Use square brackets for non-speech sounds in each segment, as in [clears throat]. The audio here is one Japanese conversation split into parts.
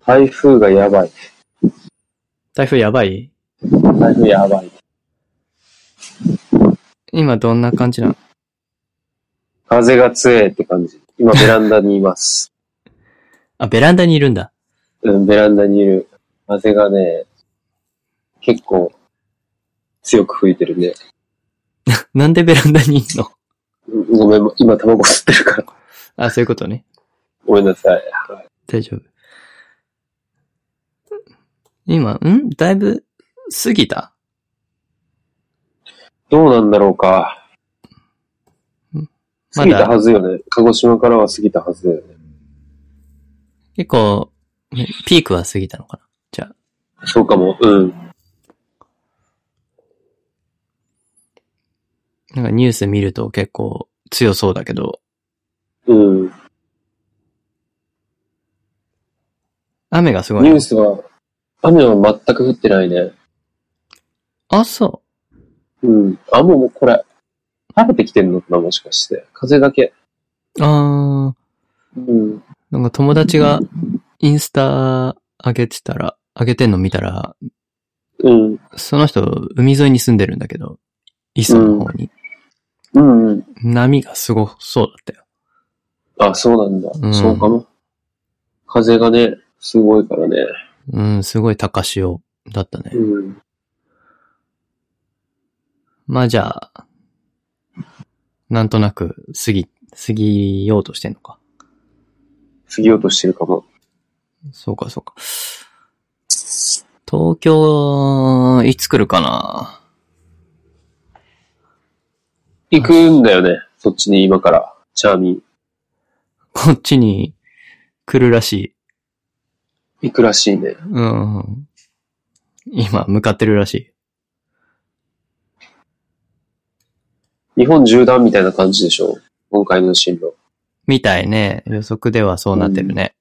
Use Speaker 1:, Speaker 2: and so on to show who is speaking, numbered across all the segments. Speaker 1: 台風がやばい。
Speaker 2: 台風やばい
Speaker 1: 台風やばい。
Speaker 2: 今どんな感じなの
Speaker 1: 風が強えって感じ。今ベランダにいます。
Speaker 2: あ、ベランダにいるんだ。
Speaker 1: うん、ベランダにいる。風がね、結構強く吹いてるね。
Speaker 2: なんでベランダにいるの
Speaker 1: うんごめん、今卵吸ってるから。
Speaker 2: あ、そういうことね。
Speaker 1: ごめんなさい。
Speaker 2: 大丈夫。今、んだいぶ過ぎた
Speaker 1: どうなんだろうか
Speaker 2: うん。
Speaker 1: 過ぎたはずよね。鹿児島からは過ぎたはずだよね。
Speaker 2: 結構、ねピークは過ぎたのかなじゃあ。
Speaker 1: そうかも。うん。
Speaker 2: なんかニュース見ると結構強そうだけど、
Speaker 1: うん。
Speaker 2: 雨がすごい
Speaker 1: ニュ
Speaker 2: ね
Speaker 1: ー。スは、雨は全く降ってないね。
Speaker 2: あ、そ
Speaker 1: うん。あ、もうこれ、食べてきてんのかな、もしかして。風だけ。
Speaker 2: う。あー、
Speaker 1: うん。
Speaker 2: なんか友達がインスタ上げてたら、上げてんの見たら、
Speaker 1: うん。
Speaker 2: その人、海沿いに住んでるんだけど、磯の方に。
Speaker 1: うん、うん。
Speaker 2: 波がすごそうだったよ。
Speaker 1: あ、そうなんだ。
Speaker 2: うん
Speaker 1: そうかも。風がね、すごいからね。
Speaker 2: うん、すごい高潮だったね。
Speaker 1: うん。
Speaker 2: まあじゃあ、なんとなく過ぎ、過ぎようとしてんのか。
Speaker 1: 過ぎようとしてるかも。
Speaker 2: そうかそうか。東京、いつ来るかな
Speaker 1: 行くんだよね。そっちに今から。チャーミー。
Speaker 2: こっちに来るらしい。
Speaker 1: 行くらしいね。
Speaker 2: うん。今、向かってるらしい。
Speaker 1: 日本縦断みたいな感じでしょ今回の進路。
Speaker 2: みたいね。予測ではそうなってるね。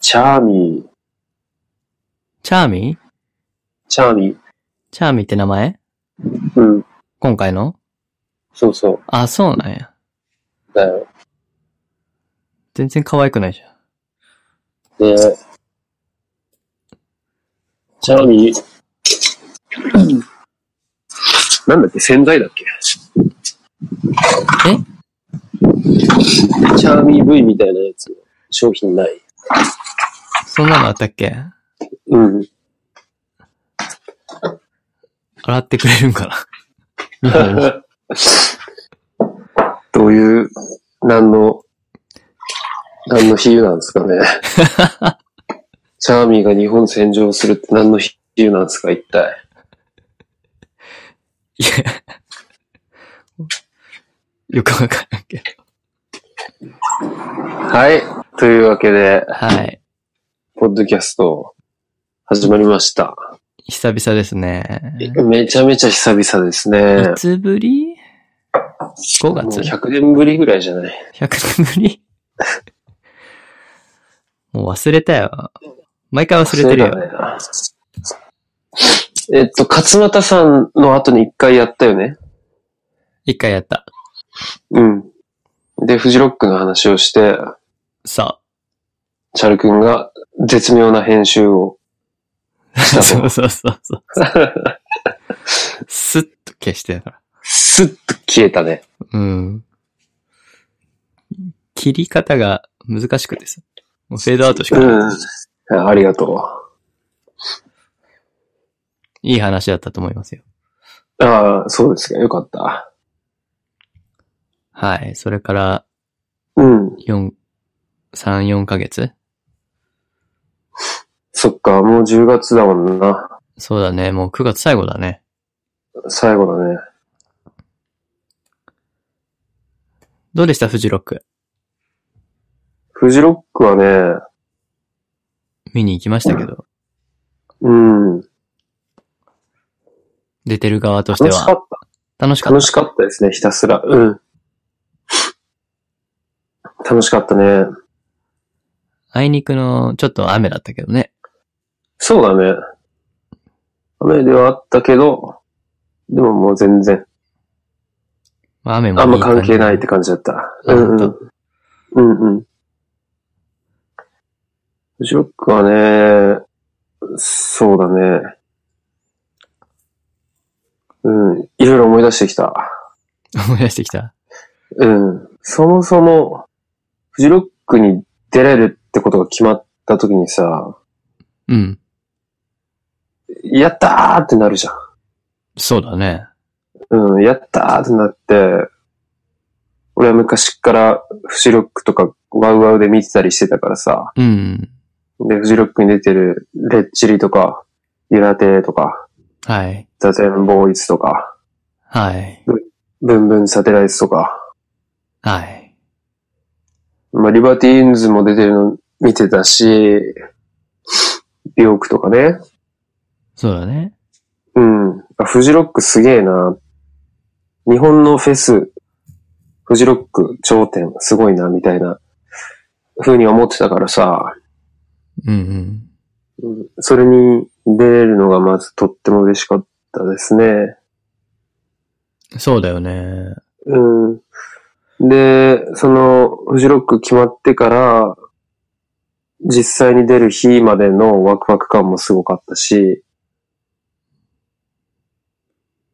Speaker 1: チャーミー。
Speaker 2: チャーミー
Speaker 1: チャーミー。
Speaker 2: チャーミーって名前
Speaker 1: うん。
Speaker 2: 今回の
Speaker 1: そうそう。
Speaker 2: あ、そうなんや。
Speaker 1: だよ。
Speaker 2: 全然可愛くないじゃん。
Speaker 1: ねチャーミー。なんだっけ洗剤だっけ
Speaker 2: え
Speaker 1: チャーミー V みたいなやつ。商品ない。
Speaker 2: そんなのあったっけ
Speaker 1: うん。
Speaker 2: 洗ってくれるんかな日本 [laughs] を
Speaker 1: どういう、何の、何の比喩なんですかね。チャーミーが日本戦場するって何の比喩なんですか、一体。
Speaker 2: いや。よくわからんけど。
Speaker 1: はい。というわけで、
Speaker 2: はい。
Speaker 1: ポッドキャスト、始まりました。
Speaker 2: 久々ですね。
Speaker 1: めちゃめちゃ久々ですね
Speaker 2: い。つぶり ?5
Speaker 1: もう
Speaker 2: 月
Speaker 1: 100年ぶりぐらいじゃない。
Speaker 2: 100年ぶりもう忘れたよ。毎回忘れてる
Speaker 1: そ
Speaker 2: よ。
Speaker 1: うだねえっと、勝俣さんの後に一回やったよね。
Speaker 2: 一回やった。
Speaker 1: うん。で、フジロックの話をして、
Speaker 2: そ
Speaker 1: チャル君が絶妙な編集を
Speaker 2: う。
Speaker 1: した
Speaker 2: [laughs] そ
Speaker 1: と
Speaker 2: う。そうそうそう。スッと消してたから。
Speaker 1: スッと消えたね。
Speaker 2: うん。切り方が難しくてさ。もうフェードアウトしかない。
Speaker 1: うん。ありがと
Speaker 2: いい話だったと思いますよ。
Speaker 1: う。ああ、そうですか。よかった。
Speaker 2: はい。それから、
Speaker 1: うん。
Speaker 2: 4、3、4ヶ月
Speaker 1: そっか、もう10月だもんな。
Speaker 2: そうだね。もう9月最後だね。
Speaker 1: 最後だね。
Speaker 2: どうでしたフジロック。
Speaker 1: フジロックはね、
Speaker 2: 見に行きましたけど。
Speaker 1: うん。
Speaker 2: 出てる側として
Speaker 1: 楽しか
Speaker 2: は。
Speaker 1: っ。
Speaker 2: 楽したかっ
Speaker 1: 楽しかったですね、ひたすら。うん。楽しかったね。
Speaker 2: た。あいにくの、ちょっと雨だったけどね。
Speaker 1: そうだね。雨ではあったけど、でももう全然、
Speaker 2: まあ、雨も
Speaker 1: あんま
Speaker 2: 感
Speaker 1: 関
Speaker 2: じ
Speaker 1: 係ないって感じだった。
Speaker 2: あ
Speaker 1: うんう
Speaker 2: 本
Speaker 1: ん。うんうん。ジョックはね、そうだね。うん、いろいろ思い出してきた。
Speaker 2: 思い出してきた。
Speaker 1: うん。そもそも、フジロックに出れるってことが決まった時にさ、
Speaker 2: うん。
Speaker 1: やったーってなるじゃん。
Speaker 2: そうだね。
Speaker 1: うん、やったーってなって、俺は昔からフジロックとかワウワウで見てたりしてたからさ、
Speaker 2: うん。
Speaker 1: で、フジロックに出てるレッチリとか、ユラテとか、
Speaker 2: はい。
Speaker 1: ザゼンボーイズとか、
Speaker 2: はい。
Speaker 1: ブンブンサテライズとか、
Speaker 2: はい。
Speaker 1: まあ、リバティーンズも出てるの見てたし、ビョークとかね。
Speaker 2: そうだね。
Speaker 1: うん。あ、フジロックすげえな。日本のフェス、フジロック頂点すごいな、みたいな、風に思ってたからさ、
Speaker 2: うんうん。
Speaker 1: うんそれに出れるのがまずとっても嬉しかったですね。
Speaker 2: そうだよね。
Speaker 1: うん。で、その、フジロック決まってから、実際に出る日までのワクワク感もすごかったし、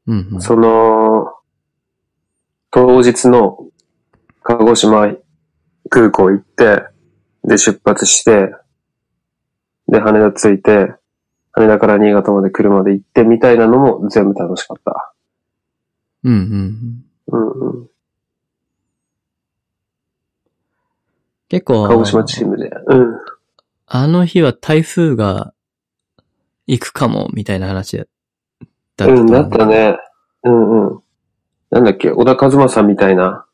Speaker 2: うん、うん。
Speaker 1: その、当日の鹿児島空港行って、で出発して、で羽田着いて、羽田から新潟まで車で行ってみたいなのも全部楽しかった。
Speaker 2: うんうん。
Speaker 1: うんうん。
Speaker 2: 結構、
Speaker 1: 鹿児島チームで。うん。
Speaker 2: あの日は台風が行くかも、みたいな話だったと
Speaker 1: う
Speaker 2: 思
Speaker 1: ん、だった。ね。うんうん。なんだっけ、小田和正みたいな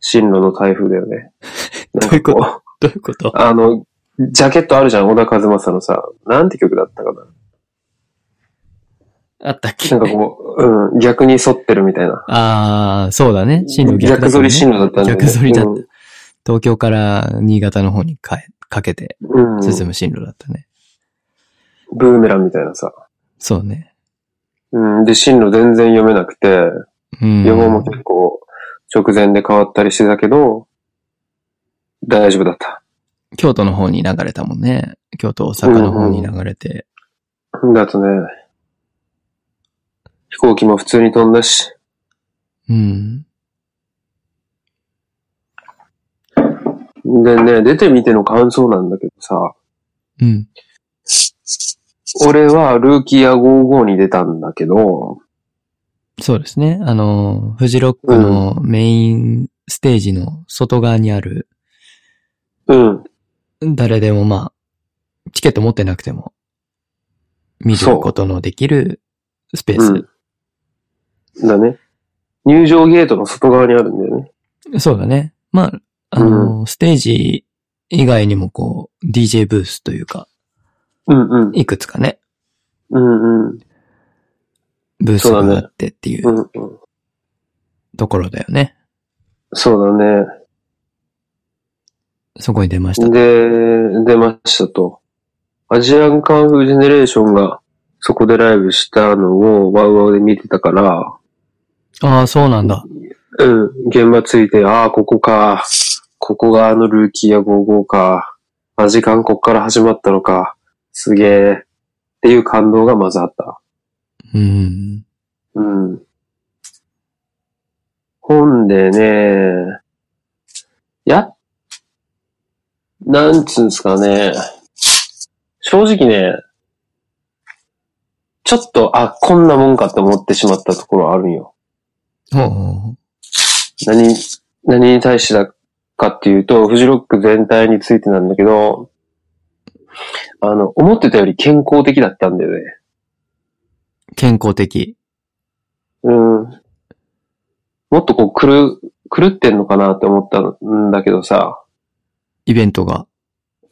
Speaker 1: 進路の台風だよ
Speaker 2: [laughs]
Speaker 1: ね。
Speaker 2: どういうこと
Speaker 1: なんか
Speaker 2: どういうこと
Speaker 1: うあの、ジャケットあるじゃん、小田和正のさ。なんて曲だったかな。
Speaker 2: あったっけ
Speaker 1: なんかこう、うん、逆に沿ってるみたいな。
Speaker 2: ああ、そうだね。進路逆
Speaker 1: 逆
Speaker 2: だった
Speaker 1: 反
Speaker 2: ね、
Speaker 1: り進路だったんだよね。
Speaker 2: 逆反りだった。東京から新潟の方にかえかけて
Speaker 1: うん。うん
Speaker 2: 進む進路だったね。
Speaker 1: ブーメランみたいなさ。
Speaker 2: そうね。
Speaker 1: うん、で、進路全然読めなくて、
Speaker 2: うん。
Speaker 1: 予報も結構直前で変わったりしてたけど、大丈夫だった。
Speaker 2: 京都の方に流れたもんね。京都、大阪の方に流れて。
Speaker 1: だとね、飛行機も普通に飛んだし、
Speaker 2: うん。
Speaker 1: でね、出てみての感想なんだけどさ、
Speaker 2: うん。
Speaker 1: 俺はルーキーや55に出たんだけど、
Speaker 2: そうですね。あの、フジロックのメインステージの外側にある、
Speaker 1: うん、
Speaker 2: 誰でもまあ、チケット持ってなくても、見ることのできるスペース。
Speaker 1: うん。だね。入場ゲートの外側にあるんだよね。
Speaker 2: そうだね。まあ、あの、ステージ以外にもこう、DJ ブースというか、
Speaker 1: うんうん。
Speaker 2: いくつかね、
Speaker 1: うんうん。
Speaker 2: ブース
Speaker 1: そうだ
Speaker 2: が
Speaker 1: ね
Speaker 2: あってっていううん
Speaker 1: うん。
Speaker 2: ところだよね。
Speaker 1: そうだね。
Speaker 2: そこに出ました。
Speaker 1: で、出ましたと。アジアンカンフージェネレーションがそこでライブしたのをワウワウで見てたから、
Speaker 2: ああ、そうなんだ。
Speaker 1: うん、現場ついて、ああ、ここか。ここがあのルーキーや55か。アジカンこっから始まったのか。すげえ。っていう感動がまずあった。
Speaker 2: うん。
Speaker 1: うん。本でね、や、なんつうんすかね。正直ね、ちょっと、あ、こんなもんかって思ってしまったところあるんよ。
Speaker 2: ほうほうほう
Speaker 1: 何、何に対してだかっていうと、フジロック全体についてなんだけど、あの、思ってたより健康的だったんだよね。
Speaker 2: 健康的。
Speaker 1: うん。もっとこう、狂う、狂ってんのかなって思ったんだけどさ、
Speaker 2: イベントが、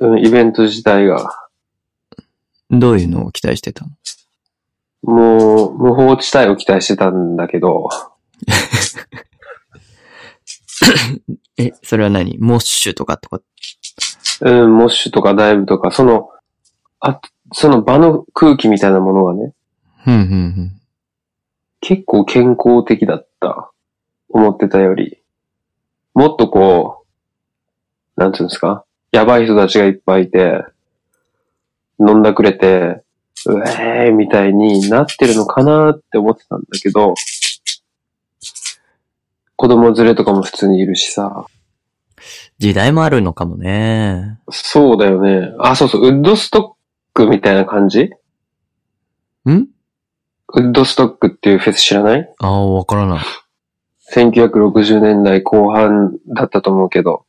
Speaker 1: うん、イベント自体が、
Speaker 2: どういうのを期待してたの
Speaker 1: もう、無法地帯を期待してたんだけど、
Speaker 2: え、それは何モッシュとかとか。
Speaker 1: うん、モッシュとかダイブとか、その、あ、その場の空気みたいなものがね、
Speaker 2: うん、うん、うん。
Speaker 1: 結構健康的だった。思ってたより。もっとこう、なんていうんですかやばい人たちがいっぱいいて、飲んだくれて、うえーみたいになってるのかなって思ってたんだけど、子供連れとかも普通にいるしさ。
Speaker 2: 時代もあるのかもね。
Speaker 1: そうだよね。あ、そうそう、ウッドストックみたいな感じ
Speaker 2: ん
Speaker 1: ウッドストックっていうフェス知らない
Speaker 2: ああ、わからない。
Speaker 1: ?1960 年代後半だったと思うけど、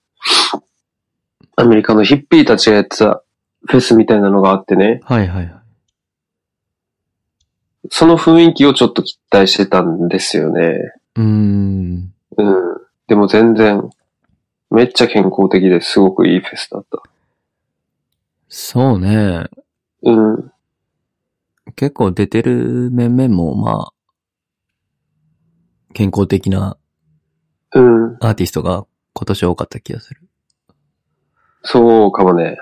Speaker 1: アメリカのヒッピーたちがやってたフェスみたいなのがあってね、
Speaker 2: はいはいはい。
Speaker 1: その雰囲気をちょっと期待してたんですよね。
Speaker 2: うーん。
Speaker 1: うん。でも全然、めっちゃ健康的ですごくいいフェスだった。
Speaker 2: そうね。
Speaker 1: うん。
Speaker 2: 結構出てる面々も、まあ、健康的な
Speaker 1: うん。
Speaker 2: アーティストが今年多かった気がする。
Speaker 1: そうかもね。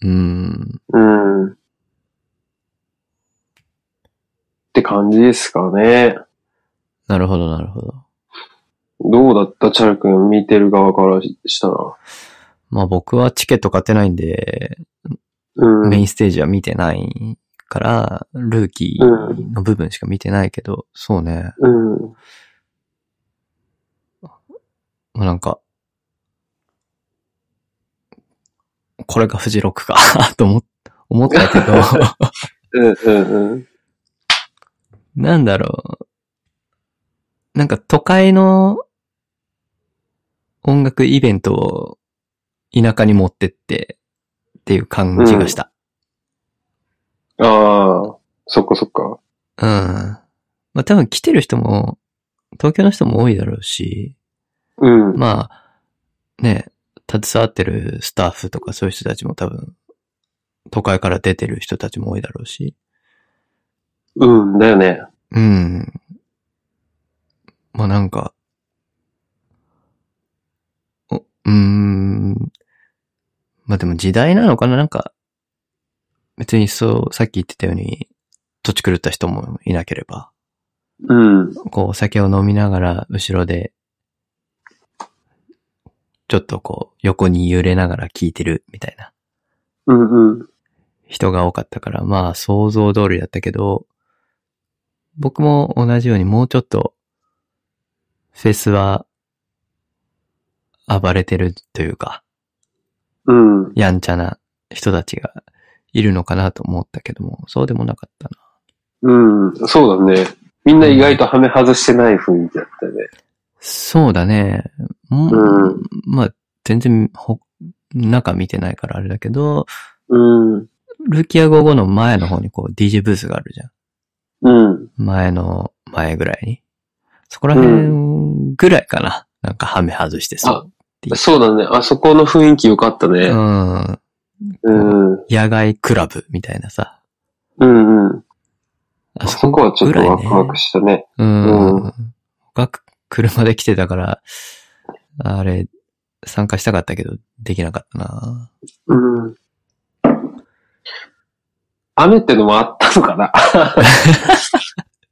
Speaker 2: うーん。
Speaker 1: うん。って感じですかね。
Speaker 2: なるほど、なるほど。
Speaker 1: どうだったチャル君見てる側からしたら。
Speaker 2: まあ僕はチケット買ってないんで、
Speaker 1: うん。
Speaker 2: メインステージは見てないから、ルーキーの部分しか見てないけど、そうね。
Speaker 1: うん。
Speaker 2: まあなんか、これがフジロックか、 [laughs] と思っ思ったけど、
Speaker 1: うんうんうん。
Speaker 2: なんだろう。なんか都会の音楽イベントを田舎に持ってってっていう感じがした。
Speaker 1: ああ、そっかそっか。
Speaker 2: うん。まあ多分来てる人も、東京の人も多いだろうし、
Speaker 1: うん。
Speaker 2: まあ、ね、携わってるスタッフとかそういう人たちも多分、都会から出てる人たちも多いだろうし、
Speaker 1: うん、だよね。
Speaker 2: うん。まあなんか、お、うーん。まあでも時代なのかななんか、別にそう、さっき言ってたように、土地狂った人もいなければ、
Speaker 1: うん。
Speaker 2: こうお酒を飲みながら後ろで、ちょっとこう横に揺れながら聞いてるみたいな
Speaker 1: うんうん。
Speaker 2: 人が多かったから、まあ想像通りだったけど、僕も同じようにもうちょっと、フェスは暴れてるというか、
Speaker 1: うん。
Speaker 2: やんちゃな人たちがいるのかなと思ったけども、そうでもなかったな。
Speaker 1: うん。そうだね。みんな意外とハメ外してない雰囲気だったよね。
Speaker 2: そうだね。も
Speaker 1: う
Speaker 2: まあ、全然ほ、中見てないからあれだけど、
Speaker 1: うん。
Speaker 2: ルキア55の前の方にこう DJ ブースがあるじゃん。
Speaker 1: うん。
Speaker 2: 前の前ぐらいに。そこら辺ぐらいかな。なんかハメ外してそう。
Speaker 1: そうだね。あそこの雰囲気良かった
Speaker 2: う
Speaker 1: ね。
Speaker 2: ん。
Speaker 1: うん。うん
Speaker 2: 野外クラブみたいなさ。
Speaker 1: うん。
Speaker 2: あ
Speaker 1: あそこはちょっとワクワク
Speaker 2: し
Speaker 1: したね。
Speaker 2: うん。
Speaker 1: う
Speaker 2: 僕は車で来てたから、あれ、参加したかったけど、できなかったな。
Speaker 1: うん。雨ってのもあったのか [laughs] な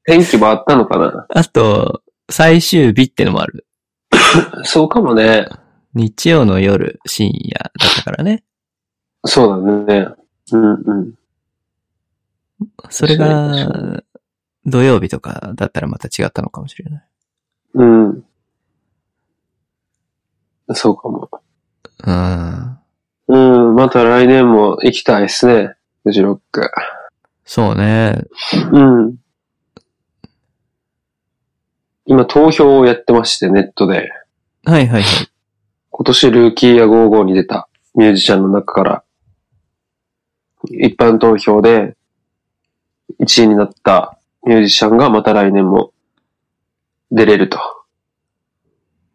Speaker 1: 天気もあったのかな
Speaker 2: あと、最終日ってのもある。
Speaker 1: そうかもね。
Speaker 2: 日曜の夜、深夜だったからね。
Speaker 1: そうだね。うんうん。
Speaker 2: それ
Speaker 1: 確かに
Speaker 2: が、土曜日とかだったらまた違ったのかもしれない。
Speaker 1: うん。そうかも。
Speaker 2: うん。
Speaker 1: うん、また来年も行きたいですね。フジロック。
Speaker 2: そうね。
Speaker 1: うん。今投票をやってまして、ネットで。
Speaker 2: はいはいはい。
Speaker 1: 今年ルーキーや55に出たミュージシャンの中から、一般投票で1位になったミュージシャンがまた来年も出れると。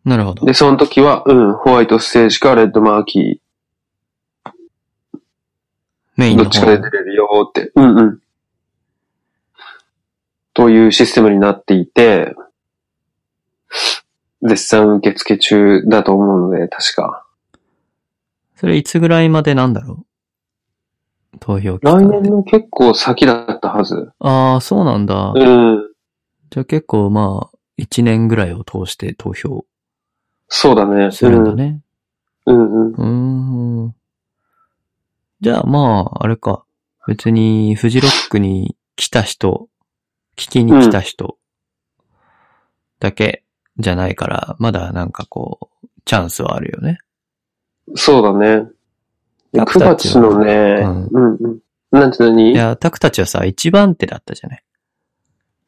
Speaker 2: なるほど
Speaker 1: で、。その時は、うん、ホワイトステージかレッドマーキー、
Speaker 2: メイン
Speaker 1: ど
Speaker 2: の
Speaker 1: っちかで
Speaker 2: 方
Speaker 1: 出。れるよーって。うんうん。というシステムになっていて、絶賛受付中だと思うので、確か。
Speaker 2: それいつぐらいまでなんだろう投票期
Speaker 1: 来
Speaker 2: 間
Speaker 1: 年
Speaker 2: で。
Speaker 1: の結構先だったはず。
Speaker 2: ああ、そうなんだ
Speaker 1: う。ん。
Speaker 2: じゃあ結構まあ、一年ぐらいを通して投票
Speaker 1: そうだね。
Speaker 2: するんだね。
Speaker 1: うん。うんうん。
Speaker 2: うーん。じゃあまあ、あれか。別にフジロックに来た人、聞きに来た人だけじゃないから、まだなんかこう、チャンスはあるよね。
Speaker 1: そうだね。
Speaker 2: やっ
Speaker 1: 9
Speaker 2: たっていう
Speaker 1: 月
Speaker 2: のは
Speaker 1: のね、うんうん。なんて何
Speaker 2: いや、タクたちはさ、一番手だったじゃない。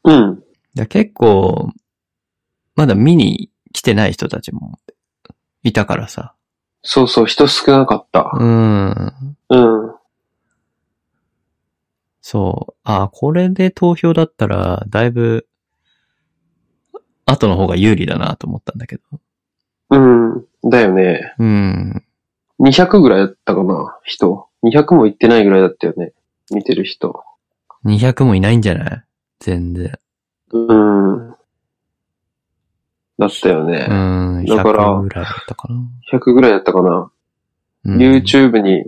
Speaker 1: うん。
Speaker 2: だから結構、まだ見に来てない人たちもいたからさ。
Speaker 1: そうそう、人少なかった。
Speaker 2: うん。
Speaker 1: うん。
Speaker 2: そう。ああ、これで投票だったら、だいぶ、後の方が有利だなと思ったんだけど。
Speaker 1: うん。だよね。
Speaker 2: うん。
Speaker 1: 200ぐらいだったかな、人。200も行ってないぐらいだったよね。見てる人。
Speaker 2: 200もいないんじゃない全然。
Speaker 1: うん。だったよね
Speaker 2: う。ん。
Speaker 1: だから
Speaker 2: 100ぐらいだったかな。
Speaker 1: 100ぐらいだったかな。
Speaker 2: うん
Speaker 1: YouTube に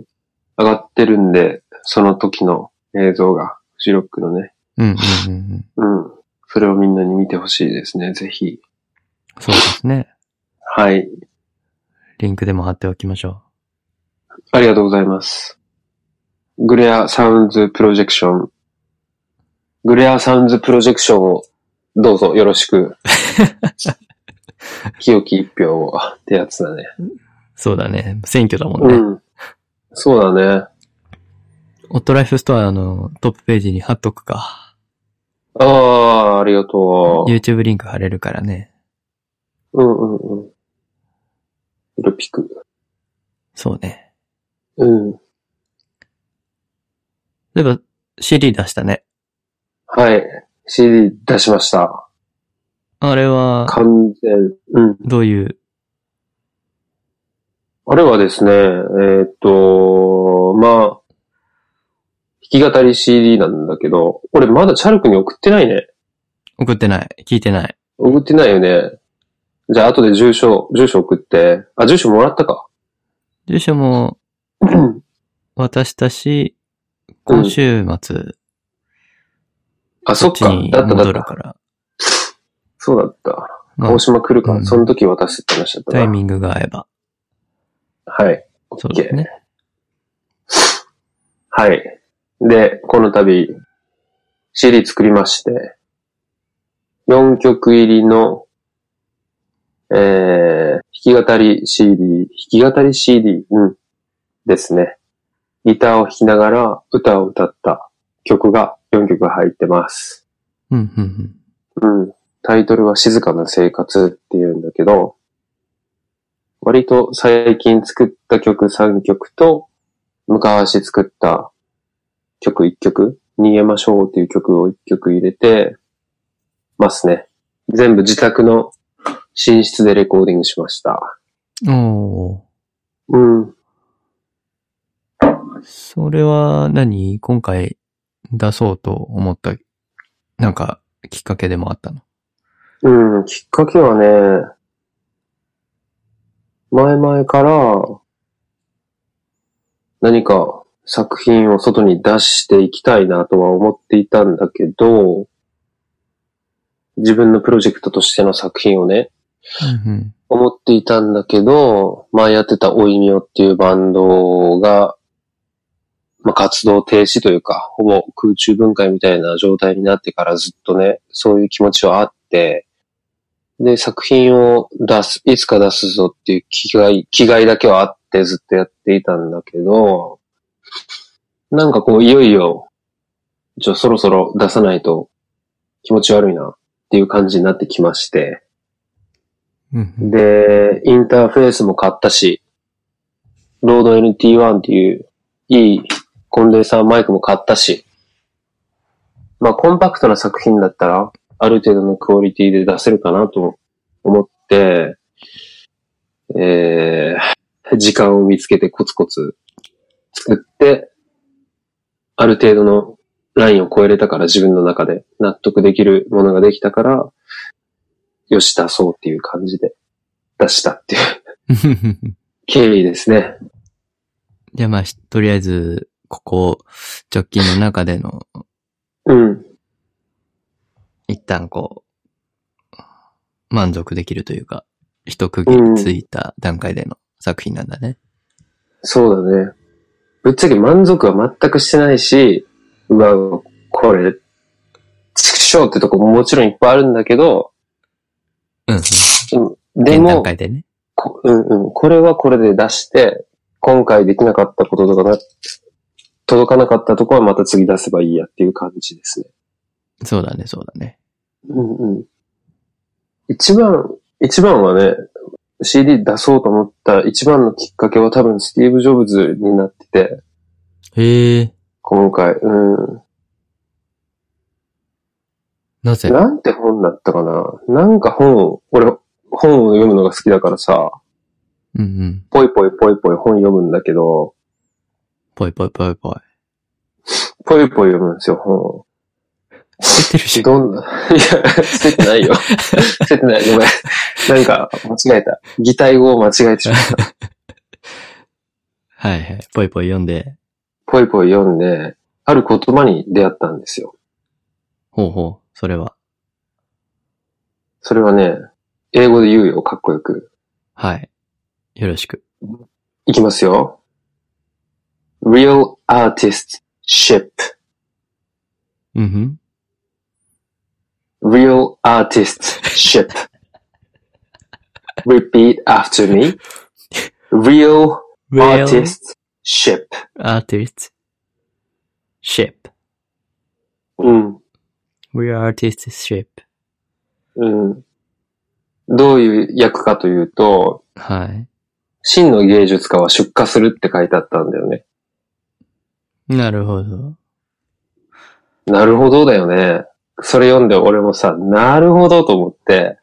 Speaker 1: 上がってるんで、その時の映像が、フジロックのね。
Speaker 2: うんうんうんうん。
Speaker 1: うん。それをみんなに見てほしいですね、ぜひ。
Speaker 2: そうですね。
Speaker 1: はい。
Speaker 2: リンクでも貼っておきましょ
Speaker 1: ありがとうございます。グレアサウンズプロジェクション。グレアサウンズプロジェクションをどうぞよろしく。清き一票をってやつだね。
Speaker 2: う。そうだね。選挙だもん
Speaker 1: う
Speaker 2: ね。
Speaker 1: ん。そうだね。
Speaker 2: オットライフストアのトップページに貼っとくか。
Speaker 1: ああ、ありがとう。
Speaker 2: YouTube リンク貼れるからね。
Speaker 1: うんうんうん。ルピク。
Speaker 2: そうね。
Speaker 1: うん。
Speaker 2: 例えば、CD 出したね。
Speaker 1: はい。CD 出しました。
Speaker 2: あれは、
Speaker 1: 完全。うん。
Speaker 2: どういう、
Speaker 1: あれはですね、えーっと、まあ、弾き語り CD なんだけど、俺まだチャルクに送ってないね。
Speaker 2: 送ってない。聞いてない。
Speaker 1: 送ってないよね。じゃあ後で住所、住所送って、あ、住所もらったか。
Speaker 2: 住所も渡したし、今週末、
Speaker 1: あ、そ
Speaker 2: そ
Speaker 1: っ
Speaker 2: っち
Speaker 1: か。
Speaker 2: に
Speaker 1: だっただ
Speaker 2: 戻
Speaker 1: っ
Speaker 2: る
Speaker 1: た。
Speaker 2: から。
Speaker 1: そうだった。
Speaker 2: まあ
Speaker 1: 大、島来るか
Speaker 2: う
Speaker 1: ら、
Speaker 2: ん
Speaker 1: その時渡すって話だった
Speaker 2: タイ
Speaker 1: な。
Speaker 2: ミングが合えば。
Speaker 1: はい。
Speaker 2: そうですね。
Speaker 1: はい。で、この度、CD 作りまして、4曲入りの、えー、弾き語り CD、弾き語り CD、うん、ですね。ギターを弾きながら歌を歌った曲が4曲入ってます。
Speaker 2: うん、うん、うん。
Speaker 1: うん。タイトルは静かな生活っていうんだけど、割と最近作った曲3曲と、昔作った曲1曲、逃げましょうっていう曲を1曲入れてますね。全部自宅の寝室でレコーディングしました。
Speaker 2: お
Speaker 1: うん。
Speaker 2: ーそれは何今回出そうと思った、なんか、きっかけでもあったの
Speaker 1: うん、きっかけはね、前々から何か作品を外に出していきたいなとは思っていたんだけど、自分のプロジェクトとしての作品をね、
Speaker 2: うん、
Speaker 1: 思っていたんだけど、前やってたおいみょっていうバンドが、まあ、活動停止というか、ほぼ空中分解みたいな状態になってからずっとね、そういう気持ちはあって、で、作品を出す、いつか出すぞっていう気概、気概だけはあってずっとやっていたんだけど、なんかこう、いよいよ、ちょ、そろそろ出さないと気持ち悪いなっていう感じになってきまして、
Speaker 2: うん、うん。
Speaker 1: で、インターフェースも買ったし、ロード NT1 っていういいコンデンサーマイクも買ったし、まあコンパクトな作品だったら、ある程度のクオリティで出せるかなと思って、えー、時間を見つけてコツコツ作って、ある程度のラインを超えれたから自分の中で納得できるものができたから、よし出そうっていう感じで出したっていう経緯ですね。
Speaker 2: [laughs] じゃあまあ、しとりあえず、ここ、直近の中での、
Speaker 1: うん。
Speaker 2: 一旦こう、満足できるというか、一区切りついた段階での作品なんだね。
Speaker 1: そうだね。ぶっちゃけ満足は全くしてないし、うわ、これ、ちくしょうってとこももちろんいっぱいあるんだけど、
Speaker 2: うん。
Speaker 1: うんで
Speaker 2: 現段
Speaker 1: も、
Speaker 2: 階でね。
Speaker 1: こうんうん、これはこれで出して、今回できなかったこととかな、届かなかったとこはまた次出せばいいやっていう感じですね。
Speaker 2: そうだね、そうだね。
Speaker 1: うんうん。一番、一番はね、CD 出そうと思った一番のきっかけは多分スティーブ・ジョブズになってて、
Speaker 2: へえ、
Speaker 1: 今回、うん。
Speaker 2: なぜ
Speaker 1: なんて本だったかななんか本を、俺、本を読むのが好きだからさ、
Speaker 2: うんうん。
Speaker 1: ぽいぽいぽいぽい本読むんだけど、
Speaker 2: ぽいぽいぽいぽ
Speaker 1: ぽ
Speaker 2: い。
Speaker 1: いぽい読むんですよ、本を。
Speaker 2: 知ってるし。
Speaker 1: どんな、 [laughs] いや、捨ててない
Speaker 2: [laughs]
Speaker 1: よ。捨ててない、ごめん。なんか、間違えた。擬態語を間違えてしま
Speaker 2: [laughs]
Speaker 1: った。
Speaker 2: はいはい。ぽいぽい読んで。
Speaker 1: ぽいぽい読んで、ある言葉に出会ったんですよ。
Speaker 2: ほうほう。それは。
Speaker 1: それはね、英語で言うよ、かっこよく。
Speaker 2: はい。よろしく。
Speaker 1: いきますよ。real artist ship,
Speaker 2: うんふん。
Speaker 1: real artist ship. Repeat after me. Real artist ship.
Speaker 2: artist ship.
Speaker 1: うん。
Speaker 2: We are artist ship.
Speaker 1: うん。どういう役かというと、
Speaker 2: はい。
Speaker 1: 真の芸術家は出荷するって書いてあったんだよね。
Speaker 2: なるほど。
Speaker 1: なるほどだよね。それ読んで俺もさ、なるほどと思って、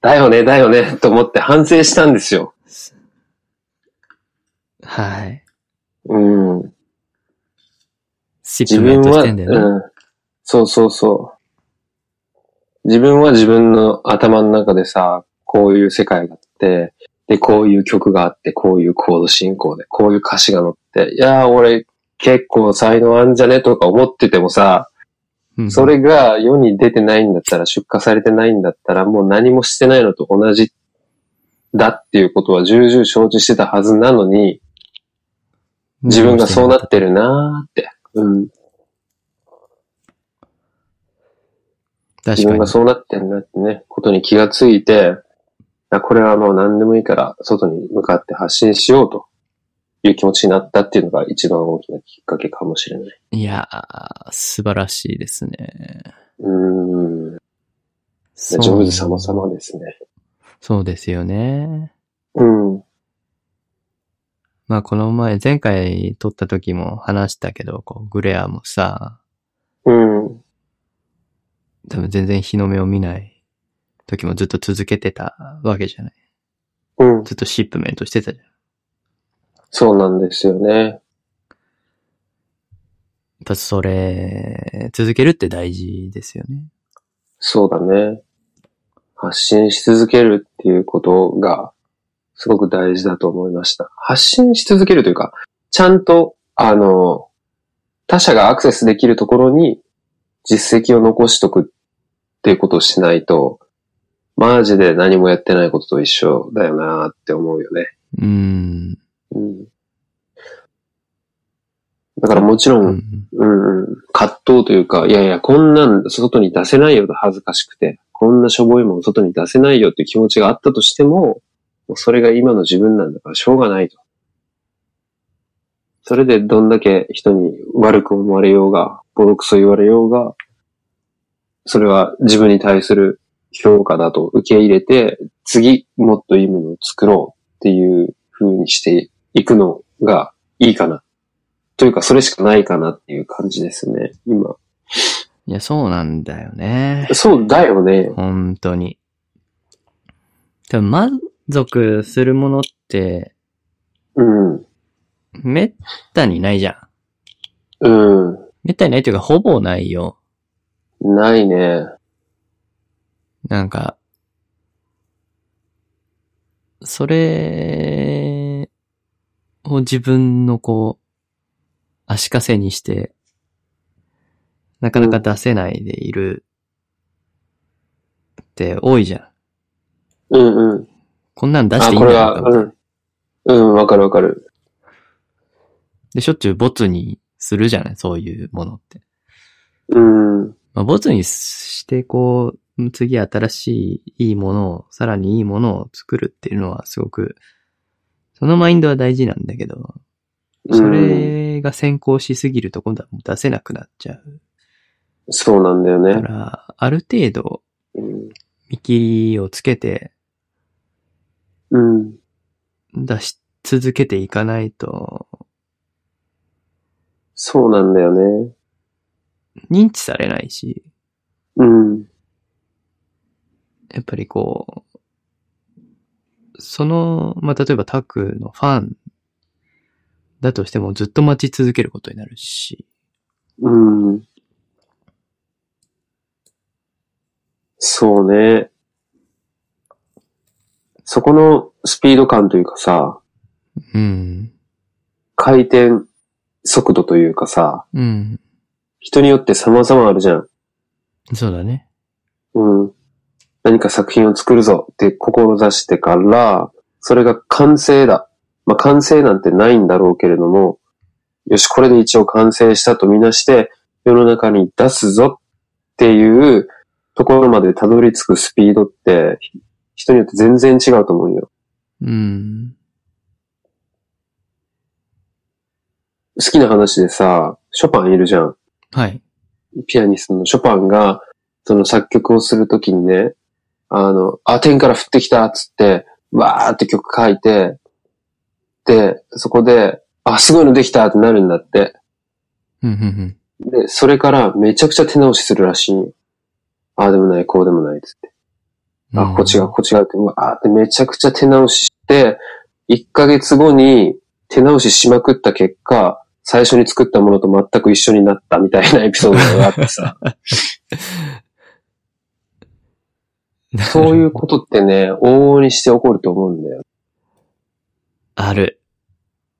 Speaker 1: だよね、だよね、と思って反省したんですよ。
Speaker 2: はい。
Speaker 1: うん。
Speaker 2: シッ
Speaker 1: 自
Speaker 2: プメ
Speaker 1: 分
Speaker 2: ントし
Speaker 1: は、
Speaker 2: てんだよね。
Speaker 1: うん。そうそうそう。自分は自分の頭の中でさ、こういう世界があって、で、こういう曲があって、こういうコード進行で、こういう歌詞が載って、いやー俺結構才能あんじゃねとか思っててもさ、
Speaker 2: うん
Speaker 1: それが世に出てないんだったら、出荷されてないんだったら、もう何もしてないのと同じだっていうことは重々承知してたはずなのに、自分がそうなってるなーって。うん。自分
Speaker 2: 確かに
Speaker 1: が。そうなってんなってね、ことに気がついて、あこれはもう何でもいいから、外に向かって発信しようという気持ちになったっていうのが一番大きなきっかけかもしれない。
Speaker 2: いやー、素晴らしいですね。
Speaker 1: うーん。
Speaker 2: そう
Speaker 1: ジョブズ様様ですね。
Speaker 2: そうですよね。
Speaker 1: うん。
Speaker 2: まあこの前、前回撮った時も話したけど、こう、グレアもさ、
Speaker 1: うん。
Speaker 2: 多分全然日の目を見ない時もずっと続けてたわけじゃない。
Speaker 1: うん。
Speaker 2: ずっとシップメントしてたじゃん。や
Speaker 1: そうなんですよね。
Speaker 2: っぱそれ、続けるって大事ですよね。
Speaker 1: そうだね。発信し続けるっていうことが、すごく大事だと思いました。発信し続けるというか、ちゃんと、あの、他者がアクセスできるところに実績を残しとくっていうことをしないと、マジで何もやってないことと一緒だよなって思うよね。
Speaker 2: うーん。
Speaker 1: うん。だからもちろ、
Speaker 2: うんん。
Speaker 1: うんうん、葛藤というか、いやいや、こんなん外に出せないよと恥ずかしくて、こんなしょぼいもん外に出せないよっていう気持ちがあったとしても、もうそれが今の自分なんだからしょうがないと。それでどんだけ人に悪く思われようが、ボロクソ言われようが、それは自分に対する評価だと受け入れて、次もっといいものを作ろうっていう風にしていくのがいいかなというか、それしかないかなっていう感じですね、今。
Speaker 2: いや、そうなんだよね。
Speaker 1: そうだよね。
Speaker 2: 本当に。多分満足するものって、
Speaker 1: うん。
Speaker 2: めったにないじゃん。
Speaker 1: う
Speaker 2: めったにないというか、ほぼないよ。
Speaker 1: ん。ないね。
Speaker 2: なんか、それを自分のこう、足かせにして、なかなか出せないでいるって多いじゃん。
Speaker 1: うんうん。
Speaker 2: こんなん出し
Speaker 1: あ、
Speaker 2: ていい
Speaker 1: こ
Speaker 2: ん
Speaker 1: れ
Speaker 2: だろ
Speaker 1: は、
Speaker 2: うかみたいな
Speaker 1: うん。うん、わかるわかる。
Speaker 2: で、しょっちゅうボツにするじゃないそういうものって。
Speaker 1: うん。
Speaker 2: まあ、ボツにして、こう、次新しいいいものを、さらにいいものを作るっていうのはすごく、そのマインドは大事なんだけど、
Speaker 1: うん
Speaker 2: それが先行しすぎると今度はもう出せなくなっちゃう
Speaker 1: そうなんだよ
Speaker 2: か
Speaker 1: ね。
Speaker 2: ら、ある程度
Speaker 1: うん
Speaker 2: 見切りをつけて
Speaker 1: うん。
Speaker 2: 出し続けていかないと、
Speaker 1: そうなんだよね。
Speaker 2: 認知されないし、
Speaker 1: うん。
Speaker 2: やっぱりこう、その、まあ、例えばタクのファンだとしてもずっと待ち続けることになるし、
Speaker 1: うん。そうね。そこのスピード感というかさ、
Speaker 2: うん、
Speaker 1: 回転速度というかさ、
Speaker 2: うん、
Speaker 1: 人によって様々あるじゃん。
Speaker 2: そうだね。
Speaker 1: うん。何か作品を作るぞって志してから、それが完成だ。まあ、完成なんてないんだろうけれども、よし、これで一応完成したとみなして、世の中に出すぞっていうところまでたどり着くスピードって、ひ人によって全然違うと思うよ。
Speaker 2: うん、
Speaker 1: 好きな話でさ、ショパンいるじゃん。
Speaker 2: はい。
Speaker 1: ピアニストのショパンが、その作曲をするときにね、あの、あ、天から降ってきたっつって、わーって曲書いて、で、そこで、あ、すごいのできたってなるんだって。
Speaker 2: うん、うん、
Speaker 1: で、それからめちゃくちゃ手直しするらしいんよ。ああでもない、こうでもないっつって。
Speaker 2: うん。
Speaker 1: あ、こっちが、こっちがって、うわーってめちゃくちゃ手直しして、1ヶ月後に手直ししまくった結果、最初に作ったものと全く一緒になったみた
Speaker 2: [laughs]
Speaker 1: いなエピソードがあってさ。そういうことってね、往々にして起こると思うんだよ。
Speaker 2: ある。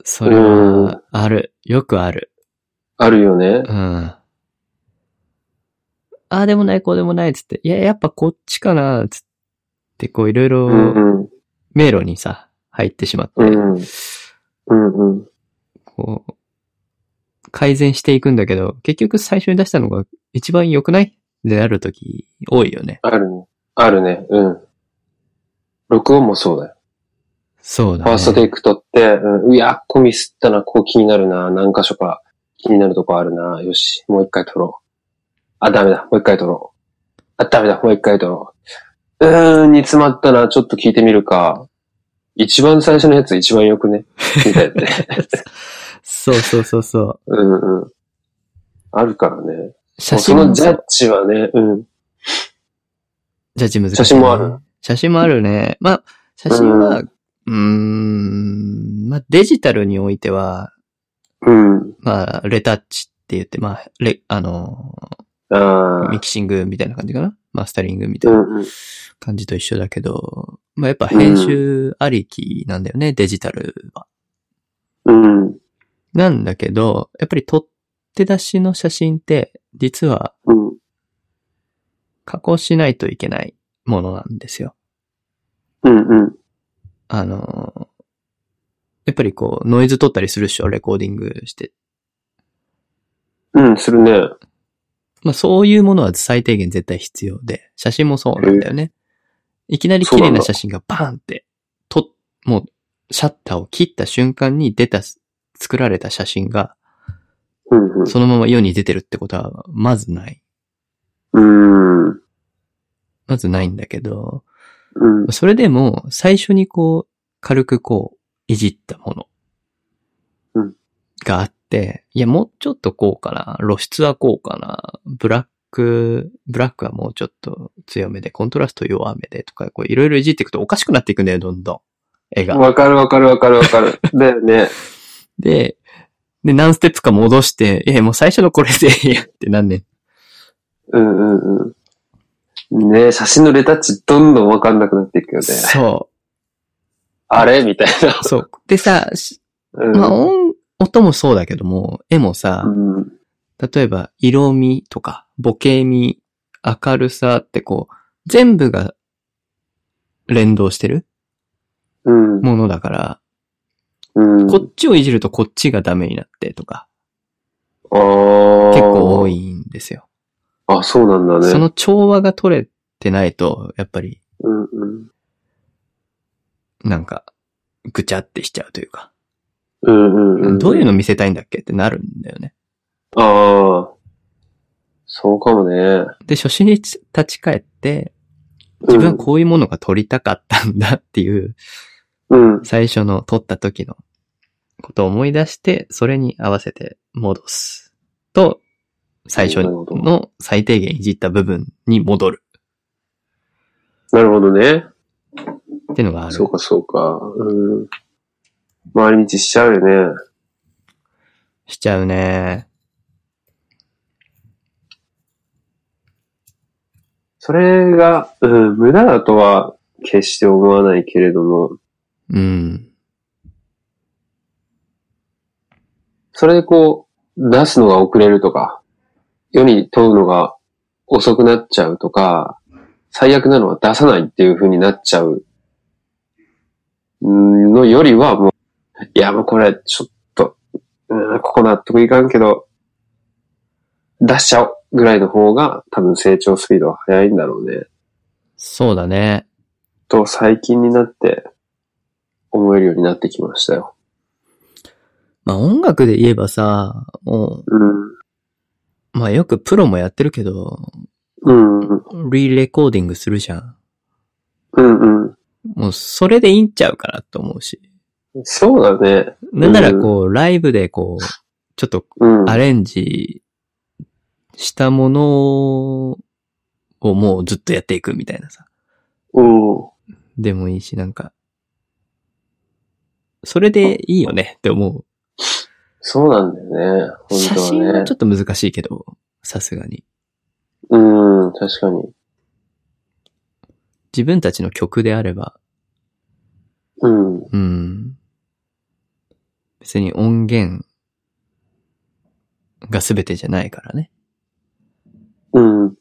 Speaker 2: それは、ある。よくある。
Speaker 1: あるよね。
Speaker 2: うん。ああ、でもない、こうでもない、つって。いや、やっぱこっちかな、つって、こういろいうろ
Speaker 1: んうん。
Speaker 2: 迷路にさ、入ってしまって、
Speaker 1: うんうん。うんうん。
Speaker 2: こう、改善していくんだけど、結局最初に出したのが一番良くないであるとき、多いよね。
Speaker 1: あるね。あるね。うん。録音もそうだよ。
Speaker 2: そうだ
Speaker 1: ファ
Speaker 2: ね。
Speaker 1: ーストテイク取って、うん、いや、ここミスったな、こう気になるな、何箇所か気になるとこあるな、よし、もう一回取ろう。あ、ダメだ、もう一回取ろう。あ、ダメだ、もう一回取ろう。うーん、煮詰まったな、ちょっと聞いてみるか。一番最初のやつ一番よくね。みたいなね。 [laughs]
Speaker 2: そうそうそうそ
Speaker 1: う
Speaker 2: う。
Speaker 1: んうん。あるからね。
Speaker 2: 写
Speaker 1: そ
Speaker 2: 真
Speaker 1: の
Speaker 2: も
Speaker 1: ジ
Speaker 2: そ
Speaker 1: ャッ
Speaker 2: う
Speaker 1: ジはね、うん。
Speaker 2: ジャッジ難しい、ね。
Speaker 1: 写真もある。
Speaker 2: 写真もあるね。まあ、写真は、うーん、まあデジタルにおいては、
Speaker 1: うん。
Speaker 2: まあ、レタッチって言って、まあ、レ、あの
Speaker 1: あ
Speaker 2: ー、ミ
Speaker 1: あ。
Speaker 2: キシングみたいな感じかなマスタリングみた
Speaker 1: う
Speaker 2: いなん
Speaker 1: うん。
Speaker 2: 感じと一緒だけど、まあやっぱ編集ありきなんだよね、デジタルは。
Speaker 1: うん。
Speaker 2: なんだけど、やっぱり撮って出しの写真って、実は
Speaker 1: うん。
Speaker 2: 加工しないといけないものなんですよ。
Speaker 1: うん。うん。
Speaker 2: あのー、やっぱりこう、ノイズ撮ったりするっしょ、レコーディングして。
Speaker 1: うん。するね。
Speaker 2: まあそういうものは最低限絶対必要で、写真もそうなんだよね。いきなり綺麗な写真がバーンって、と、もう、シャッターを切った瞬間に出た、作られた写真が、
Speaker 1: うん。
Speaker 2: そのまま世に出てるってことは、まずない。
Speaker 1: うん。うん。
Speaker 2: まずないんだけど、
Speaker 1: うん。
Speaker 2: それでも、最初にこう、軽くこう、いじったも
Speaker 1: う
Speaker 2: の
Speaker 1: ん。
Speaker 2: があって、いや、もうちょっとこうかな。露出はこうかな。ブラック、ブラックはもうちょっと強めで、コントラスト弱めでとか、こう、いろいろいじっていくとおかしくなっていくんだよ、どんどん。絵が。
Speaker 1: わかるわかるわかるわか
Speaker 2: [laughs]
Speaker 1: る。だよね。
Speaker 2: で、で、何ステップか戻して、いや、もう最初のこれで [laughs] いいやってなんねん。
Speaker 1: うんうんうん。ねえ写真のレタッチどんどんわかんなくなっていくよね。
Speaker 2: そ
Speaker 1: あれみたいな。
Speaker 2: う。そう。でさ、し
Speaker 1: うん。
Speaker 2: まあ、音、音もそうだけども、絵もさ、
Speaker 1: うん。
Speaker 2: 例えば、色味とか、ボケ味、明るさってこう、全部が連動してる
Speaker 1: うん。
Speaker 2: ものだから、
Speaker 1: うん。
Speaker 2: こっちをいじるとこっちがダメになってとか、
Speaker 1: あー
Speaker 2: 結構多。いんですよ。
Speaker 1: あ、そうなんだね。
Speaker 2: その調和が取れてないと、やっぱり、
Speaker 1: うんうん。
Speaker 2: なんか、ぐちゃってしちゃうというか、
Speaker 1: うんうんうん。
Speaker 2: どういうの見せたいんだっけってなるんだよね。
Speaker 1: ああ。そうかもね。
Speaker 2: で、初心に立ち返って、自分はこういうものが撮りたかったんだっていう、
Speaker 1: うん。うん。
Speaker 2: 最初の撮った時のことを思い出して、それに合わせて戻す。と、最初
Speaker 1: なるほど
Speaker 2: の最低限いじった部分に戻る
Speaker 1: なるほどね。
Speaker 2: っていうのがある
Speaker 1: そう。かそうか。うん。回り道しちゃうよね。
Speaker 2: しちゃうね。
Speaker 1: それが、うん、無駄だとは決して思わないけれども、
Speaker 2: うん。
Speaker 1: それでこう、出すのが遅れるとか、世に問うのが遅くなっちゃうとか、最悪なのは出さないっていう風になっちゃううんのよりはもう、いやもうこれちょっと、うん、ここ納得いかんけど、出しちゃおうぐらいの方が多分成長スピードは速いんだろうね。
Speaker 2: そうだね。
Speaker 1: と最近になって思えるようになってきましたよ。
Speaker 2: まあ音楽で言えばさ、も
Speaker 1: うん。
Speaker 2: う、まあよくプロもやってるけど、
Speaker 1: うん。うん
Speaker 2: リレコーディングするじゃん。
Speaker 1: うん。
Speaker 2: もうそれでいいんちゃうかなと思うし。
Speaker 1: そうだね。
Speaker 2: なんならこう、ライブでこう、ちょっと
Speaker 1: うん。
Speaker 2: アレンジしたものをもうずっとやっていくみたいなさ。
Speaker 1: うん。
Speaker 2: でもいいし、なんか、それでいいよねって思う。
Speaker 1: そうなんだよね。本
Speaker 2: 写
Speaker 1: 当
Speaker 2: 真
Speaker 1: は
Speaker 2: は
Speaker 1: ね。
Speaker 2: ちょっと難しいけど、さすがに。
Speaker 1: うん、確かに。
Speaker 2: 自分たちの曲であれば、
Speaker 1: うん。
Speaker 2: うん。別に音源が全てじゃないからね。
Speaker 1: うん。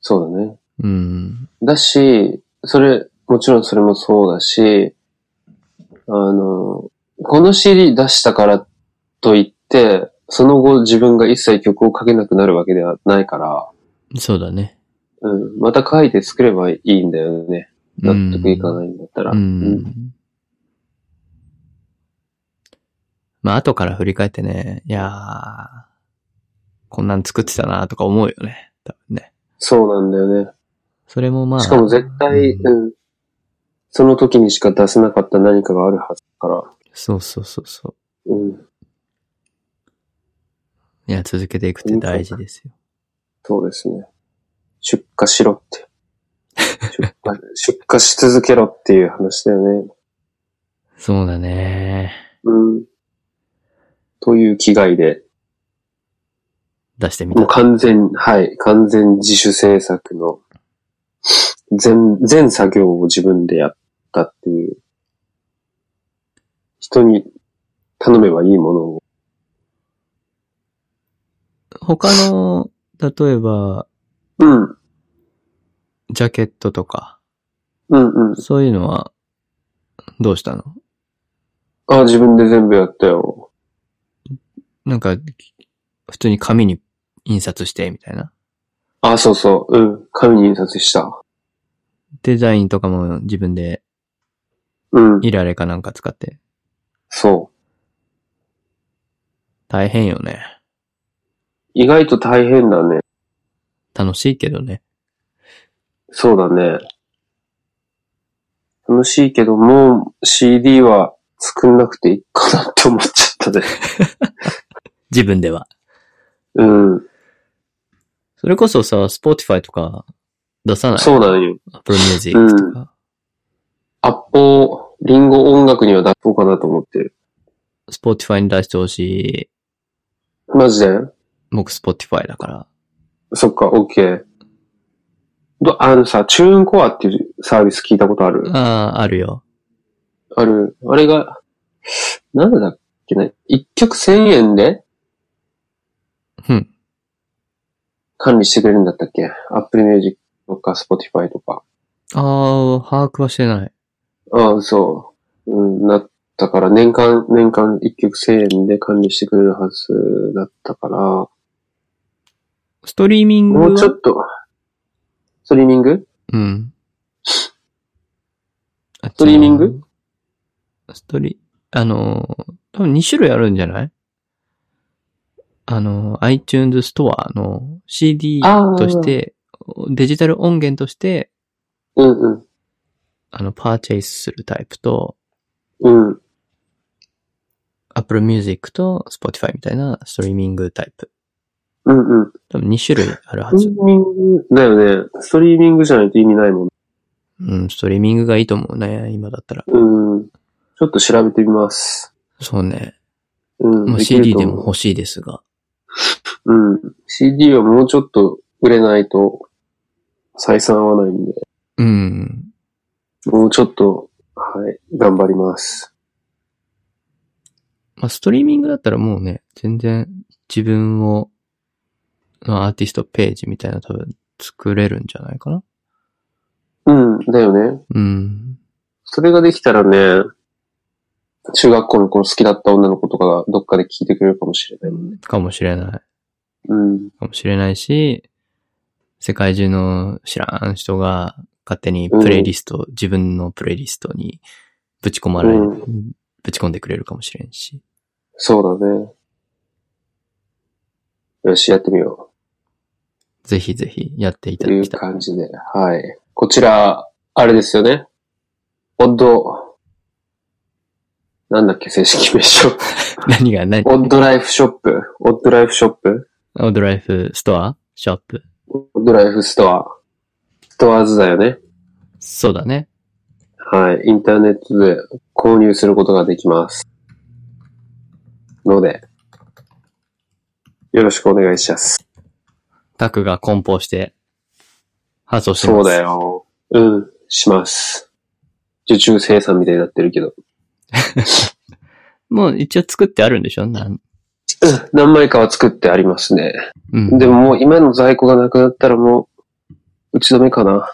Speaker 1: そうだね。
Speaker 2: うん。
Speaker 1: だし、それ、もちろんそれもそうだし、あの、この CD 出したからといって、その後自分が一切曲を書けなくなるわけではないから、
Speaker 2: そうだね。
Speaker 1: うん、また書いて作ればいいんだよね。納得いか
Speaker 2: い。
Speaker 1: ないんだったら。
Speaker 2: う
Speaker 1: うん
Speaker 2: ん。まあ、後から振り返ってね、いやー、こんなん作ってたなとか思うよね。多分ね。
Speaker 1: そうなんだよね。
Speaker 2: それもまあ。
Speaker 1: しかも絶対、
Speaker 2: う
Speaker 1: うんん、その時にしか出せなかった何かがあるはずだから。
Speaker 2: そうそうそうそ
Speaker 1: うん、
Speaker 2: う。いや、続けていくって大事ですよ。
Speaker 1: そうですね。出荷しろって。出荷、出荷し続けろっていう話だよね。
Speaker 2: そうだね。
Speaker 1: うん。という気概で、
Speaker 2: 出してみ
Speaker 1: もう
Speaker 2: た。
Speaker 1: 完全、はい、完全自主制作の、全、全作業を自分でやったっていう、人に頼めばいいものを、
Speaker 2: 他の、例えば、
Speaker 1: うん、うん
Speaker 2: ジャケットとか、、
Speaker 1: うん。
Speaker 2: そういうのは、どうしたの
Speaker 1: あ、自分で全部やったよ。
Speaker 2: なんか、普通に紙に印刷して、みたいな。
Speaker 1: あ、そうそう、うん、紙に印刷した。
Speaker 2: デザインとかも自分で
Speaker 1: うん、
Speaker 2: いられかなんか使って。
Speaker 1: そう。
Speaker 2: 大変よね。
Speaker 1: 意外と大変だね。
Speaker 2: 楽しいけどね。
Speaker 1: そうだね。楽しいけど、もう CD は作んなくていいかなって思っちゃったね。 [laughs]
Speaker 2: 自分では。
Speaker 1: うん。
Speaker 2: それこそさ、Spotify とか出さない。。
Speaker 1: そううなんよ。
Speaker 2: Apple Music とか。
Speaker 1: アッポー、リンゴ音楽には出そうかなと思ってる。
Speaker 2: Spotify に出してほしい。
Speaker 1: マジで
Speaker 2: 僕 Spotify だから。
Speaker 1: そっか、オッケー。ど、あのさ、チューンコアっていうサービス聞いたことある
Speaker 2: ああ、あるよ。
Speaker 1: ある。あれが、なんだっけね。一曲千円で
Speaker 2: うん。
Speaker 1: 管理してくれるんだったっけアップルミュージックとか、スポティファイとか。
Speaker 2: ああ、把握はしてない。
Speaker 1: ああ、そう。うん、な、だから年間、年間1曲1000円で管理してくれるはずだったから、
Speaker 2: ストリーミングは
Speaker 1: もうちょっと、ストリーミング
Speaker 2: うん。ス
Speaker 1: トリーミング
Speaker 2: ストリ、あのー、多分2種類あるんじゃないあのー、iTunes ストアの CD
Speaker 1: ああ
Speaker 2: として、デジタル音源として、
Speaker 1: うんうん。
Speaker 2: あの、パーチェイスするタイプと、
Speaker 1: うん。
Speaker 2: Apple Music と Spotify みたいなストリーミングタイプ。
Speaker 1: うんうん。
Speaker 2: 多分2種類あるは
Speaker 1: スト
Speaker 2: ず
Speaker 1: リ。ーミングだよね。ストリーミングじゃないと意味ないもん。
Speaker 2: うん、ストリーミングがいいと思うね、今だったら。
Speaker 1: うん。ちょっと調べてみます。
Speaker 2: そうね。
Speaker 1: うん。
Speaker 2: もう
Speaker 1: きる
Speaker 2: CD
Speaker 1: と
Speaker 2: で
Speaker 1: 思
Speaker 2: も
Speaker 1: う
Speaker 2: 欲しいですが。
Speaker 1: うん。CD はもうちょっと売れないと、採算合わないんで、
Speaker 2: うん。
Speaker 1: もうちょっと、はい、頑張ります。
Speaker 2: まあ、ストリーミングだったらもうね、全然自分を、のアーティストページみたいな多分作れるんじゃないかな。
Speaker 1: うん、だよね。
Speaker 2: うん。
Speaker 1: それができたらね、中学校の頃好きだった女の子とかがどっかで聞いてくれるかもしれないもんね。
Speaker 2: かもしれない。
Speaker 1: うん。
Speaker 2: かもしれないし、世界中の知らん人が勝手にプレイリスト、自分のプレイリストにぶち込まれ、
Speaker 1: う
Speaker 2: ぶち込んでくれるかもしれんし。
Speaker 1: そうだね。よし、やってみよ。
Speaker 2: ぜひぜひやっていうた
Speaker 1: とい
Speaker 2: だ
Speaker 1: う
Speaker 2: きたい。
Speaker 1: 感じで。はい。こちら、あれですよね。オッド、なんだっけ、正式名称。
Speaker 2: 何が何
Speaker 1: オッドライフショップ。オッドライフショップ。
Speaker 2: オドライフストアショップ
Speaker 1: オッドライフストア。ストアーズだよね。
Speaker 2: そうだね。
Speaker 1: はい。インターネットで購入することができます。ので、よろしくお願いします。
Speaker 2: タクが梱包して、発送して
Speaker 1: そ
Speaker 2: ます。
Speaker 1: うだよ。うん、します。受注生産みたいになってるけど。
Speaker 2: もう一応作ってあるんでしょなん、
Speaker 1: うん何枚かは作ってありますね。
Speaker 2: うん。
Speaker 1: でももう今の在庫がなくなったらもう、打ち止めかな。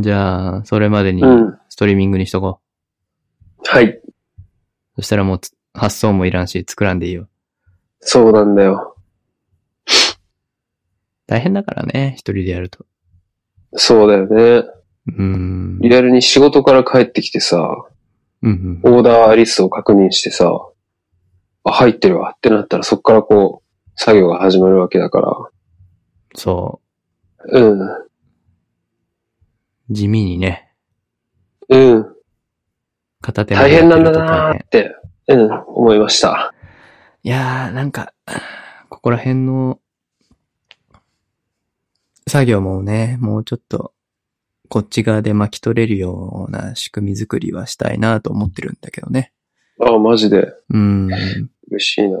Speaker 2: じゃあ、それまでに
Speaker 1: うん。
Speaker 2: ストリーミングにしとこ
Speaker 1: はい。
Speaker 2: う。そしたらもうつ発送もいらんし、作らんでいいよ。
Speaker 1: そうなんだよ。
Speaker 2: 大変だからね、一人でやると。
Speaker 1: そうだよね。
Speaker 2: うーん。
Speaker 1: リアルに仕事から帰ってきてさ、
Speaker 2: うんうん。
Speaker 1: オーダーリストを確認してさ、あ、入ってるわってなったらそっからこう、作業が始まるわけだか
Speaker 2: そ
Speaker 1: ら。うん。
Speaker 2: う。地味にね、
Speaker 1: うん。
Speaker 2: 片手間
Speaker 1: 大
Speaker 2: でやっ
Speaker 1: 変な
Speaker 2: て
Speaker 1: んだ
Speaker 2: ると
Speaker 1: な
Speaker 2: 大
Speaker 1: ー
Speaker 2: 変
Speaker 1: って、うん、思いました。
Speaker 2: いやー、なんか、ここら辺の、作業もね、もうちょっと、こっち側で巻き取れるような仕組み作りはしたいなと思ってるんだけどね。
Speaker 1: あ、マジで。
Speaker 2: うーん。
Speaker 1: 嬉しいな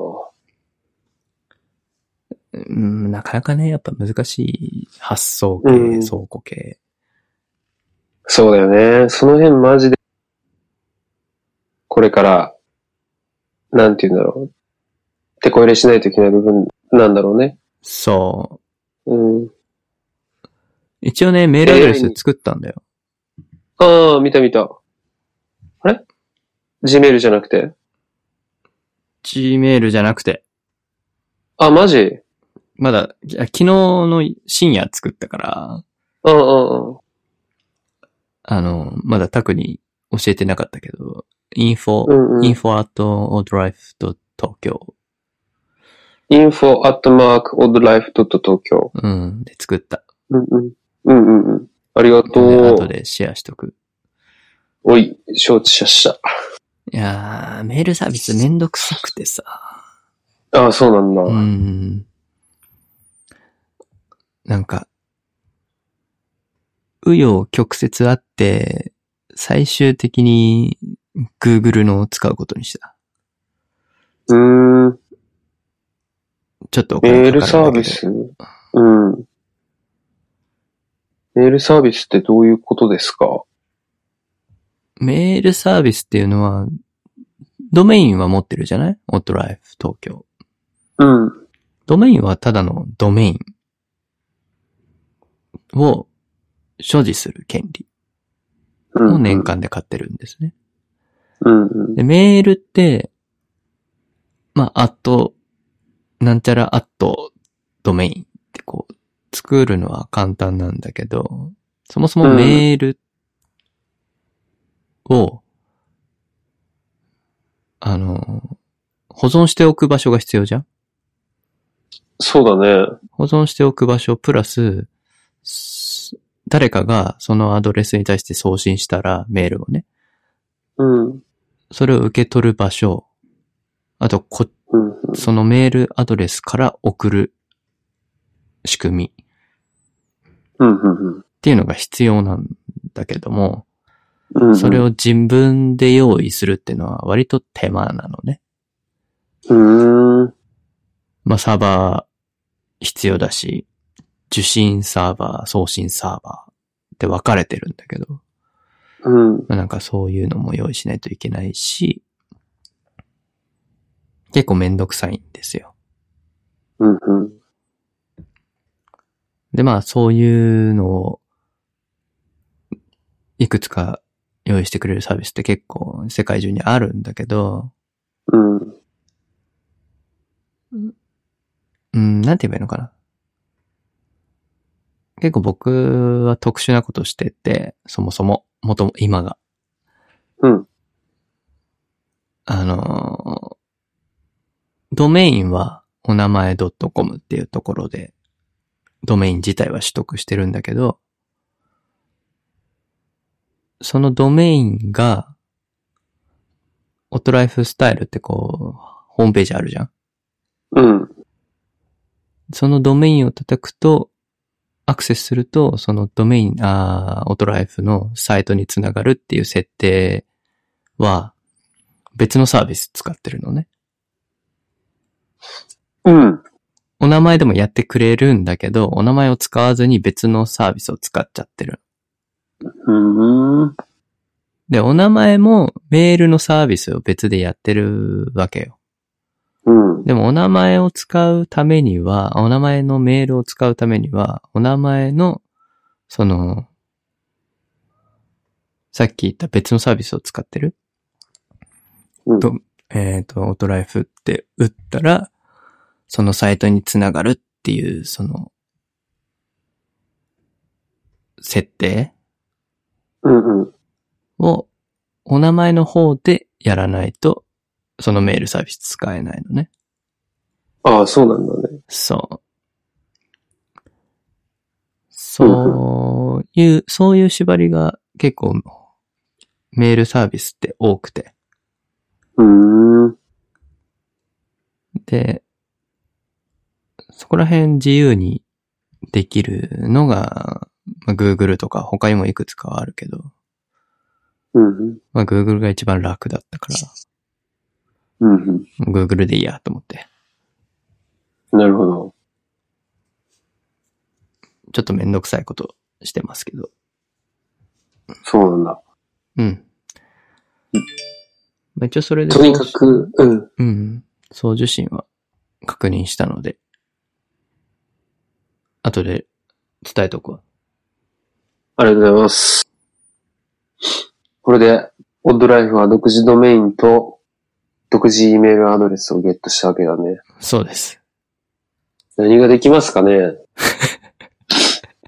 Speaker 2: うんなかなかね、やっぱ難しい発想系、
Speaker 1: うん
Speaker 2: 倉庫系。
Speaker 1: そうだよね。その辺マジで、これから、なんて言うんだろう。手こ入れしないといけない部分なんだろうね。
Speaker 2: そう。
Speaker 1: うん。
Speaker 2: 一応ね、メールアドレス作ったんだよ。
Speaker 1: ああ、見た見た。あれ ?Gmail じゃなくて
Speaker 2: Gmail じゃなくて、
Speaker 1: あ、マジ
Speaker 2: まだ、いや昨日の深夜作ったから、
Speaker 1: うんうんうん。
Speaker 2: あの、まだタクに教えてなかったけど、info、
Speaker 1: うんうん。
Speaker 2: info.odrive.tokyo、
Speaker 1: info at mark oddlife.tokyo。
Speaker 2: うん、で作った。
Speaker 1: うんうん。うんうんうん。ありがと
Speaker 2: で後
Speaker 1: う。
Speaker 2: でシェアしとく。
Speaker 1: おい、承知しまし
Speaker 2: いやー、メールサービスめんどくさくてさ。
Speaker 1: た。ああ、そうなんだ。
Speaker 2: う
Speaker 1: うん、
Speaker 2: ん。なんか、紆余曲折あって、最終的に Google のを使うことにした。
Speaker 1: ん。
Speaker 2: ちょっとお金
Speaker 1: メー
Speaker 2: か
Speaker 1: ル
Speaker 2: か
Speaker 1: サ
Speaker 2: る
Speaker 1: ー
Speaker 2: んだけど
Speaker 1: ビスうん。メールサービスってどういうことですか
Speaker 2: メールサービスっていうのは、ドメインは持ってるじゃないオットライフ東京。
Speaker 1: うん。
Speaker 2: ドメインはただのドメインを所持する権利
Speaker 1: う
Speaker 2: を
Speaker 1: ん。
Speaker 2: 年間で買ってるんですね。
Speaker 1: うんうん。
Speaker 2: で、メールって、まあ、アット、なんちゃらアットドメインってこう、作るのは簡単なんだけど、そもそもメールを、あの、保存しておく場所が必要じゃん
Speaker 1: そうだね。
Speaker 2: 保存しておく場所プラス、す誰かがそのアドレスに対して送信したらメールをね、
Speaker 1: うん。
Speaker 2: それを受け取る場所、あとこ、
Speaker 1: うんうん。
Speaker 2: そのメールアドレスから送る仕組みっ
Speaker 1: うんうん
Speaker 2: ていうのが必要なんだけども、
Speaker 1: うん。うん。
Speaker 2: それ。を自分で用意するっていうのは割と手間なのね。
Speaker 1: うーん。
Speaker 2: まあサーバー必要だし、受信サーバー、送信サーバーって分かれてるんだけど、
Speaker 1: うん。
Speaker 2: まあなんかそういうのも用意しないといけないし、結構めんどくさいんですよ。
Speaker 1: うんうん。
Speaker 2: で、まあ、そういうのを、いくつか用意してくれるサービスって結構世界中にあるんだけど、
Speaker 1: うん。
Speaker 2: うん、なんて言えばいいのかな。結構僕は特殊なことしてて、そもそも、もとも、今が。
Speaker 1: うん。
Speaker 2: あのードメインはお名前 .com っていうところで、ドメイン自体は取得してるんだけど、そのドメインが、オトライフスタイルってこう、ホームページあるじゃん
Speaker 1: うん。
Speaker 2: そのドメインを叩くと、アクセスすると、そのドメイン、あーオトライフのサイトにつながるっていう設定は、別のサービス使ってるのね。
Speaker 1: うん。
Speaker 2: お名前でもやってくれるんだけど、お名前を使わずに別のサービスを使っちゃってる。
Speaker 1: うん。
Speaker 2: で、お名前もメールのサービスを別でやってるわけよ。
Speaker 1: うん。
Speaker 2: でもお名前を使うためには、お名前のメールを使うためには、お名前の、その、さっき言った別のサービスを使ってる、
Speaker 1: うん
Speaker 2: と、えっ、と、オートライフって打ったら、そのサイトにつながるっていう、その、設定
Speaker 1: うんうん。
Speaker 2: を、お名前の方でやらないと、そのメールサービス使えないのね。
Speaker 1: ああ、そうなんだね。
Speaker 2: そう。そういう、そういう縛りが結構メールサービスって多くて。
Speaker 1: うーん。
Speaker 2: で、そこら辺自由にできるのが、まあ、Google とか他にもいくつかはあるけど、
Speaker 1: うん。
Speaker 2: まあ、Google が一番楽だったか
Speaker 1: う
Speaker 2: ら、
Speaker 1: ん。
Speaker 2: Google でいいやと思って。
Speaker 1: なるほど。
Speaker 2: ちょっとめんどくさいことしてますけど。
Speaker 1: そうなんだ。
Speaker 2: うん。まあ、一応それで。
Speaker 1: とにかく、うん。
Speaker 2: うん。送受信は確認したので、後で伝えとくわ。
Speaker 1: ありがとうございます。これで、オッドライフは独自ドメインと独自 E メールアドレスをゲットしたわけだね。
Speaker 2: そうです。
Speaker 1: 何ができますかね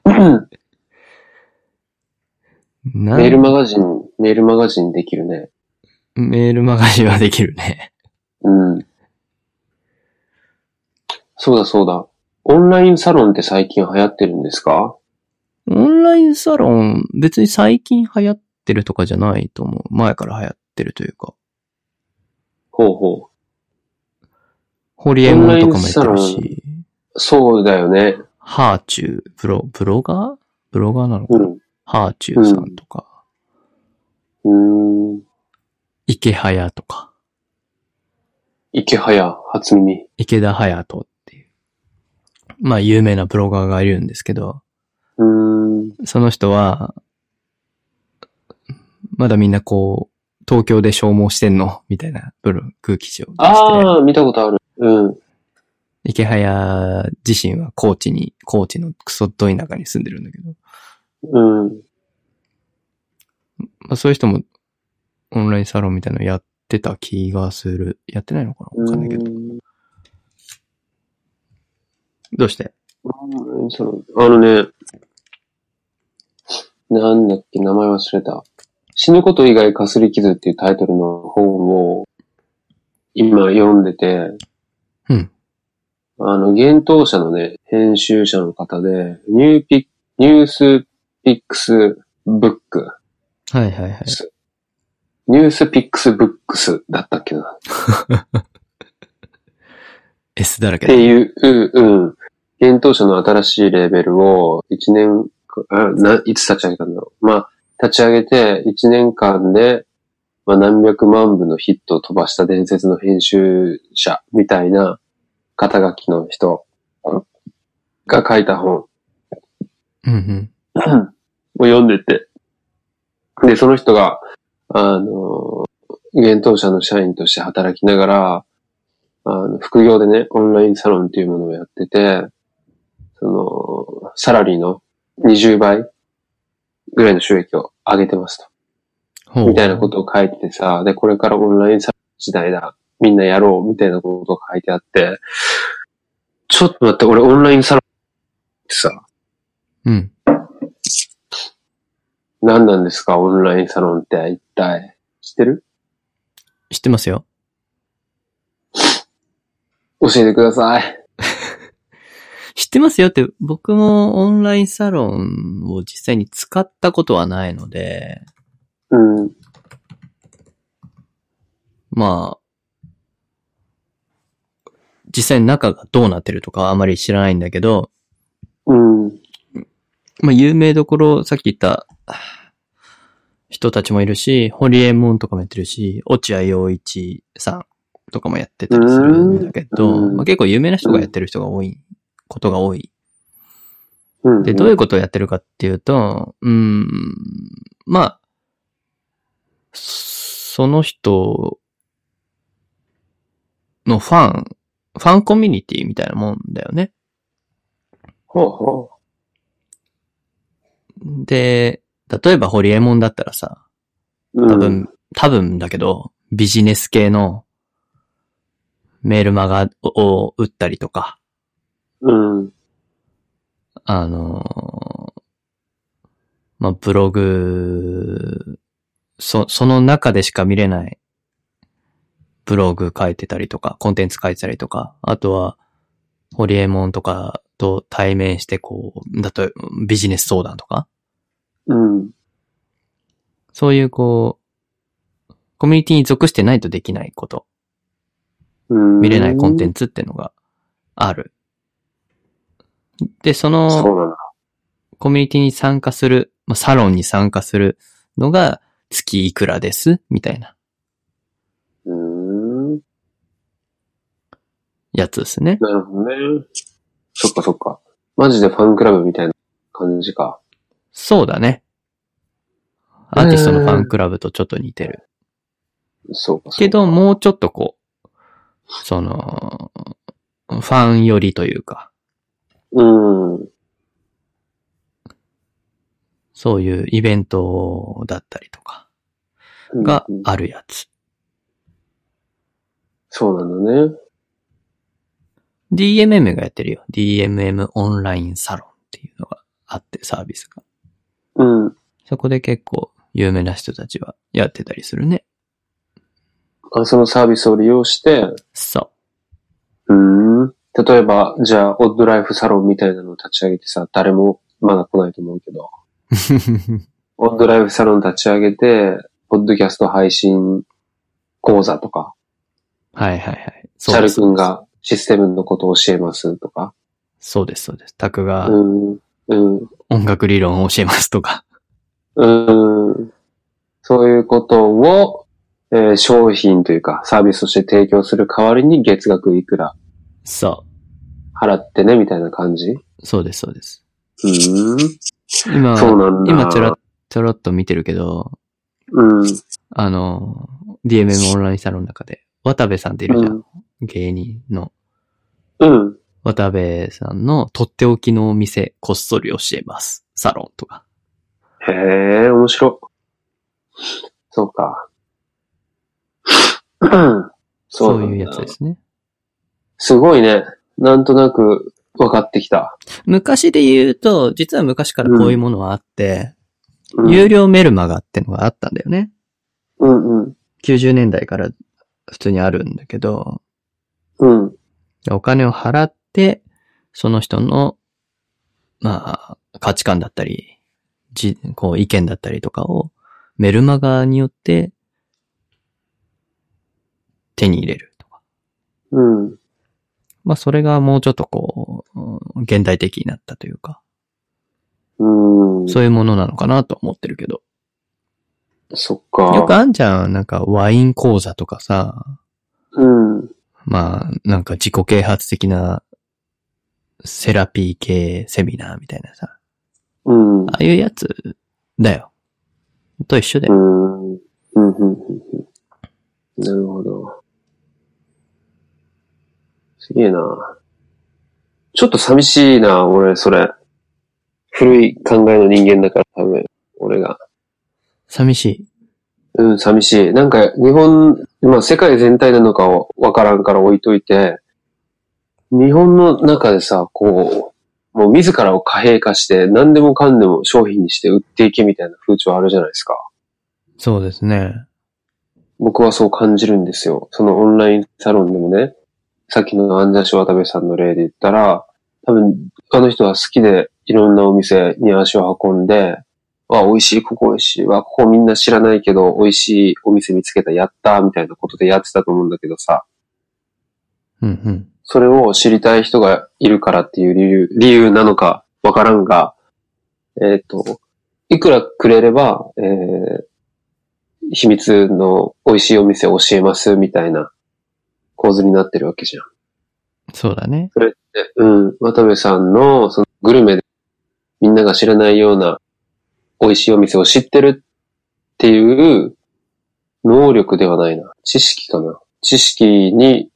Speaker 1: うん
Speaker 2: な
Speaker 1: メールマガジン、メールマガジンできるね。
Speaker 2: メールマガジンはできるね。
Speaker 1: うん。そうだそうだ。オンラインサロンって最近流行ってるんですか
Speaker 2: オンラインサロン、別に最近流行ってるとかじゃないと思う。前から流行ってるというか。
Speaker 1: ほうほ
Speaker 2: ホリエモンとかもやってる
Speaker 1: オンラインサロ
Speaker 2: し、
Speaker 1: う。そうだよね。
Speaker 2: ハーチュー、ブロ、ブロガーブロガーなのか
Speaker 1: う
Speaker 2: な、
Speaker 1: ん。
Speaker 2: ハーチューさんとか、
Speaker 1: うーん。
Speaker 2: 池早とか、
Speaker 1: 池早、初耳。
Speaker 2: 池田隼人っていう。まあ、有名なブロガーがいるんですけど、
Speaker 1: うーん。
Speaker 2: その人は、まだみんなこう、東京で消耗してんのみたいなブログ記事を出して、
Speaker 1: ああ、見たことある。うん。
Speaker 2: 池早自身は高知に、高知のクソどい中に住んでるんだけど、
Speaker 1: うん。
Speaker 2: まあそういう人もオンラインサロンみたいなのやってた気がする。やってないのかなわかんないけど。
Speaker 1: うん
Speaker 2: どうして
Speaker 1: そうあのね、なんだっけ、名前忘れた。死ぬこと以外かすり傷っていうタイトルの本を今読んでて、
Speaker 2: うん。
Speaker 1: あの、幻冬者のね、編集者の方で、ニューピック、ニュースピックスブック、
Speaker 2: はいはいはい。
Speaker 1: ニュースピックスブックスだったっけな。
Speaker 2: S だら
Speaker 1: っ
Speaker 2: けだ
Speaker 1: て。いう、うん。幻冬者の新しいレーベルを1年か、あな、いつ立ち上げたんだろう。まあ、立ち上げて1年間で、まあ、何百万部のヒットを飛ばした伝説の編集者みたいな肩書きの人が書いた本
Speaker 2: うんうん。
Speaker 1: を読んでて。で、その人が、あの、幻冬者の社員として働きながら、あの、副業でね、オンラインサロンっていうものをやってて、その、サラリーの20倍ぐらいの収益を上げてますと。
Speaker 2: ほう。
Speaker 1: みたいなことを書いててさ、で、これからオンラインサロンの時代だ。みんなやろう。みたいなことを書いてあって、ちょっと待って、俺オンラインサロンってさ、
Speaker 2: うん。
Speaker 1: 何なんですか、オンラインサロンって一体。知ってる
Speaker 2: 知ってますよ。
Speaker 1: 教えてください。
Speaker 2: 知ってますよって、僕もオンラインサロンを実際に使ったことはないので、
Speaker 1: うん。
Speaker 2: まあ、実際に中がどうなってるとかはあまり知らないんだけど、
Speaker 1: うん。
Speaker 2: まあ有名どころ、さっき言った人たちもいるし、ホリエモンとかもやってるし、落合陽一さんとかもやってたりするんだけ
Speaker 1: う
Speaker 2: ど、
Speaker 1: ん
Speaker 2: まあ結構有名な人がやってる人が多い、ことが多い
Speaker 1: うん。
Speaker 2: で、どういうことをやってるかっていうと、うーん、まあ、その人のファン、ファンコミュニティみたいなもんだよね。
Speaker 1: ほうほ
Speaker 2: で、例えばホリエモンだったらさ、
Speaker 1: う。う
Speaker 2: 多
Speaker 1: ん
Speaker 2: 分、。多分だけど、ビジネス系のメールマガを打ったりとか、
Speaker 1: うん。
Speaker 2: あのーまあ、ブログ、そ、その中でしか見れないブログ書いてたりとか、コンテンツ書いてたりとか、あとは、ホリエモンとかと対面してこう、だとビジネス相談とか、
Speaker 1: うん。
Speaker 2: そういうこう、コミュニティに属してないとできないこと、
Speaker 1: うん。
Speaker 2: 見れないコンテ
Speaker 1: ツ。
Speaker 2: ンツっていうのがある。で、その、
Speaker 1: そうなんだ。
Speaker 2: コミュニティに参加する、まあ、サロンに参加するのが月いくらです、みたいな
Speaker 1: うーん。
Speaker 2: やつですね。
Speaker 1: なるほどね。そっかそっか。マジでファンクラブみたいな感じか。
Speaker 2: そうだね。アーティストのファンクラブとちょっと似てる。
Speaker 1: そうかそうか。
Speaker 2: けど、もうちょっとこう、その、ファン寄りというか、
Speaker 1: うん。
Speaker 2: そういうイベントだったりとかが
Speaker 1: うん
Speaker 2: あるやつ。
Speaker 1: そうなんだね。
Speaker 2: DMM がやってるよ。DMM オンラインサロンっていうのがあって、サービスが。
Speaker 1: うん。
Speaker 2: そこで結構有名な人たちはやってたりするね。
Speaker 1: あそのサービスを利用して、
Speaker 2: そう
Speaker 1: ーん。例えば、じゃあ、オッドライフサロンみたいなのを立ち上げてさ、誰もまだ来ないと思うけど、
Speaker 2: う。
Speaker 1: オッドライフサロン立ち上げて、ポッドキャスト配信講座とか、 [laughs]
Speaker 2: はいはいはい。
Speaker 1: チ
Speaker 2: そう
Speaker 1: ャ
Speaker 2: で
Speaker 1: ル
Speaker 2: す
Speaker 1: 君。がシステムのことを教えますとか、
Speaker 2: そうです、そうです。タク
Speaker 1: う
Speaker 2: が
Speaker 1: ん、うん、
Speaker 2: 音楽理論を教えます
Speaker 1: [laughs]
Speaker 2: とか。
Speaker 1: うん、そういうことを、えー商品というかサービスとして提供する代わりに月額いくら
Speaker 2: そ
Speaker 1: 払ってね、みたいな感じう
Speaker 2: う。そうです、そうです。
Speaker 1: ーん、
Speaker 2: 今、
Speaker 1: そうなんだ。
Speaker 2: 今ちょろ、ちょろっと見てるけど、
Speaker 1: うん、うん、
Speaker 2: あの、DMM オンラインサロンの中で、渡部さんっているじゃん。芸人の。
Speaker 1: うん、
Speaker 2: 渡部さんのとっておきのお店、こっそり教えます。サロンとか。
Speaker 1: へえ、面白。そうか。 [clears throat]
Speaker 2: そう
Speaker 1: なんだ
Speaker 2: いうやつですね。
Speaker 1: すごいね。なんとなく分かってきた。
Speaker 2: 昔で言うと、実は昔からこういうものはあって、
Speaker 1: うん、
Speaker 2: 有料メルマガってのがあったんだよね。
Speaker 1: うんうん。
Speaker 2: 90年代から普通にあるんだけど、
Speaker 1: うん。
Speaker 2: お金を払って、その人の、まあ、価値観だったり、じこう意見だったりとかをメルマガによって手に入れるとか。
Speaker 1: うん。
Speaker 2: まあ、それがもうちょっとこう、うん現代的になったというか、
Speaker 1: うん。
Speaker 2: そういうものなのかなとは思ってるけど。
Speaker 1: そっか。
Speaker 2: よくあんちゃん、なんかワイン講座とかさ、
Speaker 1: うん。
Speaker 2: まあ、なんか自己啓発的なセラピー系セミナーみたいなさ、
Speaker 1: うん。
Speaker 2: ああいうやつだよ。と一緒だ
Speaker 1: う
Speaker 2: よ。
Speaker 1: ん。うん。うんうんうんなるほど。すげえな。ちょっと寂しいな、俺、それ。古い考えの人間だから、多分、俺が。
Speaker 2: 寂しい。
Speaker 1: うん、寂しい。なんか、日本、まあ、世界全体なのかはわからんから置いといて、日本の中でさ、こう、もう自らを貨幣化して、何でもかんでも商品にして売っていけみたいな風潮あるじゃないですか。
Speaker 2: そうですね。
Speaker 1: 僕はそう感じるんですよ。そのオンラインサロンでもね、さっきのアンジャッシュ渡部さんの例で言ったら、多分、あの人は好きでいろんなお店に足を運んで、わ、美味しい、ここ美味しい、わ、ここみんな知らないけど、美味しいお店見つけた、やった、みたいなことでやってたと思うんだけどさ、
Speaker 2: うんうん。
Speaker 1: それを知りたい人がいるからっていう理由、理由なのかわからんが、えっ、と、いくらくれれば、えー秘密の美味しいお店を教えますみたいな構図になってるわけじゃん。
Speaker 2: そうだね。
Speaker 1: それって、うん、渡部さんのそのグルメでみんなが知らないような美味しいお店を知ってるっていう能力ではないな。知識かな。知識に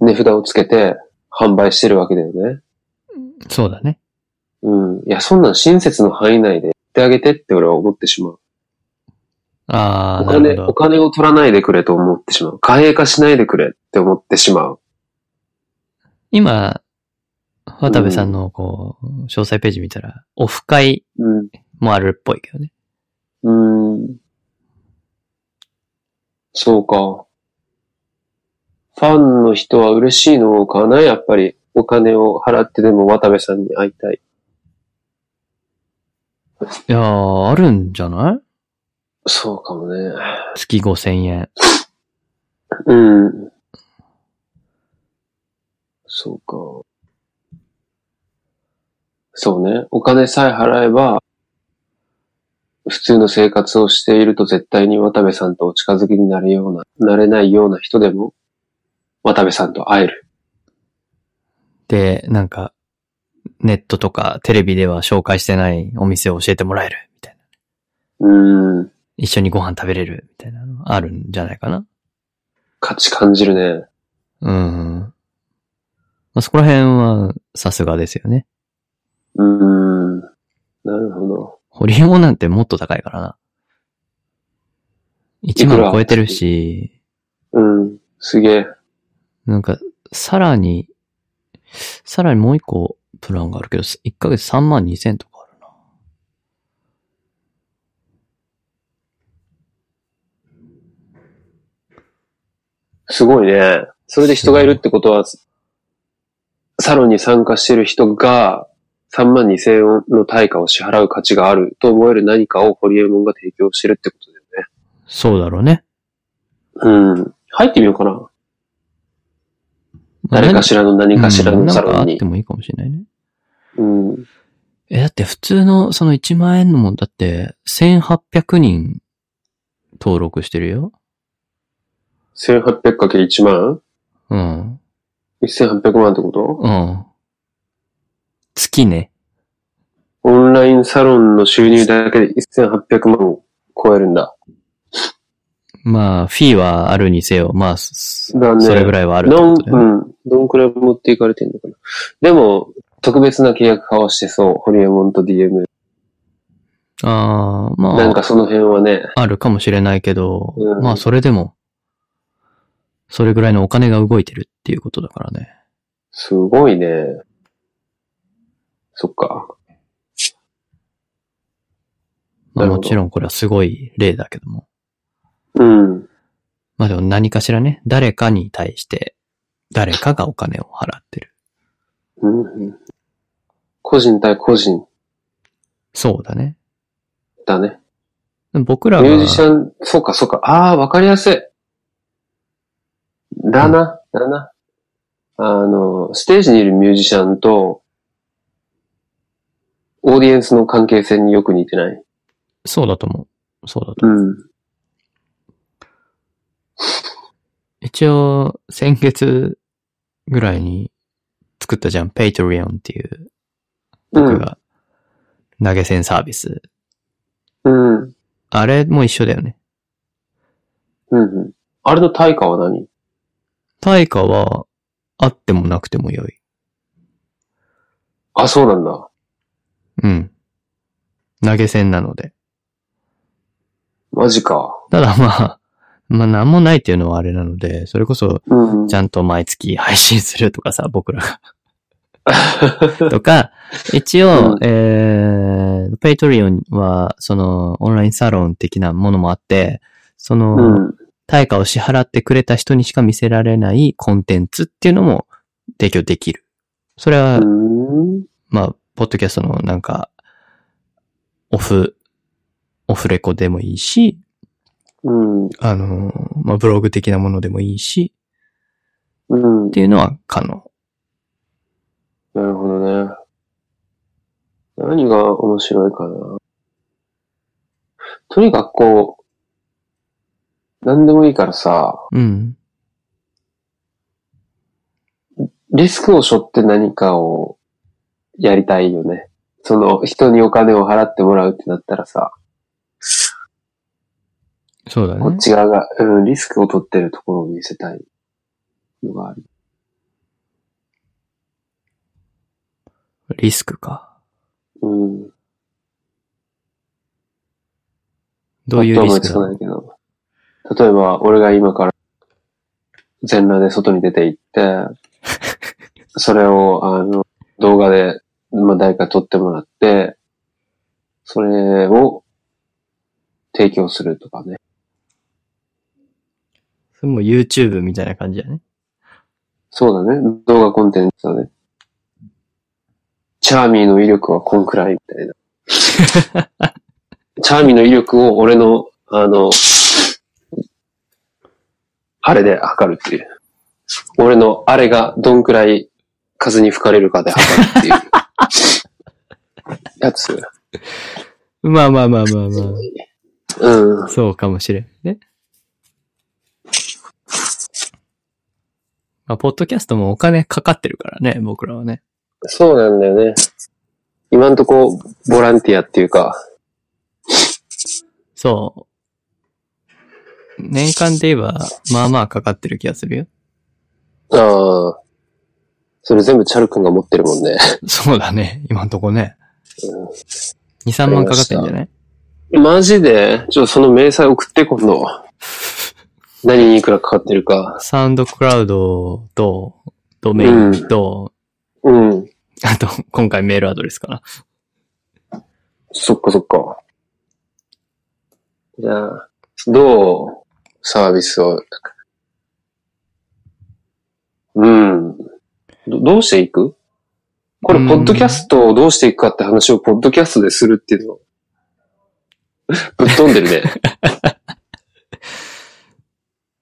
Speaker 1: 値札をつけて販売してるわけだよね。
Speaker 2: そうだね。
Speaker 1: うん。いや、そんなん親切の範囲内で言ってあげてって俺は思ってしまう。
Speaker 2: ああ、
Speaker 1: お
Speaker 2: な
Speaker 1: 金、
Speaker 2: るほ
Speaker 1: お
Speaker 2: ど。
Speaker 1: 金を取らないでくれと思ってしまう。貨幣化しないでくれって思ってしまう。
Speaker 2: 今、渡部さんのこう、詳細ページ見たら、オフ会
Speaker 1: うん。
Speaker 2: もあるっぽいけどね。
Speaker 1: うーん。そうか。ファンの人は嬉しいのかなやっぱり。お金を払ってでも渡部さんに会いたい。
Speaker 2: いやー、あるんじゃない
Speaker 1: そうかもね。
Speaker 2: 月5000円。
Speaker 1: うん。そうか。そうね。お金さえ払えば、普通の生活をしていると絶対に渡部さんとお近づきになるような、なれないような人でも、渡部さんと会える。
Speaker 2: で、なんか、ネットとかテレビでは紹介してないお店を教えてもらえる、みたいな。
Speaker 1: うん。
Speaker 2: 一緒にご飯食べれる、みたいなのあるんじゃないかな。
Speaker 1: 価値感じるね。
Speaker 2: うん。まあ、そこら辺は、さすがですよね。
Speaker 1: うん。なるほど。
Speaker 2: ホリエモンなんてもっと高いからな。1
Speaker 1: いく
Speaker 2: 万
Speaker 1: ら
Speaker 2: 超えてるし、
Speaker 1: うん。すげえ。
Speaker 2: なんか、さらに、さらにもう一個プランがあるけど、1ヶ月3万2千とかあるな。
Speaker 1: すごいね。それで人がいるってことは、サロンに参加してる人が3万2千円の対価を支払う価値があると思える何かをホリエモンが提供してるってこと
Speaker 2: そうだろうね。
Speaker 1: だよね。うん。入ってみようかな。
Speaker 2: まあ
Speaker 1: 誰かしらの何かしら
Speaker 2: うん
Speaker 1: の
Speaker 2: な
Speaker 1: サ
Speaker 2: んか
Speaker 1: ロ
Speaker 2: あ
Speaker 1: ン
Speaker 2: っ
Speaker 1: に
Speaker 2: て。もいいかもしれないね。
Speaker 1: うん。
Speaker 2: え、だって普通のその1万円のもんだって1800人登録してるよ。
Speaker 1: 1800×1 万
Speaker 2: うん。
Speaker 1: ?1800 万ってこと
Speaker 2: うん。月ね。
Speaker 1: オンラインサロンの収入だけで1800万を超えるんだ。
Speaker 2: まあ、フィーはあるにせよ、まあ、す
Speaker 1: だね
Speaker 2: それぐらいはあるって
Speaker 1: ど
Speaker 2: こ
Speaker 1: ん、
Speaker 2: とだよね
Speaker 1: うん。どんくらい持っていかれてんのかな。でも、特別な契約交わしてそう。ホリエモンと DM。
Speaker 2: ああ、
Speaker 1: なん
Speaker 2: ま
Speaker 1: かその辺はね。
Speaker 2: あ、あるかもしれないけど、
Speaker 1: うん
Speaker 2: まあ、それでも、それぐらいのお金が動いてるっていうことだからね。
Speaker 1: すごいね。そっか。
Speaker 2: ま
Speaker 1: な
Speaker 2: あ
Speaker 1: るほ
Speaker 2: も
Speaker 1: ど
Speaker 2: ちろんこれはすごい例だけども。
Speaker 1: うん。
Speaker 2: まあでも何かしらね、誰かに対して、誰かがお金を払ってる。
Speaker 1: うんうん、個人対個人
Speaker 2: そうだね。
Speaker 1: だね。
Speaker 2: 僕ら
Speaker 1: ミ
Speaker 2: が、
Speaker 1: ュージシャン、そうかそうか。ああ、わかりやすい。だな、だな。あの、ステージにいるミュージシャンと、オーディエンスの関係性によく似てない。
Speaker 2: そうだと思う。そうだと思う。
Speaker 1: うん。
Speaker 2: 一応、先月ぐらいに作ったじゃん。Patreon っていう、
Speaker 1: う
Speaker 2: 僕
Speaker 1: ん。
Speaker 2: が投げ銭サービス。
Speaker 1: うん。うん
Speaker 2: あれも一緒だよね。
Speaker 1: うん。あれの対価は何
Speaker 2: 対価は、あってもなくても良い。
Speaker 1: あ、そうなんだ。
Speaker 2: うん。投げ銭なので。
Speaker 1: マジか。
Speaker 2: ただまあ、まあなんもないっていうのはあれなので、それこそ、
Speaker 1: うん。
Speaker 2: ちゃんと毎月配信するとかさ、僕ら
Speaker 1: [laughs]
Speaker 2: が。とか、一応、
Speaker 1: うん
Speaker 2: えー、ペイトリオンは、その、オンラインサロン的なものもあって、その、
Speaker 1: うん。
Speaker 2: 対価を支払ってくれた人にしか見せられないコンテンツっていうのも提供できる。それは、
Speaker 1: うん。
Speaker 2: まあ、ポッドキャストのなんか、オフ、オフレコでもいいし、
Speaker 1: うん。
Speaker 2: あのー、まあ、ブログ的なものでもいいし、
Speaker 1: うん
Speaker 2: って。いうのは可能。
Speaker 1: なるほどね。何が面白いかな。とにかくこう、何でもいいからさ、
Speaker 2: うん。
Speaker 1: リスクを背負って何かをやりたいよね。その人にお金を払ってもらうってなったらさ、
Speaker 2: そうだ
Speaker 1: こ
Speaker 2: ね
Speaker 1: っ。ち側が、うん、リスクを取ってるところを見せたいのがある。
Speaker 2: リスクか。
Speaker 1: うん。
Speaker 2: どうい
Speaker 1: パッと
Speaker 2: うリ
Speaker 1: 思
Speaker 2: ス
Speaker 1: い
Speaker 2: ク
Speaker 1: つ
Speaker 2: だ
Speaker 1: か
Speaker 2: ろ
Speaker 1: な
Speaker 2: う
Speaker 1: いけど。例えば、俺が今から全裸で外に出て行って、それを、あの、動画で、まあ、誰か撮ってもらって、それを提供するとかね。
Speaker 2: それも YouTube みたいな感じだね。
Speaker 1: そうだね。動画コンテンツだね。チャーミーの威力はこんくらいみたいな。チャーミーの威力を俺の、あの、あれで測るっていう。俺のあれがどんくらい風に吹かれるかで測るっていう。やつ。
Speaker 2: まあまあまあまあま
Speaker 1: うん
Speaker 2: あ。。そうかもしれんね。まあ、ポッドキャストもお金かかってるからね、僕らはね。
Speaker 1: そうなんだよね。今んとこ、ボランティアっていうか、
Speaker 2: そう。年間で言えば、まあまあかかってる気がするよ。
Speaker 1: ああ、それ全部チャル君が持ってるもんね。
Speaker 2: そうだね、今んとこね。2、3万かかってんじゃない
Speaker 1: マジでちょっとその明細送って今
Speaker 2: [laughs]
Speaker 1: 度。何にいくらかかってるか。
Speaker 2: サウンドクラウドと、ドメインと、
Speaker 1: うん。
Speaker 2: あと、今回メールアドレスかな。
Speaker 1: そっかそっか。じゃあ、どうサービスを。うん。どどうしていくこれ、
Speaker 2: うん
Speaker 1: ポッドキャストをどうしていくかって話をポッドキャストでするって
Speaker 2: [laughs]
Speaker 1: いうの。ぶっ飛んでるね。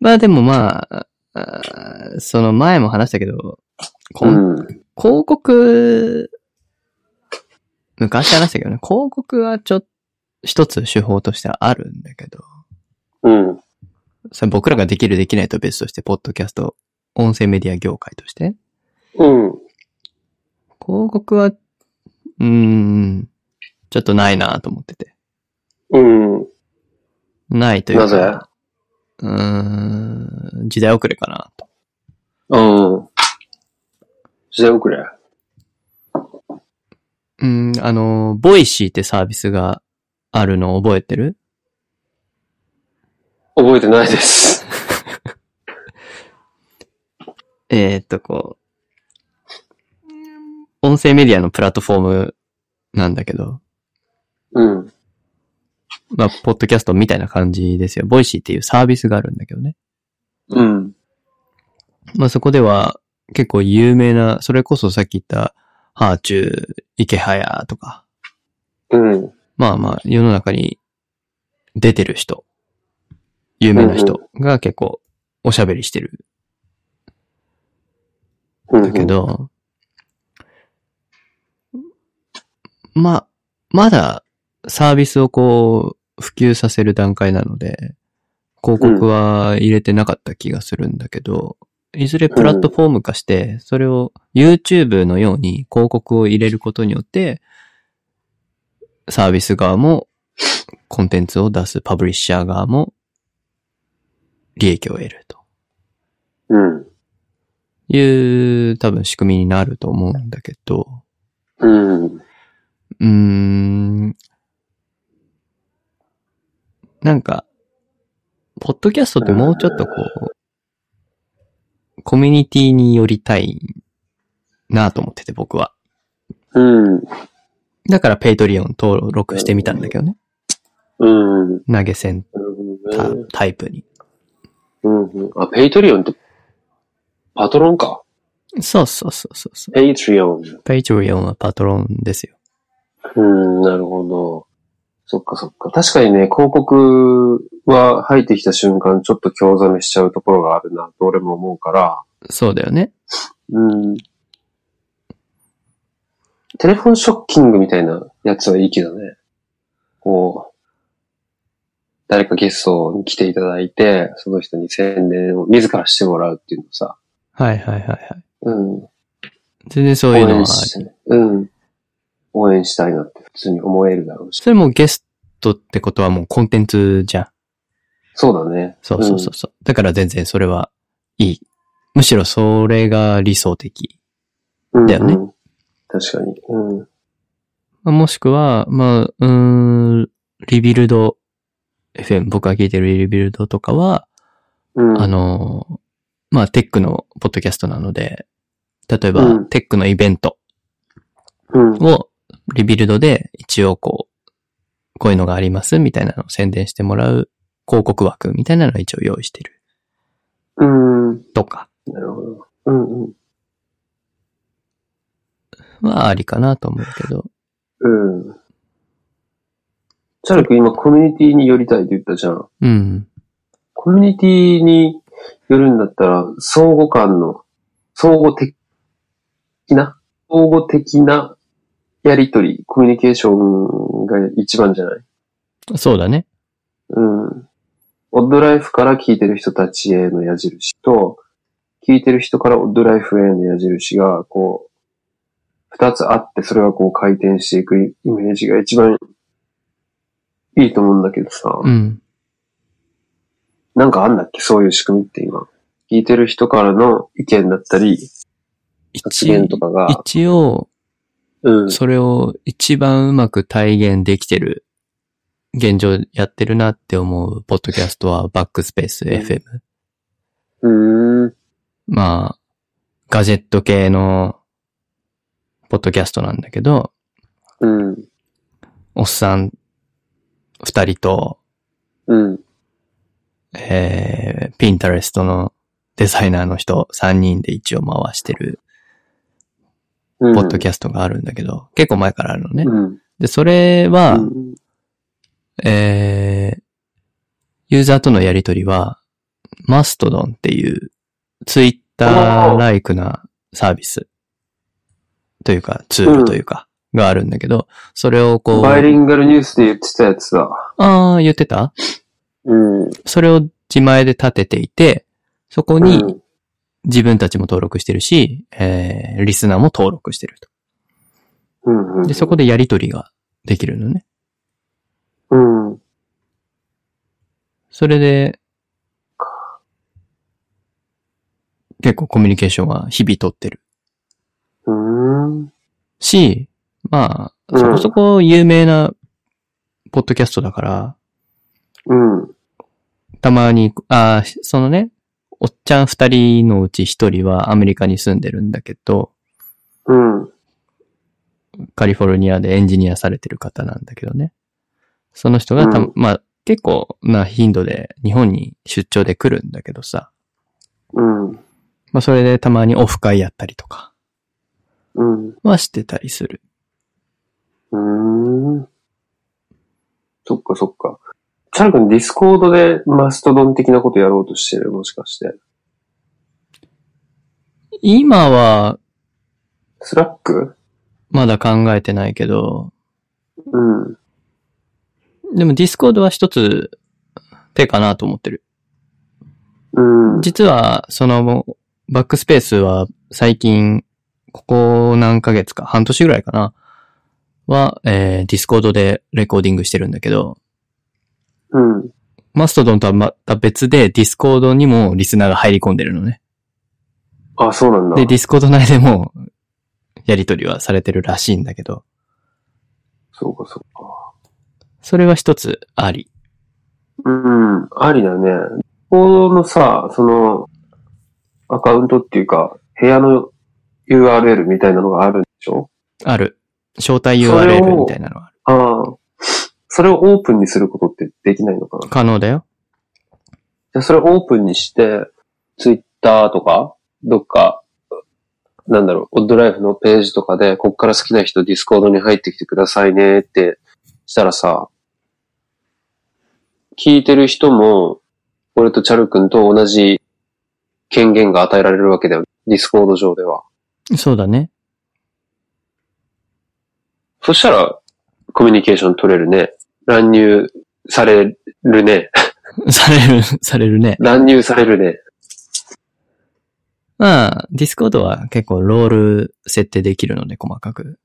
Speaker 2: まあでもまあ、あーその前も話したけど、こん
Speaker 1: うん。
Speaker 2: 広告、昔話したけどね、広告はちょっと、一つ手法としてはあるんだけど、
Speaker 1: うん。
Speaker 2: それ僕らができるできないと別として、ポッドキャスト、音声メディア業界として、
Speaker 1: うん。
Speaker 2: 広告は、うーん、ちょっとないなと思ってて。
Speaker 1: うん。
Speaker 2: ないというか。
Speaker 1: なぜ
Speaker 2: うーん、時代遅れかなと。
Speaker 1: うん。時代遅れ。
Speaker 2: うーん、あの、ボイシーってサービスがあるの覚えてる
Speaker 1: [laughs] 覚えてないです。
Speaker 2: えーっと、こう、音声メディアのプラットフォームなんだけど、
Speaker 1: うん。
Speaker 2: まあ、ポッドキャストみたいな感じですよ。ボイシーっていうサービスがあるんだけどね。
Speaker 1: うん。
Speaker 2: まあ、そこでは結構有名な、それこそさっき言った、ハーチュー、イケハヤとか、
Speaker 1: うん。
Speaker 2: まあまあ、世の中に出てる人、有名な人が結構おしゃべりしてる
Speaker 1: うん
Speaker 2: んだけ。ど、まあ、まだサービスをこう、普及させる段階なので、広告は入れてなかった気がするんだけど、いずれプラットフォーム化して、それを YouTube のように広告を入れることによって、サービス側もコンテンツを出すパブリッシャー側も利益を得ると
Speaker 1: うん。
Speaker 2: いう多分仕組みになると思うんだけど、
Speaker 1: うん。
Speaker 2: うーん。なんか、ポッドキャストってもうちょっとこう、コミュニティに寄りたいなと思ってて僕は。
Speaker 1: うん。
Speaker 2: だからペイトリオン登録してみたんだけどね。
Speaker 1: うん。
Speaker 2: 投げ銭タ
Speaker 1: うん。
Speaker 2: タイプに。
Speaker 1: うん。あ、ペイトリオンって、パトロンか。
Speaker 2: そうそうそうそうそう。
Speaker 1: ペイトリオン。
Speaker 2: ペイトリオンはパトロンですよ。
Speaker 1: うん、なるほど。そっかそっか。確かにね、広告は入ってきた瞬間、ちょっと興ざめしちゃうところがあるな、と俺も思うから。
Speaker 2: そうだよね。
Speaker 1: うん。テレフォンショッキングみたいなやつはいいけどね。こう、誰かゲストに来ていただいて、その人に宣伝を自らしてもらうっていうのさ。
Speaker 2: はいはいはいはい。
Speaker 1: うん。
Speaker 2: 全然そう
Speaker 1: 応
Speaker 2: いうのはあ
Speaker 1: 援
Speaker 2: り。
Speaker 1: し、うん。応援したいなって普通に思えるだろうし。
Speaker 2: それもゲストってことはもうコンテンツじゃん。
Speaker 1: そうだね。
Speaker 2: そうそうそうそう。だから全然それはいい。むしろそれが理想的。
Speaker 1: うん
Speaker 2: だよね
Speaker 1: うん確かに。うん。
Speaker 2: まあもしくは、まあ、うーん、リビルド FM、僕が聞いてるリビルドとかは、
Speaker 1: うん。
Speaker 2: あ、の、まあ、テックのポッドキャストなので、例えば、
Speaker 1: うん
Speaker 2: テックのイベント
Speaker 1: うん。
Speaker 2: をリビルドで一応こう、こういうのがありますみたいなのを宣伝してもらう広告枠みたいなのを一応用意してる
Speaker 1: うん。
Speaker 2: とか
Speaker 1: なるほど。うんうん。
Speaker 2: はありかなと思うけど、
Speaker 1: うん。チャルク今コミュニティに寄りたいって言ったじゃん。
Speaker 2: うん。
Speaker 1: コミュニティに寄るんだったら、相互間の、相互的な、相互的なやりとり、コミュニケーションが一番じゃない
Speaker 2: そうだね。
Speaker 1: うん。オッドライフから聞いてる人たちへの矢印と、聞いてる人からオッドライフへの矢印が、こう、二つあって、それがこう回転していくイイメージが一番いいと思うんだけどさ、
Speaker 2: うん。
Speaker 1: なんかあんだっけそういう仕組みって今。聞いてる人からの意見だったり、発言とかが、
Speaker 2: 一応、
Speaker 1: うん、
Speaker 2: それを一番うまく体現できてる、現状やってるなって思う、ポッドキャストは、バックスペース
Speaker 1: うん
Speaker 2: FM。
Speaker 1: うーん、
Speaker 2: まあ、ガジェット系の、ポッドキャストなんだけど、
Speaker 1: うん、
Speaker 2: おっさん、二人と、
Speaker 1: うん、
Speaker 2: えー、ピンタレストのデザイナーの人、三人で一応回してる、
Speaker 1: うん。
Speaker 2: ポッドキャストがあるんだけど、結構前からあるのね。
Speaker 1: うん、
Speaker 2: で、それは、
Speaker 1: うん、
Speaker 2: えー、ユーザーとのやりとりは、マストドンっていう、ツイッターライクなサービス、というか、ツールというか、があるんだけど、それをこう、
Speaker 1: バイリンガルニュースで言ってたやつだ。
Speaker 2: ああ、言ってた
Speaker 1: うん。
Speaker 2: それを自前で立てていて、そこ
Speaker 1: う
Speaker 2: に
Speaker 1: ん
Speaker 2: 自分たちも登録してるし、えー、リスナーも登録してる
Speaker 1: うんうん、
Speaker 2: と。で、そこでやりとりができるのね。
Speaker 1: うん。
Speaker 2: それで、結構コミュニケーションは日々取ってる
Speaker 1: うーん。
Speaker 2: し、ま
Speaker 1: う
Speaker 2: あ、
Speaker 1: ん
Speaker 2: そこそこ有名なポッドキャストだから、
Speaker 1: うん。
Speaker 2: たまに、あーそのね、おっちゃん二人のうち一人はアメリカに住んでるんだけど、
Speaker 1: うん。
Speaker 2: カリフォルニアでエンジニアされてる方なんだけどね。その人がた、
Speaker 1: うん
Speaker 2: まあ、結構な頻度で日本に出張で来るんだけどさ。
Speaker 1: うん。
Speaker 2: まあ、それでたまにオフ会やったりとか
Speaker 1: うん。
Speaker 2: はしてたりする。
Speaker 1: うーん。そっかそっか。チャン君ディスコードでマストドン的なことやろうとしてるもしかして。
Speaker 2: 今は
Speaker 1: スラック
Speaker 2: まだ考えてないけど、
Speaker 1: うん。
Speaker 2: でもディスコードは一つ手かなと思ってる。
Speaker 1: うん。
Speaker 2: 実は、その、バックスペースは最近、ここ何ヶ月か、半年ぐらいかな、は、えー、ディスコードでレコーディングしてるんだけど、
Speaker 1: うん。
Speaker 2: マストドンとはまた別で、ディスコードにもリスナーが入り込んでるのね。
Speaker 1: あ、そうなんだ。
Speaker 2: で、ディスコード内でも、 [laughs] やりとりはされてるらしいんだけど、
Speaker 1: そうかそうか。
Speaker 2: それは一つあり。
Speaker 1: うん。ありだね。ディスコードのさ、その、アカウントっていうか、部屋の URL みたいなのがあるんでしょ
Speaker 2: ある。招待
Speaker 1: それ
Speaker 2: URL
Speaker 1: を
Speaker 2: みたいなのはある。
Speaker 1: ああ。それをオープンにすることってできないのかな
Speaker 2: 可能だよ。
Speaker 1: じゃあそれをオープンにして、ツイッターとか、どっか、なんだろう、オッドライフのページとかで、こっから好きな人ディスコードに入ってきてくださいねってしたらさ、聞いてる人も、俺とチャル君と同じ権限が与えられるわけだよね。ディスコード上では。
Speaker 2: そうだね。 [laughs]
Speaker 1: そしたら、コミュニケーション取れるね。乱入されるね。
Speaker 2: される、されるね。
Speaker 1: 乱入されるね。
Speaker 2: まあ、ディスコードは結構ロール設定できるので、細かく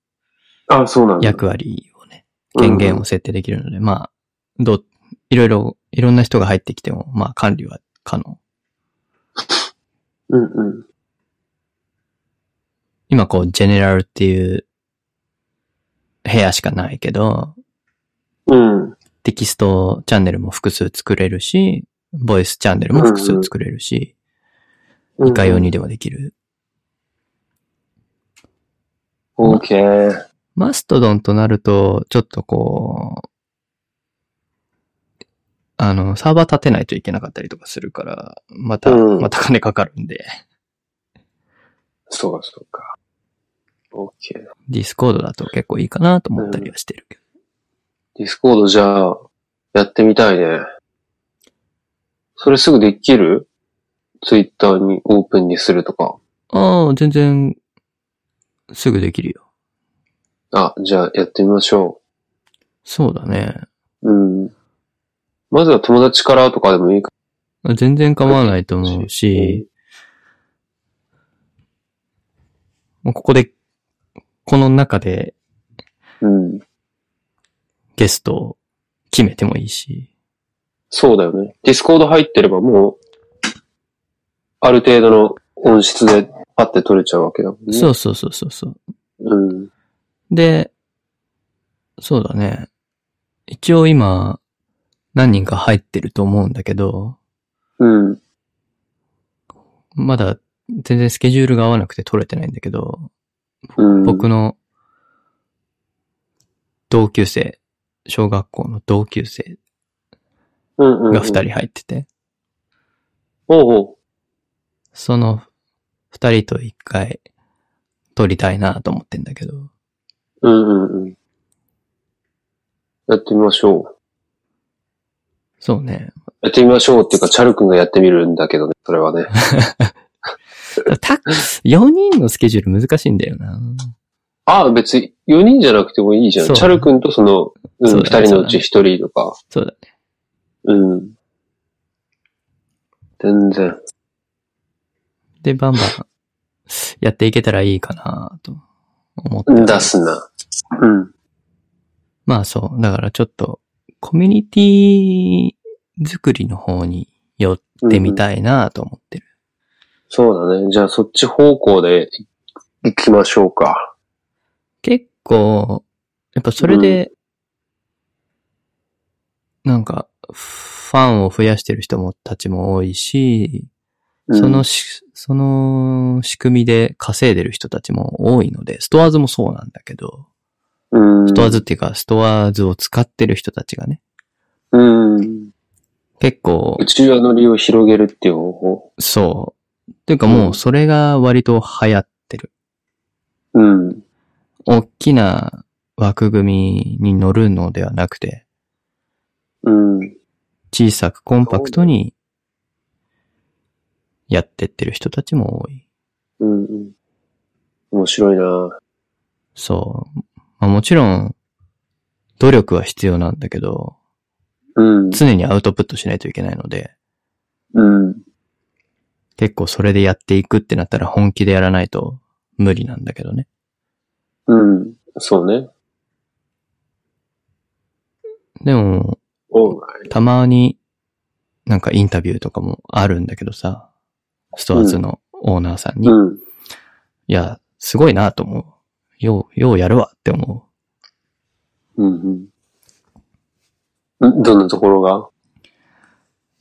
Speaker 1: あ、そうなんだ。
Speaker 2: 役割をね、権限を設定できるので、まあ、どう、いろいろ、いろんな人が入ってきても、まあ、管理は可能。
Speaker 1: うんうん。
Speaker 2: 今こう、ジェネラルっていう部屋しかないけど、
Speaker 1: うん。
Speaker 2: テキストチャンネルも複数作れるし、ボイスチャンネルも複数作れるし、
Speaker 1: うん。
Speaker 2: いかようにでもできる。
Speaker 1: オーケー。
Speaker 2: マストドンとなると、ちょっとこう、あの、サーバー立てないといけなかったりとかするから、また、
Speaker 1: うん
Speaker 2: また金かかるんで、
Speaker 1: そうか、そうか。オーケー。
Speaker 2: ディスコードだと結構いいかなと思ったりはしてるけど。
Speaker 1: ディスコードじゃあ、やってみたいね。それすぐできるツイッターにオープンにするとか。
Speaker 2: ああ、全然、すぐできるよ。
Speaker 1: あ、じゃあやってみましょ
Speaker 2: そうだね。
Speaker 1: う。うん。まずは友達からとかでもいいか
Speaker 2: 全然構わないと思うし、もうここで、この中で
Speaker 1: うん。
Speaker 2: ゲストを決めてもいいし、
Speaker 1: そうだよね。ディスコード入ってればもう、ある程度の音質でパッて取れちゃうわけだもんね。
Speaker 2: そうそうそうそうそう。
Speaker 1: うん。
Speaker 2: で、そうだね。一応今、何人か入ってると思うんだけど、
Speaker 1: うん。
Speaker 2: まだ全然スケジュールが合わなくて取れてないんだけど、
Speaker 1: うん。
Speaker 2: 僕の同級生、小学校の同級生
Speaker 1: うんうんうん
Speaker 2: が二。人入ってて、
Speaker 1: おうおう。
Speaker 2: その二人と一回撮りたいなと思ってんだけど、
Speaker 1: うんうんうん。やってみましょ
Speaker 2: そ
Speaker 1: [laughs]
Speaker 2: うね。
Speaker 1: う。やってみましょうっていうか、チャル君がやってみるんだけどね、それは
Speaker 2: [laughs]
Speaker 1: ね。
Speaker 2: た、4人のスケジュール難しいんだよな。
Speaker 1: ああ、別に4人じゃなくてもいいじゃ
Speaker 2: そ
Speaker 1: ん。
Speaker 2: う
Speaker 1: チャル君とその、うん、
Speaker 2: そう
Speaker 1: 2
Speaker 2: だね
Speaker 1: 人のうち1人とか。
Speaker 2: そうだね。
Speaker 1: うん。全然。
Speaker 2: で、バンバンやっていけたらいいかなと思って
Speaker 1: 出すな。うん。
Speaker 2: まあそう。だからちょっと、コミュニティ作りの方に寄ってみたいなと思ってる。
Speaker 1: そうだね。じゃあ、そっち方向で行きましょうか。
Speaker 2: 結構、やっぱそれで、なんか、ファンを増やしてる人もたちも多いし、
Speaker 1: うん
Speaker 2: そのし、その仕組みで稼いでる人たちも多いので、ストアーズもそうなんだけど、
Speaker 1: うん。
Speaker 2: ストアーズっていうか、ストアーズを使ってる人たちがね、
Speaker 1: うん。
Speaker 2: 結構
Speaker 1: 宇、宙屋の利用を広げるっていう方法。
Speaker 2: そう。っていうかもうそれが割と流行ってる。
Speaker 1: うん。
Speaker 2: 大きな枠組みに乗るのではなくて、
Speaker 1: うん。
Speaker 2: 小さくコンパクトにやってってる人たちも多い。
Speaker 1: うん。うん面白いな
Speaker 2: そう。まあ、もちろん、努力は必要なんだけど、
Speaker 1: うん。
Speaker 2: 常にアウトプットしないといけないので、
Speaker 1: うん。
Speaker 2: 結構それでやっていくってなったら本気でやらないと無理なんだけどね。
Speaker 1: うん。そうね。
Speaker 2: でも、
Speaker 1: おう。
Speaker 2: たまになんかインタビューとかもあるんだけどさ、ストアーズのオーナーさんに、い
Speaker 1: うん。
Speaker 2: や、すごいなと思う。よう、ようやるわって思う。
Speaker 1: うん。うん。んどんなところが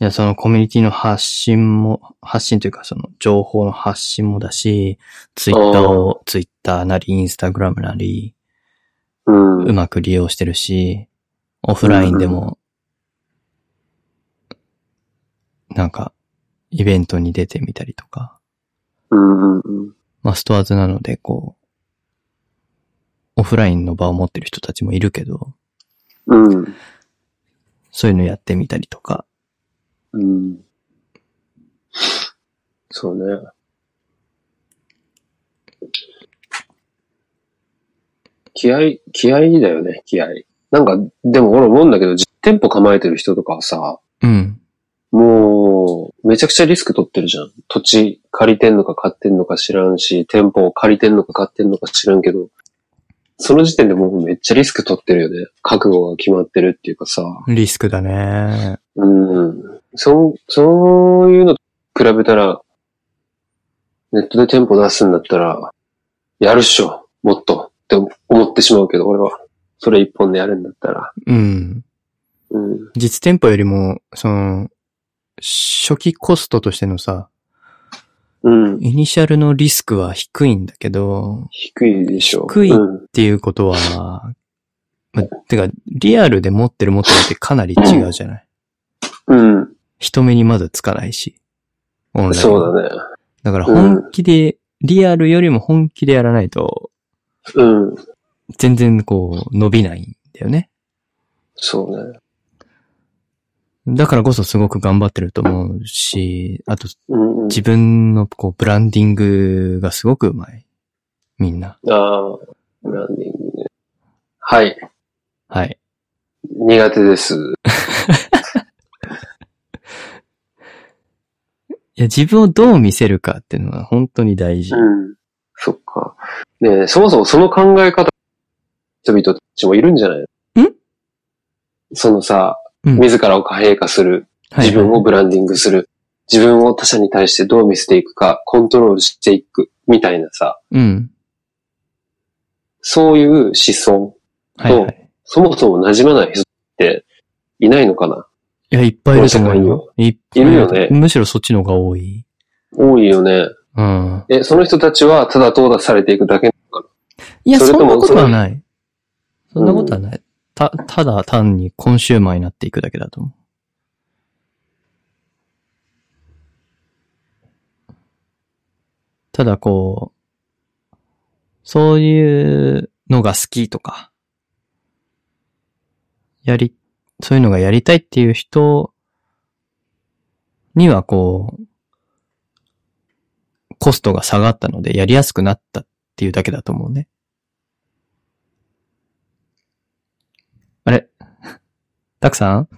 Speaker 2: いや、そのコミュニティの発信も、発信というかその情報の発信もだし、ツイッターを、ツイッターなり、インスタグラムなり、
Speaker 1: うん。
Speaker 2: うまく利用してるし、オフラインでも、なんか、イベントに出てみたりとか、
Speaker 1: うん。うん。
Speaker 2: まあ、ストアーズなので、こう、オフラインの場を持ってる人たちもいるけど、
Speaker 1: うん。
Speaker 2: そういうのやってみたりとか、
Speaker 1: うん。そうね。気合、気合だよね、気合。なんか、でも俺思うんだけど、実店舗構えてる人とかはさ、
Speaker 2: うん、
Speaker 1: もう、めちゃくちゃリスク取ってるじゃん。土地借りてんのか買ってんのか知らんし、店舗を借りてんのか買ってんのか知らんけど、その時点でもうめっちゃリスク取ってるよね。覚悟が決まってるっていうかさ。
Speaker 2: リスクだね。
Speaker 1: うん。そう、そういうのと比べたら、ネットで店舗出すんだったら、やるっしょ、もっとって思ってしまうけど、俺は。それ一本でやるんだったら。
Speaker 2: うん。
Speaker 1: うん。
Speaker 2: 実店舗よりも、その、初期コストとしてのさ、
Speaker 1: うん。
Speaker 2: イニシャルのリスクは低いんだけど、
Speaker 1: 低いでしょ。
Speaker 2: 低い
Speaker 1: うん。
Speaker 2: っていうことは、ま、てか、リアルで持ってる持ってないってかなり違うじゃない
Speaker 1: うん。
Speaker 2: 人目にまずつかないし、オンライン。
Speaker 1: そうだね。
Speaker 2: だから本気で、リアルよりも本気でやらないと、
Speaker 1: うん。
Speaker 2: 全然こう、伸びないんだよね。
Speaker 1: そうね。
Speaker 2: だからこそすごく頑張ってると思うし、あと
Speaker 1: うん、うん。
Speaker 2: 自分のこう、ブランディングがすごくうまい。みんな。
Speaker 1: ああ、ブランディングね。はい。
Speaker 2: はい。
Speaker 1: 苦手です。
Speaker 2: いや、自分をどう見せるかっていうのは本当に大事。
Speaker 1: うん。そっか。ねえ、そもそもその考え方、人々たちもいるんじゃないの
Speaker 2: ん
Speaker 1: そのさ、
Speaker 2: うん
Speaker 1: 自らを貨幣化する、
Speaker 2: はい
Speaker 1: 自分をブランディングする、自分を他者に対してどう見せていくか、コントロールしていく、みたいなさ、
Speaker 2: うん。
Speaker 1: そういう思想、
Speaker 2: はい、はい。
Speaker 1: そもそも馴染まない人っていないのかない
Speaker 2: や、いっぱいいると思
Speaker 1: この世界
Speaker 2: う
Speaker 1: に
Speaker 2: よ
Speaker 1: は。
Speaker 2: いっぱい
Speaker 1: いるよね
Speaker 2: むしろそっちの方が多い。
Speaker 1: 多いよね。
Speaker 2: うん。
Speaker 1: え、その人たちはただ淘汰されていくだけ
Speaker 2: いや、
Speaker 1: そ
Speaker 2: そ
Speaker 1: れと
Speaker 2: ん
Speaker 1: も
Speaker 2: なことはない。そんなことはない。た、ただ単にコンシューマーになっていくだけだと思う。ただこう、そういうのが好きとか、やり、そういうのがやりたいっていう人にはこう、コストが下がったのでやりやすくなったっていうだけだと思うね。あれたくさん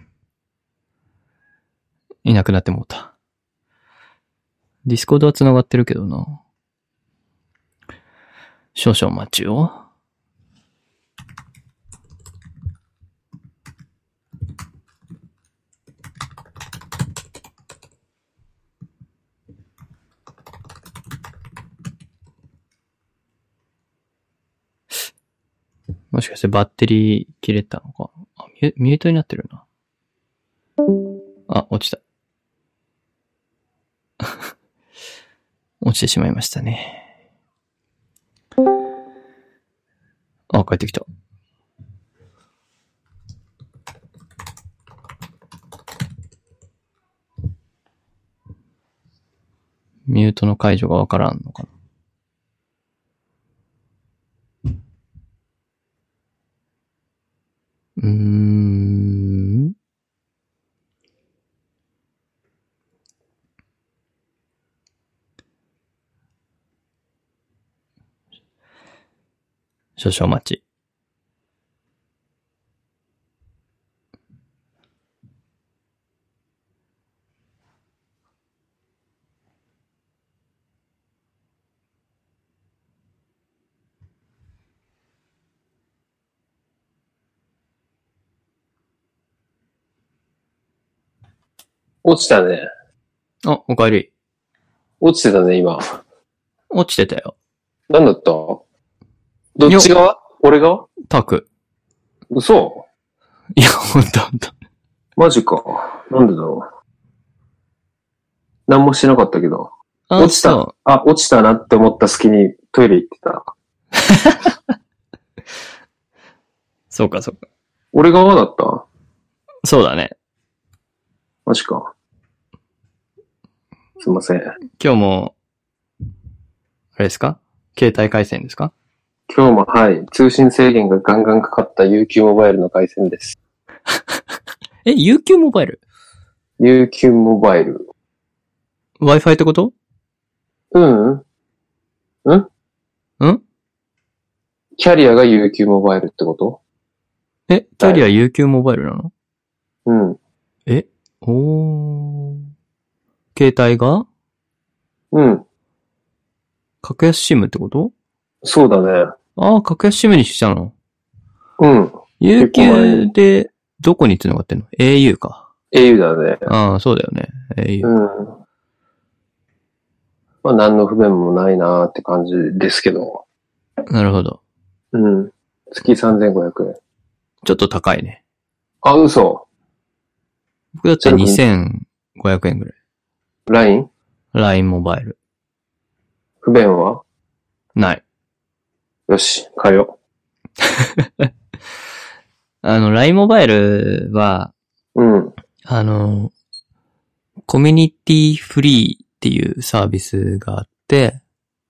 Speaker 2: いなくなってもうた。ディスコードは繋がってるけどな。少々お待ちを。もしかしてバッテリー切れたのか。あ、ミュミュートになってるな。あ、落ちた。 [laughs] 落ちてしまいましたね。あ、帰ってきた。ミュートの解除がわからんのかな。うーん。少々お待ち。
Speaker 1: 落ちたね。
Speaker 2: あ、おかえり。
Speaker 1: 落ちてたね、今。
Speaker 2: 落ちてたよ。
Speaker 1: なんだったどっち側俺側
Speaker 2: タ [laughs] ク。
Speaker 1: 嘘
Speaker 2: いや、ほんとほんと。
Speaker 1: マジか。なんでだろう。何もしてなかったけど。
Speaker 2: あ
Speaker 1: 落ちた
Speaker 2: そう
Speaker 1: あ、落ちたなって思った隙にトイレ行ってた。
Speaker 2: そうか、そうか。
Speaker 1: 俺側だった
Speaker 2: そうだね。
Speaker 1: マジか。すいません。
Speaker 2: 今日も、あれですか携帯回線ですか
Speaker 1: 今日もはい、通信制限がガンガンかかった UQ モバイルの回線です。
Speaker 2: え、UQ モバイル
Speaker 1: UQ モバイル。
Speaker 2: ?Wi-Fi ってこと
Speaker 1: うんうん
Speaker 2: ん
Speaker 1: キャリアが UQ モバイルってこと
Speaker 2: え、キャリア UQ モバイルなの
Speaker 1: うん。
Speaker 2: えおー。携帯が
Speaker 1: うん。
Speaker 2: 格安シムってこと
Speaker 1: そうだね。
Speaker 2: ああ、格安シムにしたの。
Speaker 1: うん。構前
Speaker 2: UQ で、どこに繋がってんの ?au か。
Speaker 1: au だね。
Speaker 2: ああ、そうだよね。au。
Speaker 1: うん。まあ、何の不便もないなーって感じですけど。
Speaker 2: なるほど。
Speaker 1: うん。月3500円。
Speaker 2: ちょっと高いね。
Speaker 1: あ、嘘。
Speaker 2: 僕だって2500円ぐらい。
Speaker 1: LINE?
Speaker 2: LINE モバイル。
Speaker 1: 不便は
Speaker 2: ない。
Speaker 1: よし、変えよ
Speaker 2: あの、LINE モバイルは、
Speaker 1: う。うん。
Speaker 2: あの、コミュニティフリーっていうサービスがあって、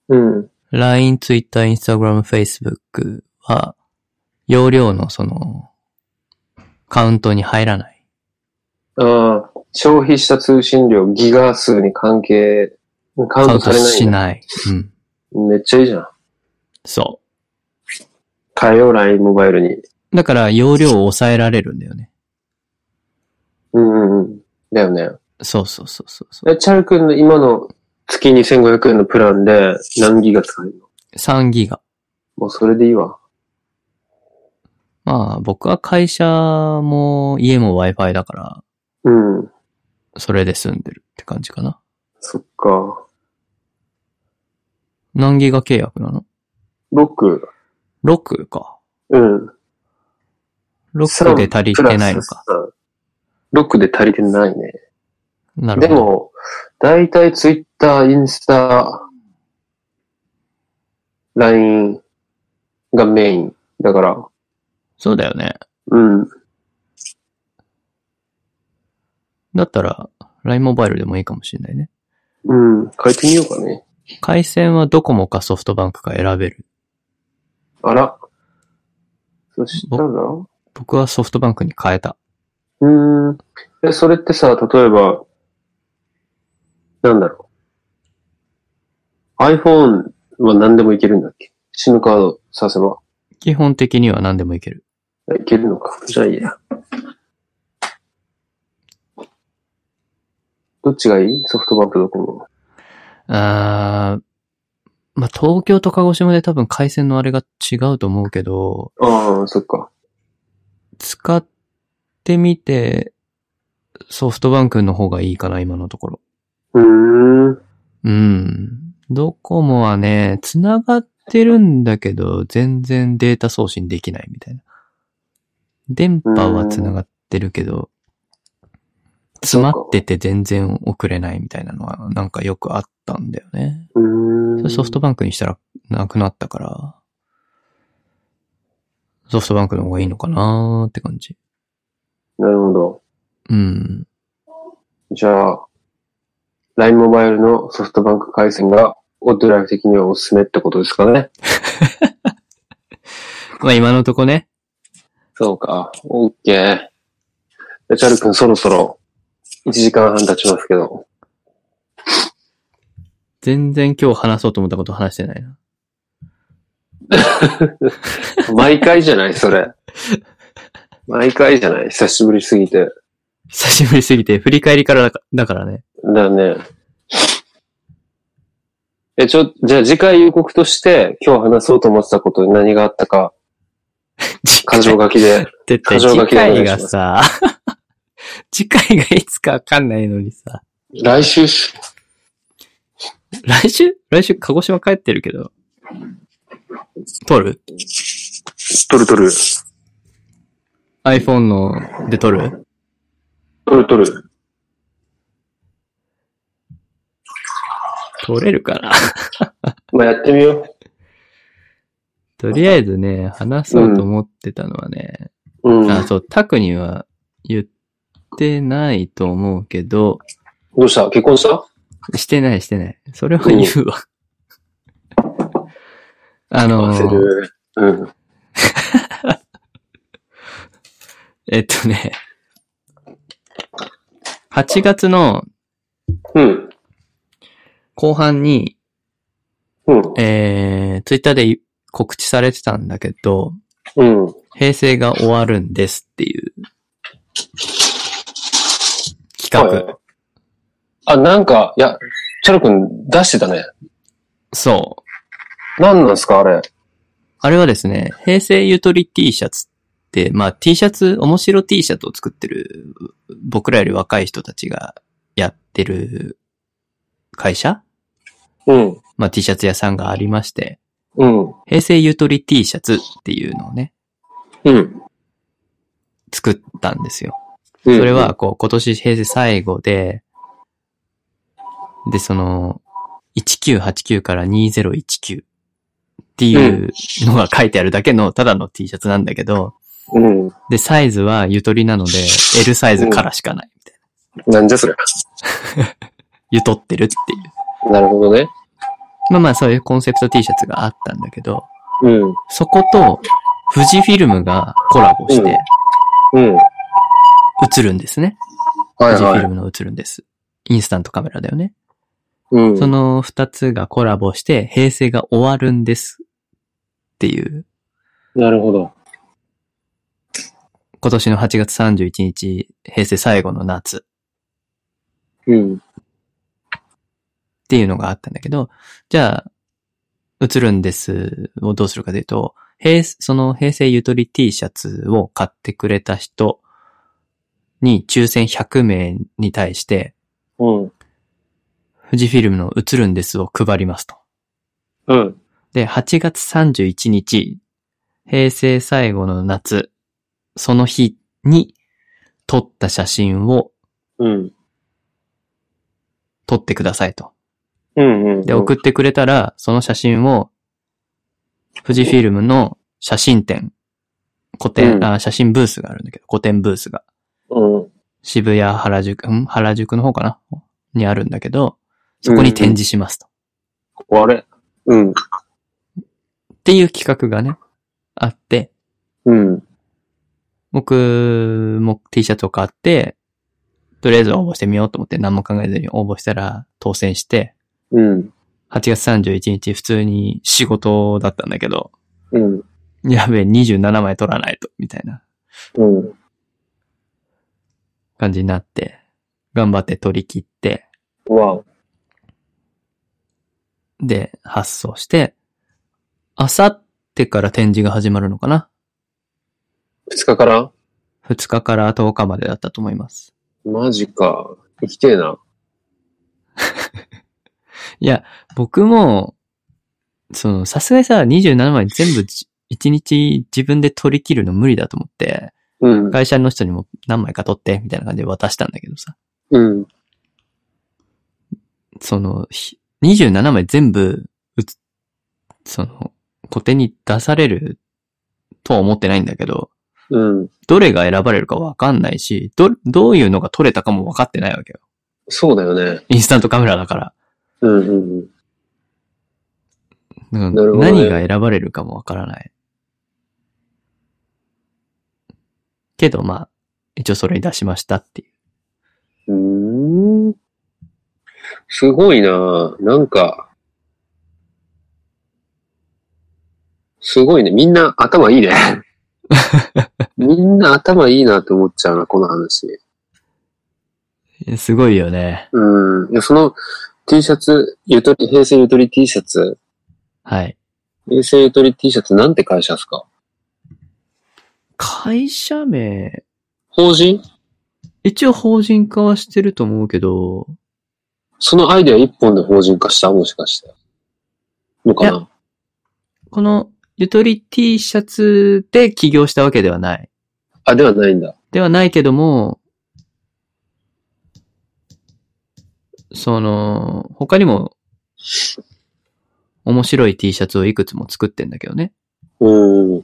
Speaker 1: うん。
Speaker 2: LINE、Twitter、Instagram、Facebook は、容量のその、カウントに入らない。
Speaker 1: ああ、消費した通信量ギガ数に関係、カウン
Speaker 2: カウ
Speaker 1: ト
Speaker 2: ン
Speaker 1: さ
Speaker 2: ト
Speaker 1: れない
Speaker 2: し
Speaker 1: んだ。
Speaker 2: ない。うん。
Speaker 1: めっちゃいいじゃん。
Speaker 2: そ
Speaker 1: 変えよう、LINE モバイルに。
Speaker 2: う。だから、容量を抑えられるんだよね。
Speaker 1: うんうんうん。だよね。
Speaker 2: そうそうそうそうそう。
Speaker 1: え、チャル君の今の月2500円のプランで何ギガ使えるの
Speaker 2: 3ギガ。
Speaker 1: もうそれでいいわ。
Speaker 2: まあ、僕は会社も家も Wi-Fi だから、
Speaker 1: うん。
Speaker 2: それで済んでるって感じかな。
Speaker 1: そっか。
Speaker 2: 何ギガ契約なの
Speaker 1: 6。
Speaker 2: ?6 か。
Speaker 1: うん。
Speaker 2: 6で足りてないのか。
Speaker 1: うん。6で足りてないね。
Speaker 2: なる
Speaker 1: で
Speaker 2: ほど。
Speaker 1: も、だいたい Twitter、インスタ、LINE がメイン。だから、
Speaker 2: そうだよね。
Speaker 1: うん。
Speaker 2: だったら、LINE モバイルでもいいかもしれないね。
Speaker 1: うん。変えてみようかね。
Speaker 2: 回線はドコモかソフトバンクか選べる。
Speaker 1: あら。そしたらう
Speaker 2: 僕はソフトバンクに変えた。
Speaker 1: ーん。え、それってさ、例えば、なんだろう。iPhone は何でもいけるんだっけ SIM カードさせば。
Speaker 2: 基本的には何でもいける。
Speaker 1: いけるのか。じゃあいいや。どっちがいいソフトバンクドコモ。
Speaker 2: あー、まあ、東京と鹿児島で多分回線のあれが違うと思うけど、
Speaker 1: ああ、そっか。
Speaker 2: 使ってみて、ソフトバンクの方がいいかな、今のところ。
Speaker 1: うーん。
Speaker 2: うん。ドコモはね、繋がってるんだけど、全然データ送信できないみたいな。電波は繋がってるけど、詰まってて全然送れないみたいなのはなんかよくあったんだよね。
Speaker 1: うーん。
Speaker 2: ソフトバンクにしたらなくなったから、ソフトバンクの方がいいのかなーって感じ。
Speaker 1: なるほど。
Speaker 2: うん。
Speaker 1: じゃあ、LINE モバイルのソフトバンク回線が、オッドライフ的にはおすすめってことですかね。
Speaker 2: まあ今のとこね。
Speaker 1: そうか。オッケー。でチャル君そろそろ、1時間半経ちますけど。
Speaker 2: 全然今日話そうと思ったこと話してないな。
Speaker 1: 毎回じゃないそ [laughs] れ。毎回じゃない久しぶりすぎて。
Speaker 2: 久しぶりすぎて、振り返りからだかだからね。
Speaker 1: だね。え、ちょ、じゃあ次回予告として、今日話そうと思ってたことに何があったか、箇条書きで。
Speaker 2: 絶対
Speaker 1: 箇条書
Speaker 2: 次
Speaker 1: きでお願
Speaker 2: 回
Speaker 1: いしま
Speaker 2: が
Speaker 1: す
Speaker 2: さ、 [laughs] 次回がいつかわかんないのにさ、
Speaker 1: [laughs] 来週っす
Speaker 2: 来週来週鹿児島帰ってるけど、撮る
Speaker 1: 撮る撮る。
Speaker 2: ?iPhone ので撮る
Speaker 1: 撮る撮る。
Speaker 2: 撮れるかな
Speaker 1: まあ、やってみよ
Speaker 2: とりあえずね、話そうと思ってたのはね、
Speaker 1: う。うん。
Speaker 2: あ、そう、タクには言ってないと思うけど、
Speaker 1: どうした結婚した
Speaker 2: してないしてない。それは言うわ。あのー
Speaker 1: 焦る。うん。
Speaker 2: えっとね、8月の
Speaker 1: うん。
Speaker 2: 後半に、
Speaker 1: うん。
Speaker 2: えー、ツイッターで告知されてたんだけど、
Speaker 1: うん。
Speaker 2: 平成が終わるんですっていう企画。
Speaker 1: はいあ、なんか、いや、チャル君出してたね。
Speaker 2: そう。
Speaker 1: 何なんすかあれ。
Speaker 2: あれはですね、平成ゆとり T シャツって、まあ T シャツ、面白 T シャツを作ってる、僕らより若い人たちがやってる会社
Speaker 1: うん。
Speaker 2: まあ T シャツ屋さんがありまして、
Speaker 1: うん。
Speaker 2: 平成ゆとり T シャツっていうのをね、
Speaker 1: うん。
Speaker 2: 作ったんですよ。
Speaker 1: そ
Speaker 2: それは、、こう、今年平成最後で、で、その、1989から2019っていうのが書いてあるだけの、ただの T シャツなんだけど、
Speaker 1: うん。
Speaker 2: で、サイズはゆと
Speaker 1: [laughs]
Speaker 2: りなので、L サイズからしかないみたいな。
Speaker 1: なんじゃそれ。
Speaker 2: ゆとってるっていう。
Speaker 1: なるほどね。
Speaker 2: まあまあ、そういうコンセプト T シャツがあったんだけど、
Speaker 1: うん。
Speaker 2: そこと、富士フィルムがコラボして
Speaker 1: うん。
Speaker 2: 映るんですね。
Speaker 1: はい
Speaker 2: 富士フ
Speaker 1: は
Speaker 2: ィル
Speaker 1: い。
Speaker 2: ムの映るんです。インスタントカメラだよね。
Speaker 1: うん。
Speaker 2: その二つがコラボして、平成が終わるんです。っていう、
Speaker 1: なるほど。
Speaker 2: 今年の8月31日、平成最後の夏。
Speaker 1: うん。
Speaker 2: っていうのがあったんだけど、じゃあ、映るんですをどうするかというと、平、その平成ゆとり T シャツを買ってくれた人に抽選100名に対して、
Speaker 1: うん。
Speaker 2: 富士フィルムの映るんですを配りますと。
Speaker 1: うん。
Speaker 2: で、8月31日、平成最後の夏、その日に撮った写真を
Speaker 1: うん。
Speaker 2: 撮ってくださいと。
Speaker 1: うん。
Speaker 2: で、送
Speaker 1: っ
Speaker 2: ってくれたら、その写真を、富士フィルムの写真展、
Speaker 1: う
Speaker 2: 古典、
Speaker 1: ん
Speaker 2: あ、写真ブースがあるんだけど、古典ブースが、
Speaker 1: うん。
Speaker 2: 渋谷、原宿、ん原宿の方かなにあるんだけど、そこに展示しますと。
Speaker 1: あれうん。
Speaker 2: っていう企画がね、あって、
Speaker 1: うん。
Speaker 2: 僕も T シャツを買って、とりあえず応募してみようと思って何も考えずに応募したら当選して、
Speaker 1: うん。
Speaker 2: 8月31日普通に仕事だったんだけど、
Speaker 1: うん。
Speaker 2: やべえ27枚取らないと、みたいな
Speaker 1: うん。
Speaker 2: 感じになって、頑張って取り切って、
Speaker 1: わ
Speaker 2: で、発送して、あさってから展示が始まるのかな
Speaker 1: 二日から
Speaker 2: 2日から10日までだったと思います。
Speaker 1: マジか。行きてえな。
Speaker 2: いや、僕も、その、さすがにさ、27枚全部じ1日自分で取り切るの無理だと思って、
Speaker 1: うん。
Speaker 2: 会社の人にも何枚か取って、みたいな感じで渡したんだけどさ。
Speaker 1: うん。
Speaker 2: その、ひ27枚全部、うつ、その、古典に出されるとは思ってないんだけど、
Speaker 1: うん。
Speaker 2: どれが選ばれるかわかんないし、ど、どういうのが撮れたかもわかってないわけよ。
Speaker 1: そうだよね。
Speaker 2: インスタントカメラだから。
Speaker 1: うんうんうん。
Speaker 2: うん
Speaker 1: なるほどね
Speaker 2: 何が選ばれるかもわからない。けど、まあ、一応それに出しましたってい
Speaker 1: う
Speaker 2: う。
Speaker 1: ーんすごいななんか、すごいね。みんな頭いいね。みんな頭いいなって思っちゃうな、この話。
Speaker 2: えすごいよね。
Speaker 1: うん。いや、その T シャツ、ゆとり、平成ゆとり T シャツ、
Speaker 2: はい。
Speaker 1: 平成ゆとり T シャツなんて会社ですか
Speaker 2: 会社名、
Speaker 1: 法人
Speaker 2: 一応法人化はしてると思うけど、
Speaker 1: そのアイデア一本で法人化したもしかして。のかな
Speaker 2: このゆとり T シャツで起業したわけではない。
Speaker 1: あ、ではないんだ。
Speaker 2: ではないけども、その、他にも、面白い T シャツをいくつも作ってんだけどね。
Speaker 1: うん。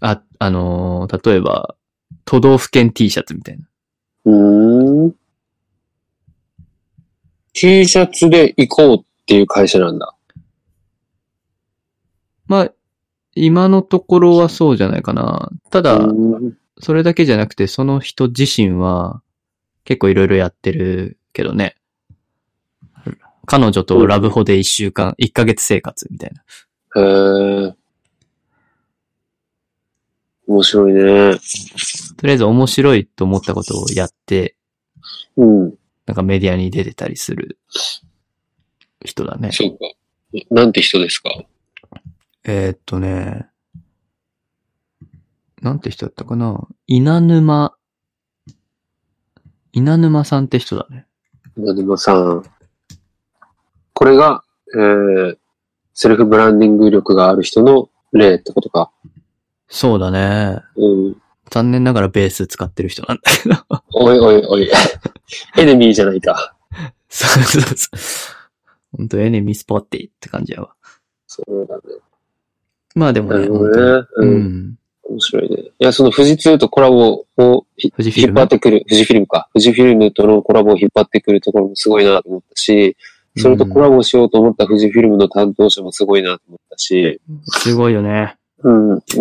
Speaker 2: あ、あのー例えば、都道府県 T シャツみたいな。
Speaker 1: うーん。T シャツで行こうっていう会社なんだ。
Speaker 2: まあ、今のところはそうじゃないかな。ただ、
Speaker 1: うん
Speaker 2: それだけじゃなくて、その人自身は、結構いろいろやってるけどね。彼女とラブホで一週間、一ヶ月生活みたいな。
Speaker 1: へえ。面白いね。
Speaker 2: とりあえず面白いと思ったことをやって、
Speaker 1: うん。
Speaker 2: なんかメディアに出てたりする人だね。
Speaker 1: そうか。えなんて人ですか
Speaker 2: えーっとね、なんて人だったかな稲沼、稲沼さんって人だね。
Speaker 1: なでまさん。これが、えー、セルフブランディング力がある人の例ってことか。
Speaker 2: そうだね。
Speaker 1: うん。
Speaker 2: 残念ながらベース使ってる人なんだけど。 [laughs]
Speaker 1: おいおいおい。 [laughs] エネミーじゃないか。
Speaker 2: そうそうそう。本当エネミースポッティって感じやわ。
Speaker 1: そうだね。
Speaker 2: まあでも
Speaker 1: な
Speaker 2: ね、
Speaker 1: るほ
Speaker 2: 本当に
Speaker 1: どね。
Speaker 2: う
Speaker 1: うん。
Speaker 2: ん。
Speaker 1: 面白いね。いや、その富士通とコラボをひ
Speaker 2: 富士フィ
Speaker 1: 引
Speaker 2: ル
Speaker 1: っ張
Speaker 2: ム
Speaker 1: っ。てくる、富士フィルムか。富士フィルムとのコラボを引っ張ってくるところもすごいなと思ったし、それとコラボしようと思った富士フィルムの担当者もすごいなと思ったし、
Speaker 2: すごいよね。
Speaker 1: う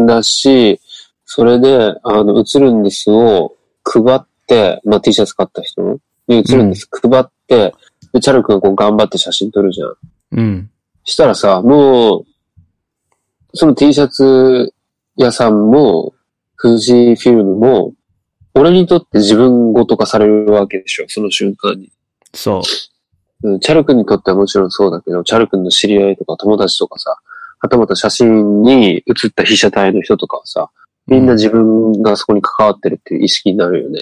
Speaker 1: ん。だし、それで、あの、映るんですを配って、まあ、T シャツ買った人のに映るんです、配って、で、チャル君がこう頑張って写真撮るじゃん。
Speaker 2: うん。
Speaker 1: したらさ、もう、その T シャツ屋さんも、富士フィルムも、俺にとって自分ごと化されるわけでしょ、その瞬間に。
Speaker 2: そう。
Speaker 1: うん、チャル君にとってはもちろんそうだけど、チャル君の知り合いとか友達とかさ、はたまた写真に写った被写体の人とかはさ、みんな
Speaker 2: う
Speaker 1: 自分がそこに関わってるっていう意識になるよね。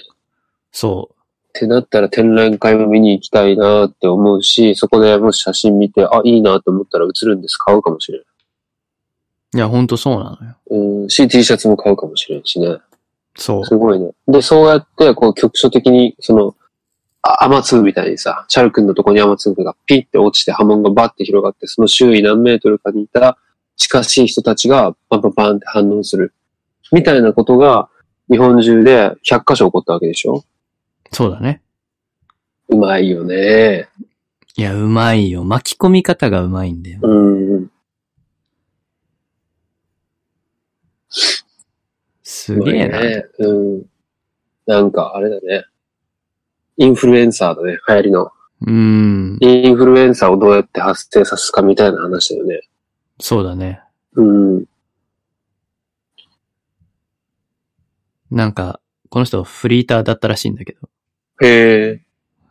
Speaker 2: そ
Speaker 1: ってなったら展覧会も見に行きたいなって思うし、そこでもし写真見て、あ、いいなと思ったら写るんです、買うかもしれない。
Speaker 2: う。いや、本当そうなのよ。
Speaker 1: うん、し、T シャツも買うかもしれんしね。
Speaker 2: そう。
Speaker 1: すごいね。で、そうやって、こう、局所的に、その、あ雨粒みたいにさ、チャル君のとこに雨粒がピッて落ちて波紋がバッて広がって、その周囲何メートルかにいた近しい人たちがバンバンバンって反応する。みたいなことが、日本中で100箇所起こったわけでしょ
Speaker 2: そうだね。
Speaker 1: うまいよね。
Speaker 2: いや、うまいよ。巻き込み方がうまいんだよ。
Speaker 1: うん。
Speaker 2: すげえな。
Speaker 1: うまいね。うん。なんか、あれだね。インフルエンサーだね、流行りの。
Speaker 2: うん。
Speaker 1: インフルエンサーをどうやって発生させるかみたいな話だよね。
Speaker 2: そうだね。
Speaker 1: うん。
Speaker 2: なんか、この人フリーターだったらしいんだけど、
Speaker 1: へえ。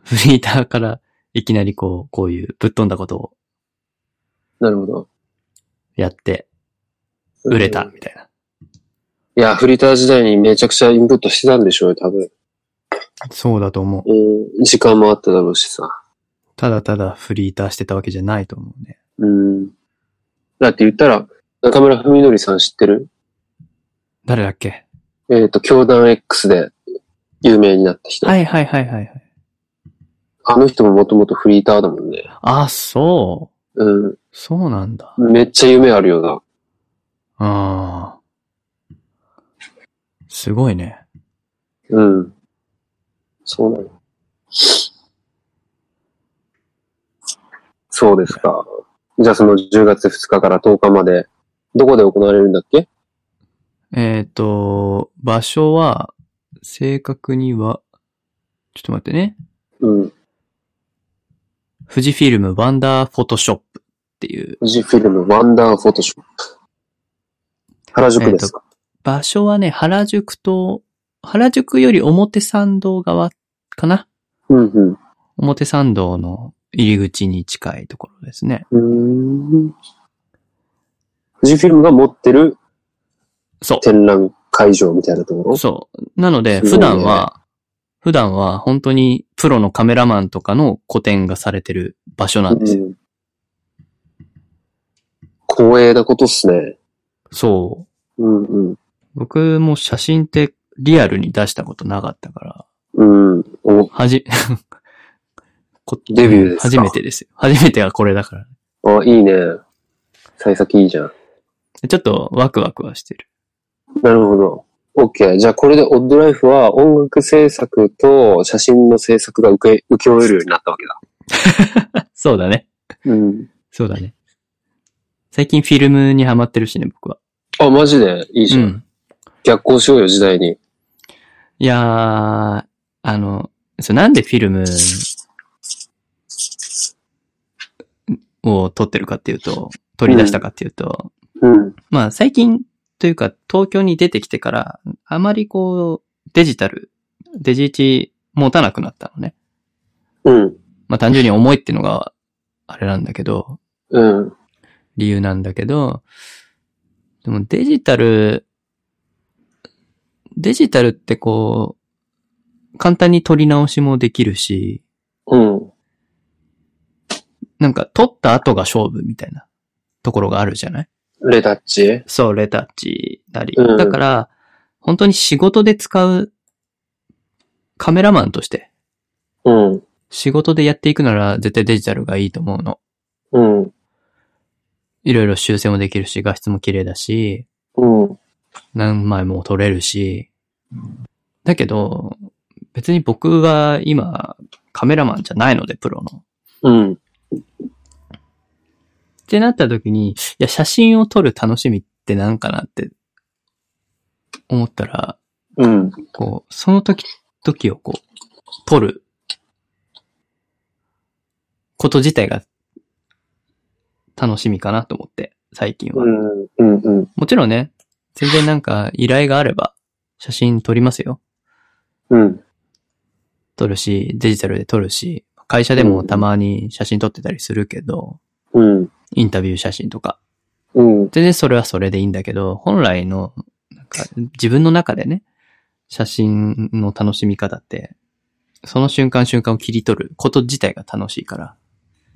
Speaker 2: フリーターからいきなりこう、こういうぶっ飛んだことを
Speaker 1: なるほど。
Speaker 2: やって、売れた、みたいな。
Speaker 1: いや、フリーター時代にめちゃくちゃインプットしてたんでしょうよ、多分。
Speaker 2: そうだと思う。
Speaker 1: うん。時間もあっただろうしさ。
Speaker 2: ただただフリーターしてたわけじゃないと思うね。
Speaker 1: うん。だって言ったら、中村文則さん知ってる
Speaker 2: 誰だっけ
Speaker 1: えっ、と、教団 X で有名になった人。
Speaker 2: はいはいはいはいはい。
Speaker 1: あの人ももともとフリーターだもんね。
Speaker 2: あ、そ
Speaker 1: うん。
Speaker 2: う。そうなんだ。
Speaker 1: めっちゃ夢あるよな。
Speaker 2: ああ。すごいね。
Speaker 1: うん。そうなの。そうですか。じゃあその10月2日から10日まで、どこで行われるんだっけ
Speaker 2: えっ、と、場所は、正確には、ちょっと待ってね。
Speaker 1: うん。
Speaker 2: 富士フィルムワンダーフォトショップっていう。
Speaker 1: 富士フィルムワンダーフォトショップ。原宿ですか、
Speaker 2: 場所はね、原宿と、原宿より表参道側かな
Speaker 1: うん
Speaker 2: 表参道の入り口に近いところですね。
Speaker 1: うん。うーん。富士フィルムが持ってる
Speaker 2: そう。
Speaker 1: 展覧会場みたいなところ
Speaker 2: そう。なので、
Speaker 1: すごいね
Speaker 2: 普段は、普段は本当にプロのカメラマンとかの個展がされてる場所なんですよ。
Speaker 1: ん。光栄なことっすね。
Speaker 2: そ
Speaker 1: うんうん。
Speaker 2: う。僕も写真ってリアルに出したことなかったから、
Speaker 1: うん。お、
Speaker 2: はじ、こ
Speaker 1: デビューですか
Speaker 2: 初めてですよ。初めてはこれだから。
Speaker 1: あ、いいね。幸先いいじゃん。
Speaker 2: ちょっとワクワクはしてる。
Speaker 1: なるほど。OK。じゃあこれでオッドライフは音楽制作と写真の制作が受け、受け負えるようになったわけだ。
Speaker 2: そうだね。
Speaker 1: うん。
Speaker 2: そうだね。最近フィルムにハマってるしね、僕は。
Speaker 1: あ、マジでいいじ
Speaker 2: う
Speaker 1: ゃん。
Speaker 2: ん。
Speaker 1: 逆行しようよ、時代に。
Speaker 2: いやー、あの、そうなんでフィルムを撮ってるかっていうと、取り出したかっていうと、
Speaker 1: うん。
Speaker 2: まあ最近というか東京に出てきてから、あまりこう、デジタル、デジイチ持たなくなったのね。
Speaker 1: うん。
Speaker 2: まあ単純に重いっていうのが、あれなんだけど、
Speaker 1: うん。
Speaker 2: 理由なんだけど、でもデジタル、デジタルってこう、簡単に撮り直しもできるし、
Speaker 1: うん。
Speaker 2: なんか撮った後が勝負みたいなところがあるじゃない
Speaker 1: レタッチ
Speaker 2: そう、レタッチなり。
Speaker 1: うん
Speaker 2: だから、本当に仕事で使うカメラマンとして、
Speaker 1: うん。
Speaker 2: 仕事でやっていくなら絶対デジタルがいいと思うの。
Speaker 1: うん。
Speaker 2: いろいろ修正もできるし、画質も綺麗だし、
Speaker 1: うん。
Speaker 2: 何枚も撮れるし。だけど、別に僕は今、カメラマンじゃないので、プロの。
Speaker 1: うん。
Speaker 2: ってなった時に、いや、写真を撮る楽しみって何かなって、思ったら、
Speaker 1: うん。
Speaker 2: こう、その時、時をこう、撮る、こと自体が、楽しみかなと思って、最近は。
Speaker 1: うん。うん。うん。
Speaker 2: もちろんね、全然なんか依頼があれば、写真撮りますよ。
Speaker 1: うん。
Speaker 2: 撮るし、デジタルで撮るし、会社でもたまに写真撮ってたりするけど、
Speaker 1: うん。
Speaker 2: インタビュー写真とか。
Speaker 1: うん。
Speaker 2: 全然それはそれでいいんだけど、本来の、なんか自分の中でね、写真の楽しみ方って、その瞬間瞬間を切り取ること自体が楽しいから、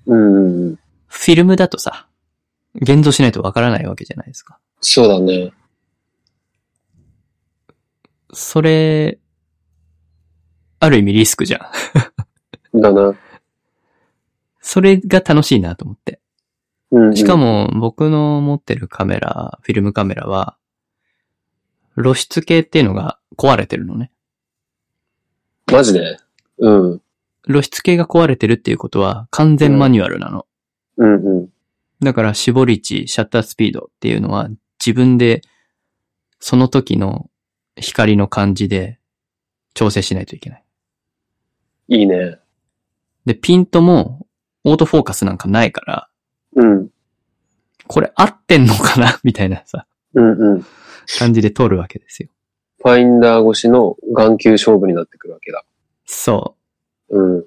Speaker 1: うん。
Speaker 2: フィルムだとさ、現像しないとわからないわけじゃないですか。
Speaker 1: そうだね。
Speaker 2: それ、ある意味リスクじゃん。
Speaker 1: だな。
Speaker 2: それが楽しいなと思って。
Speaker 1: うん。
Speaker 2: しか。も僕の持ってるカメラ、フィルムカメラは、露出系っていうのが壊れてるのね。
Speaker 1: マジでうん。
Speaker 2: 露出系が壊れてるっていうことは完全マニュアルなの。
Speaker 1: うん。うん。
Speaker 2: だから絞り値、シャッタースピードっていうのは自分でその時の光の感じで調整しないといけない。
Speaker 1: いいね。
Speaker 2: で、ピントもオートフォーカスなんかないから、
Speaker 1: うん。
Speaker 2: これ合ってんのかなみたいなさ、
Speaker 1: うん。うん。
Speaker 2: 感じで撮るわけですよ。
Speaker 1: ファインダー越しの眼球勝負になってくるわけだ。
Speaker 2: そう。
Speaker 1: うん。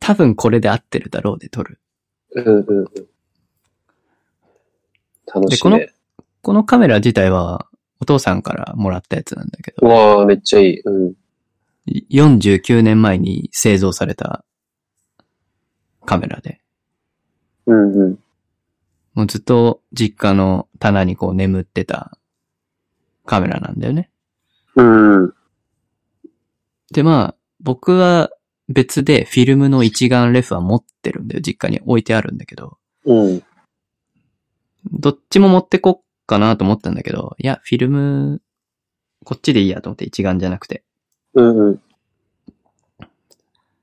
Speaker 2: 多分これで合ってるだろうで撮る。
Speaker 1: うんうんうん。楽
Speaker 2: で
Speaker 1: し
Speaker 2: こ
Speaker 1: い
Speaker 2: の
Speaker 1: ね。
Speaker 2: このカメラ自体はお父さんからもらったやつなんだけ
Speaker 1: う
Speaker 2: ど、
Speaker 1: わあ、めっちゃいい。うん。
Speaker 2: 49年前に製造されたカメラで、
Speaker 1: うんうん。
Speaker 2: もうずっと実家の棚にこう眠ってたカメラなんだよね。
Speaker 1: うん。
Speaker 2: で、まあ、僕は別でフィルムの一眼レフは持ってるんだよ。実家に置いてあるんだけど。
Speaker 1: うん。
Speaker 2: どっちも持ってこっかなと思ったんだけど、いや、フィルム、こっちでいいやと思って一眼じゃなくて。
Speaker 1: うんうん。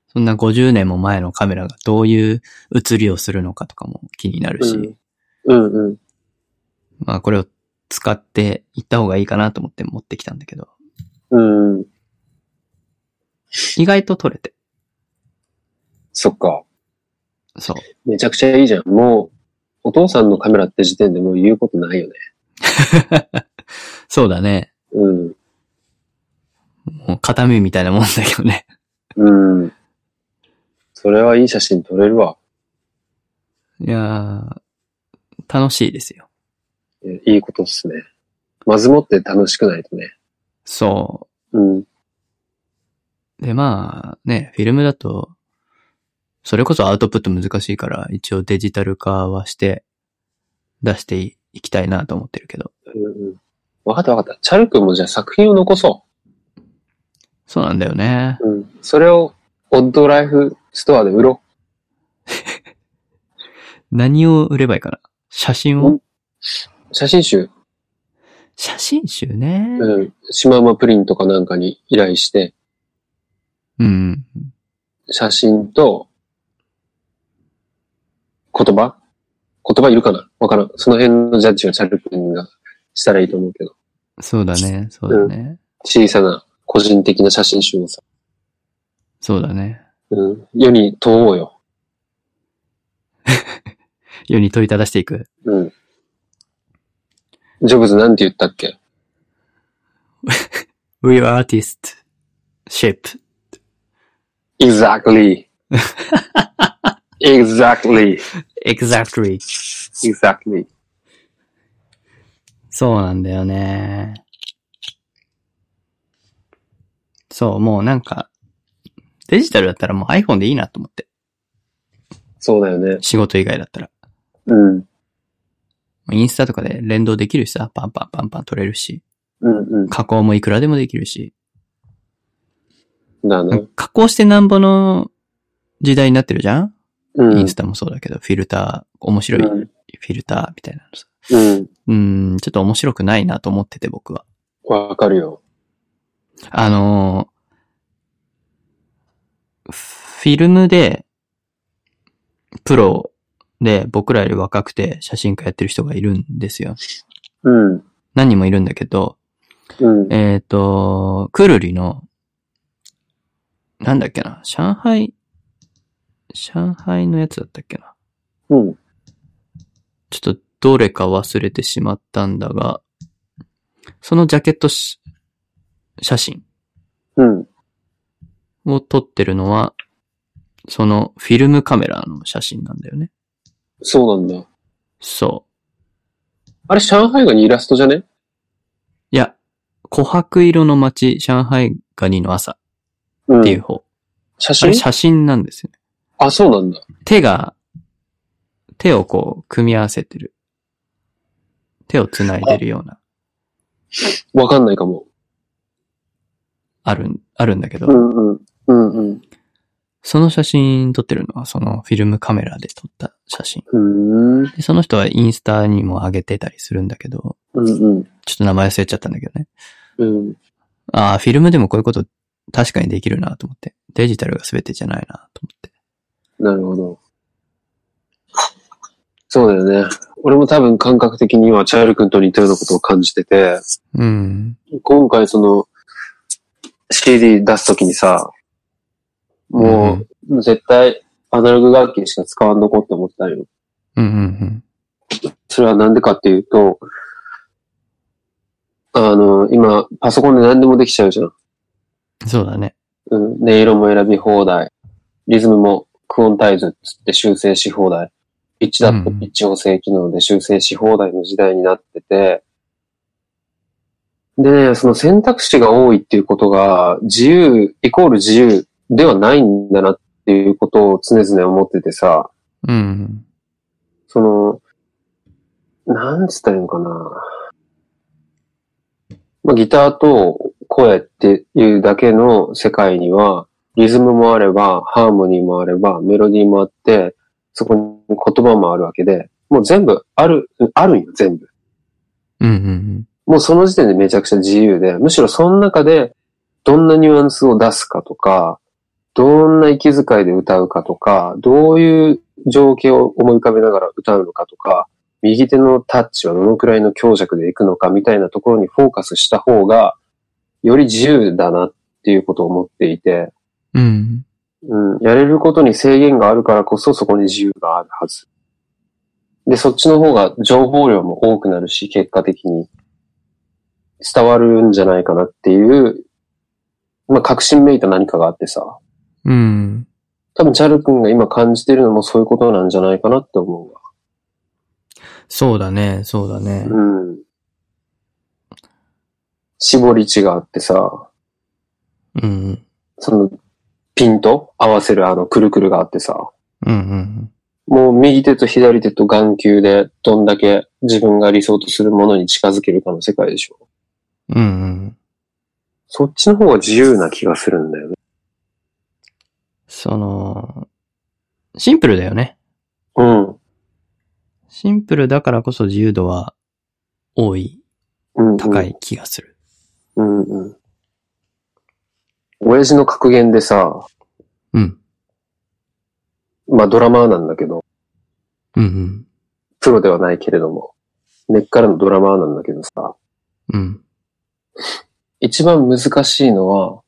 Speaker 2: そんな50年も前のカメラがどういう写りをするのかとかも気になるし、
Speaker 1: うんうんうん。
Speaker 2: まあこれを使っていった方がいいかなと思って持ってきたんだけど、
Speaker 1: うんうん。
Speaker 2: 意外と撮れて。
Speaker 1: そっか。
Speaker 2: そう。
Speaker 1: めちゃくちゃいいじゃん。もう、お父さんのカメラって時点でもう言うことないよね。
Speaker 2: そうだね。
Speaker 1: うん。
Speaker 2: もう片目みたいなもんだけどね。 [laughs]
Speaker 1: うん。それはいい写真撮れるわ。
Speaker 2: いやー、楽しいですよ。
Speaker 1: えいいことっすね。まずもって楽しくないとね。
Speaker 2: そ
Speaker 1: うん。
Speaker 2: う。で、まあね、フィルムだと、それこそアウトプット難しいから、一応デジタル化はして、出していいきたいなと思ってるけど。
Speaker 1: うんうん。わかったわかった。チャル君もじゃあ作品を残そ
Speaker 2: そうなんだよね。
Speaker 1: う。うん。それを、オッドライフストアで売ろ
Speaker 2: 何を売ればいいかな写真
Speaker 1: う
Speaker 2: を
Speaker 1: んう。写真集。
Speaker 2: 写真集ね。
Speaker 1: うん。シマウマプリンとかなんかに依頼して、
Speaker 2: うん。
Speaker 1: 写真と、言葉言葉いるかなわからん。その辺のジャッジはチャル君がしたらいいと思うけど。
Speaker 2: そうだね。そうだね。
Speaker 1: 小さな個人的な写真集をさ、
Speaker 2: そうだね。
Speaker 1: うん。世に問おうよ。
Speaker 2: 世に問いただしていく。
Speaker 1: うん。ジョブズなんて言ったっけ
Speaker 2: We are artist, shape.
Speaker 1: [laughs] ?exactly. exactly.
Speaker 2: Exactly.
Speaker 1: exactly.
Speaker 2: そうなんだよね。そう、もうなんか、デジタルだったらもう iPhone でいいなと思って。
Speaker 1: そうだよね。
Speaker 2: 仕事以外だったら。
Speaker 1: うん。
Speaker 2: インスタとかで連動できるしさ、パンパンパンパン撮れるし、
Speaker 1: うんう
Speaker 2: 加工もいくらでもできるし、
Speaker 1: ん。だな。
Speaker 2: 加工してなんぼの時代になってるじゃん、
Speaker 1: うん。
Speaker 2: インスタもそうだけど、フィルター、面白いフィルターみたいなのさ。
Speaker 1: うん。
Speaker 2: うん、ちょっと面白くないなと思ってて僕は。
Speaker 1: わかるよ。
Speaker 2: あのーフィルムで、プロで僕らより若くて写真家やってる人がいるんですよ。
Speaker 1: うん。
Speaker 2: 何人もいるんだけど、
Speaker 1: うん。
Speaker 2: えっ、と、くるりの、なんだっけな、上海、上海のやつだったっけな。
Speaker 1: うん。
Speaker 2: ちょっとどれか忘れてしまったんだが、そのジャケットし写真
Speaker 1: うん。
Speaker 2: を撮ってるのは、そのフィルムカメラの写真なんだよね。
Speaker 1: そうなんだ。
Speaker 2: そ
Speaker 1: あれ、上海ガニイラストじゃね
Speaker 2: う。いや、琥珀色の街、上海ガニの朝
Speaker 1: うん
Speaker 2: っていう。方。
Speaker 1: 写
Speaker 2: あ
Speaker 1: 真
Speaker 2: れ写真なんですよね。
Speaker 1: あそうなんだ。
Speaker 2: 手が、手をこう、組み合わせてる。手を繋いでるような、
Speaker 1: わかんないかも。
Speaker 2: あるん、あるんだけど、
Speaker 1: んうん。うん
Speaker 2: その写真撮ってるのは、そのフィルムカメラで撮った写真。
Speaker 1: うん。うーん。
Speaker 2: で、その人はインスタにも上げてたりするんだけど、
Speaker 1: うんうん。
Speaker 2: ちょっと名前忘れちゃったんだけどね。
Speaker 1: うん。
Speaker 2: ああ、フィルムでもこういうこと確かにできるなと思って。デジタルが全てじゃないなと思って。
Speaker 1: なるほど。そうだよね。俺も多分感覚的にはチャール君と似たようなことを感じてて、
Speaker 2: うん。
Speaker 1: 今回その CD 出すときにさ、もう絶対アナログ楽器しか使わんのこって思ってたんよ。
Speaker 2: うんうん
Speaker 1: それはなんでかっていうと、あの、今、パソコンで何でもできちゃうじゃん。
Speaker 2: うん。そうだね。
Speaker 1: うん。音色も選び放題。リズムもクオンタイズっつって修正し放題。ピッチだって
Speaker 2: うん
Speaker 1: ピッチ調整機能で修正し放題の時代になってて、でね、その選択肢が多いっていうことが、自由、イコール自由ではないんだなっていうことを常々思っててさ、
Speaker 2: うん。
Speaker 1: その、なんつったらいいのかな。まあ、ギターと声っていうだけの世界には、リズムもあれば、ハーモニーもあれば、メロディーもあって、そこに言葉もあるわけで、もう全部ある、あるんよ、全部。
Speaker 2: うんうん
Speaker 1: もうその時点でめちゃくちゃ自由で、むしろその中でどんなニュアンスを出すかとか、どんな息遣いで歌うかとか、どういう情景を思い浮かべながら歌うのかとか、右手のタッチはどのくらいの強弱でいくのかみたいなところにフォーカスした方が、より自由だなっていうことを思っていて、
Speaker 2: うん。うん。
Speaker 1: うん、やれることに制限があるからこそそこに自由があるはず。で、そっちの方が情報量も多くなるし、結果的に伝わるんじゃないかなっていう、まあ、確信めいた何かがあってさ、
Speaker 2: うん。
Speaker 1: 多分チャル君が今感じてるのもそういうことなんじゃないかなって思うわ。
Speaker 2: そうだね、そうだね。
Speaker 1: うん。絞り値があってさ、
Speaker 2: うん。
Speaker 1: その、ピンと合わせるあの、くるくるがあってさ、
Speaker 2: うんうん。
Speaker 1: もう右手と左手と眼球でどんだけ自分が理想とするものに近づけるかの世界でしょ。
Speaker 2: うんうん。
Speaker 1: そっちの方が自由な気がするんだよね。
Speaker 2: その、シンプルだよね。
Speaker 1: うん。
Speaker 2: シンプルだからこそ自由度は多い、
Speaker 1: うん、うん。
Speaker 2: 高。い気がする。
Speaker 1: うんうん。親父の格言でさ、
Speaker 2: うん。
Speaker 1: まあドラマーなんだけど、
Speaker 2: うんうん。
Speaker 1: プロではないけれども、根っからのドラマーなんだけどさ、
Speaker 2: うん。
Speaker 1: 一番難しいのは、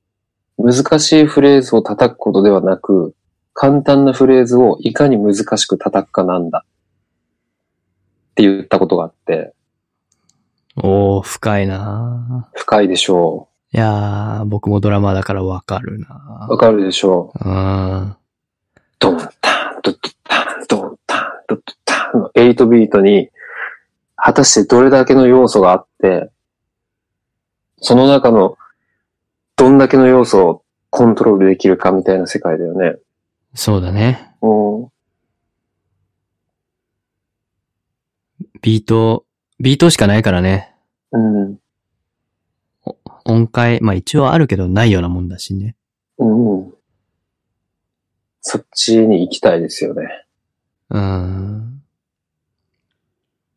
Speaker 1: 難しいフレーズを叩くことではなく、簡単なフレーズをいかに難しく叩くかなんだ。って言ったことがあって、
Speaker 2: おー、深いな
Speaker 1: 深いでしょ
Speaker 2: ーいやー、僕もドラマだからわかる
Speaker 1: う。
Speaker 2: な
Speaker 1: わかるでしょう。
Speaker 2: ー
Speaker 1: ドンタン、ドッドッタン、ドンタン、ドッドッタンの8ビートに、果たしてどれだけの要素があって、その中のどんだけの要素をコントロールできるかみたいな世界だよね。
Speaker 2: うん。そうだね。
Speaker 1: うん。
Speaker 2: ビート、ビートしかないからね。
Speaker 1: うん。
Speaker 2: 音階、まあ一応あるけどないようなもんだしね。
Speaker 1: うんうん。そっちに行きたいですよね。
Speaker 2: うーん。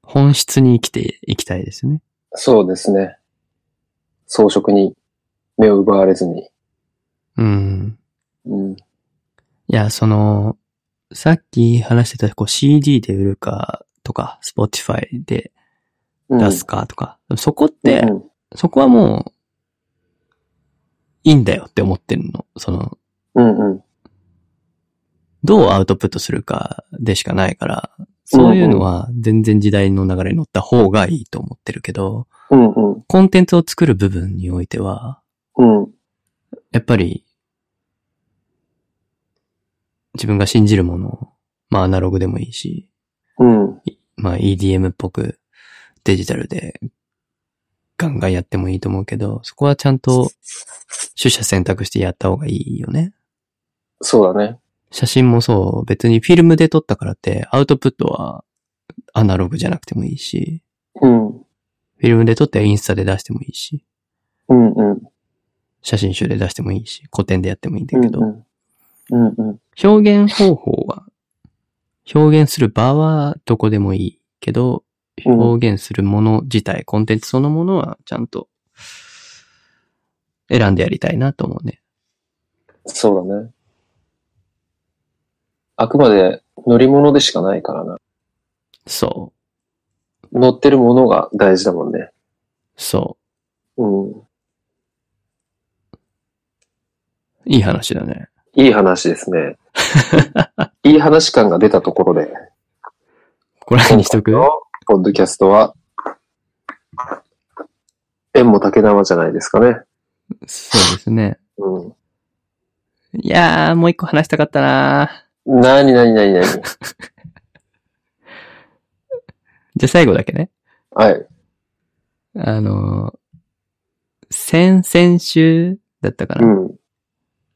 Speaker 2: 本質に生きていきたいですね。
Speaker 1: そうですね。装飾に目を奪われずに。
Speaker 2: うん。
Speaker 1: うん。
Speaker 2: いや、その、さっき話してたこう CD で売るかとか、Spotify で出すかとか、そこっ
Speaker 1: うん。
Speaker 2: て、
Speaker 1: うん
Speaker 2: そこはもう、いいんだよって思ってるの。その、
Speaker 1: うんうん。
Speaker 2: どうアウトプットするかでしかないから、そういうのは全然時代の流れに乗った方がいいと思ってるけど、
Speaker 1: うんうん。
Speaker 2: コンテンツを作る部分においては、
Speaker 1: うん。
Speaker 2: やっぱり、自分が信じるものを、まあアナログでもいいし、
Speaker 1: うん。
Speaker 2: まあ EDM っぽくデジタルでガンガンやってもいいと思うけど、そこはちゃんと取捨選択してやった方がいいよね。
Speaker 1: そうだね。
Speaker 2: 写真もそう、別にフィルムで撮ったからってアウトプットはアナログじゃなくてもいいし、
Speaker 1: うん。
Speaker 2: フィルムで撮ってインスタで出してもいいし、
Speaker 1: うんうん。
Speaker 2: 写真集で出してもいいし、古典でやってもいいんだけど、
Speaker 1: うんうん。うんうん。
Speaker 2: 表現方法は、表現する場はどこでもいいけ
Speaker 1: う
Speaker 2: ど、
Speaker 1: ん
Speaker 2: 表現するもの自体、コンテンツそのものはちゃんと選んでやりたいなと思うね。
Speaker 1: そうだね。あくまで乗り物でしかないからな。
Speaker 2: そ
Speaker 1: 乗ってるものが大事だもんね。
Speaker 2: う。そ
Speaker 1: うん。
Speaker 2: う。いい話だね。
Speaker 1: いい話です
Speaker 2: [laughs]
Speaker 1: ね。いい話感が出たところで、
Speaker 2: これにしとく
Speaker 1: 今回のポッドキャストは、縁も竹縄じゃないですかね。
Speaker 2: そうですね。
Speaker 1: うん。
Speaker 2: いやー、もう一個話したかったな
Speaker 1: なになになになに
Speaker 2: じゃあ最後だけね。
Speaker 1: はい。
Speaker 2: あのー先々週だったか
Speaker 1: う
Speaker 2: な、
Speaker 1: ん。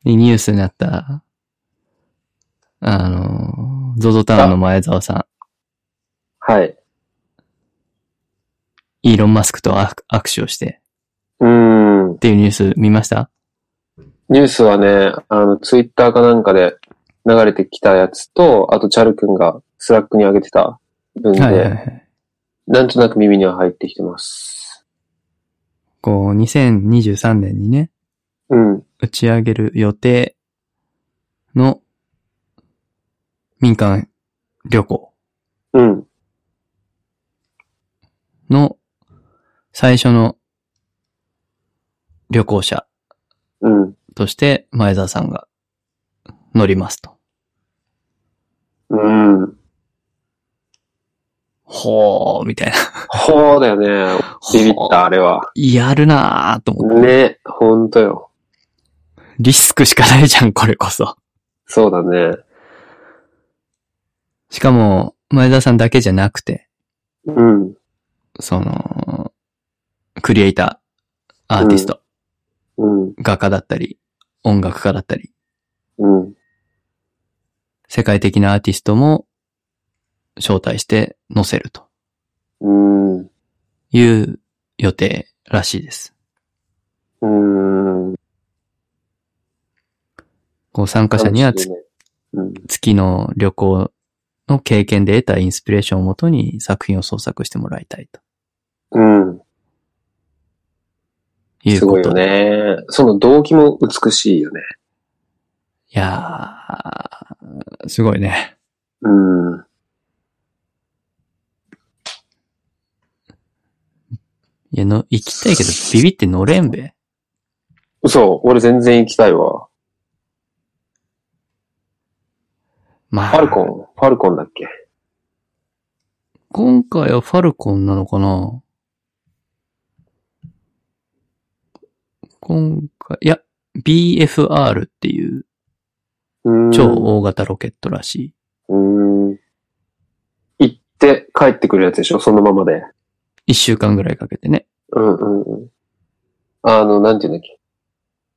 Speaker 2: にニュースになった、あのー、ゾゾタウンの前澤さん。
Speaker 1: はい。
Speaker 2: イーロン・マスクと握握手をして
Speaker 1: うーん
Speaker 2: っ。ていうニュース見ました
Speaker 1: ニュースはね、あの、ツイッターかなんかで流れてきたやつと、あとチャル君がスラックに上げてた分で、
Speaker 2: はいはいはい。
Speaker 1: なんとなく耳には入ってきてます。
Speaker 2: こう、2023年にね、
Speaker 1: うん。
Speaker 2: 打ち上げる予定の民間旅行
Speaker 1: うん。
Speaker 2: の最初の旅行者
Speaker 1: うん。
Speaker 2: として前澤さんが乗りますと。
Speaker 1: うん。
Speaker 2: ほー、みたいな。
Speaker 1: ほうだよね。ビビった、あれは。
Speaker 2: やるなーと思って。
Speaker 1: ね、ほんとよ。
Speaker 2: リスクしかないじゃん、これこそ。
Speaker 1: そうだね。
Speaker 2: しかも、前澤さんだけじゃなくて、
Speaker 1: うん。
Speaker 2: その、クリエイター、アーティスト、
Speaker 1: うん。
Speaker 2: 画家だったり、音楽家だったり、
Speaker 1: うん。
Speaker 2: 世界的なアーティストも招待して載せると
Speaker 1: うん。う
Speaker 2: いう予定らしいです。
Speaker 1: ーん。
Speaker 2: こう参加者には
Speaker 1: 楽しい
Speaker 2: つ
Speaker 1: ねうん。
Speaker 2: 月の旅行の経験で得たインスピレーションをもとに作品を創作してもらいたいと
Speaker 1: うん。
Speaker 2: いう
Speaker 1: す
Speaker 2: こ
Speaker 1: ごい
Speaker 2: と
Speaker 1: よ
Speaker 2: で。
Speaker 1: ね。その動機も美しいよね。
Speaker 2: いやー、すごいね。
Speaker 1: うん。
Speaker 2: いやの、行きたいけどビビって乗れんべ。
Speaker 1: 嘘、俺全然行きたいわ。
Speaker 2: ま
Speaker 1: ファル
Speaker 2: あ、
Speaker 1: コン、ファルコンだっけ
Speaker 2: 今回はファルコンなのかな今回、いや、BFR っていう
Speaker 1: うーん
Speaker 2: 超大型ロケットらしい。
Speaker 1: うーん。行って帰ってくるやつでしょそのままで。
Speaker 2: 一週間ぐらいかけてね。
Speaker 1: うんうんうん。あの、なんていうんだっけ。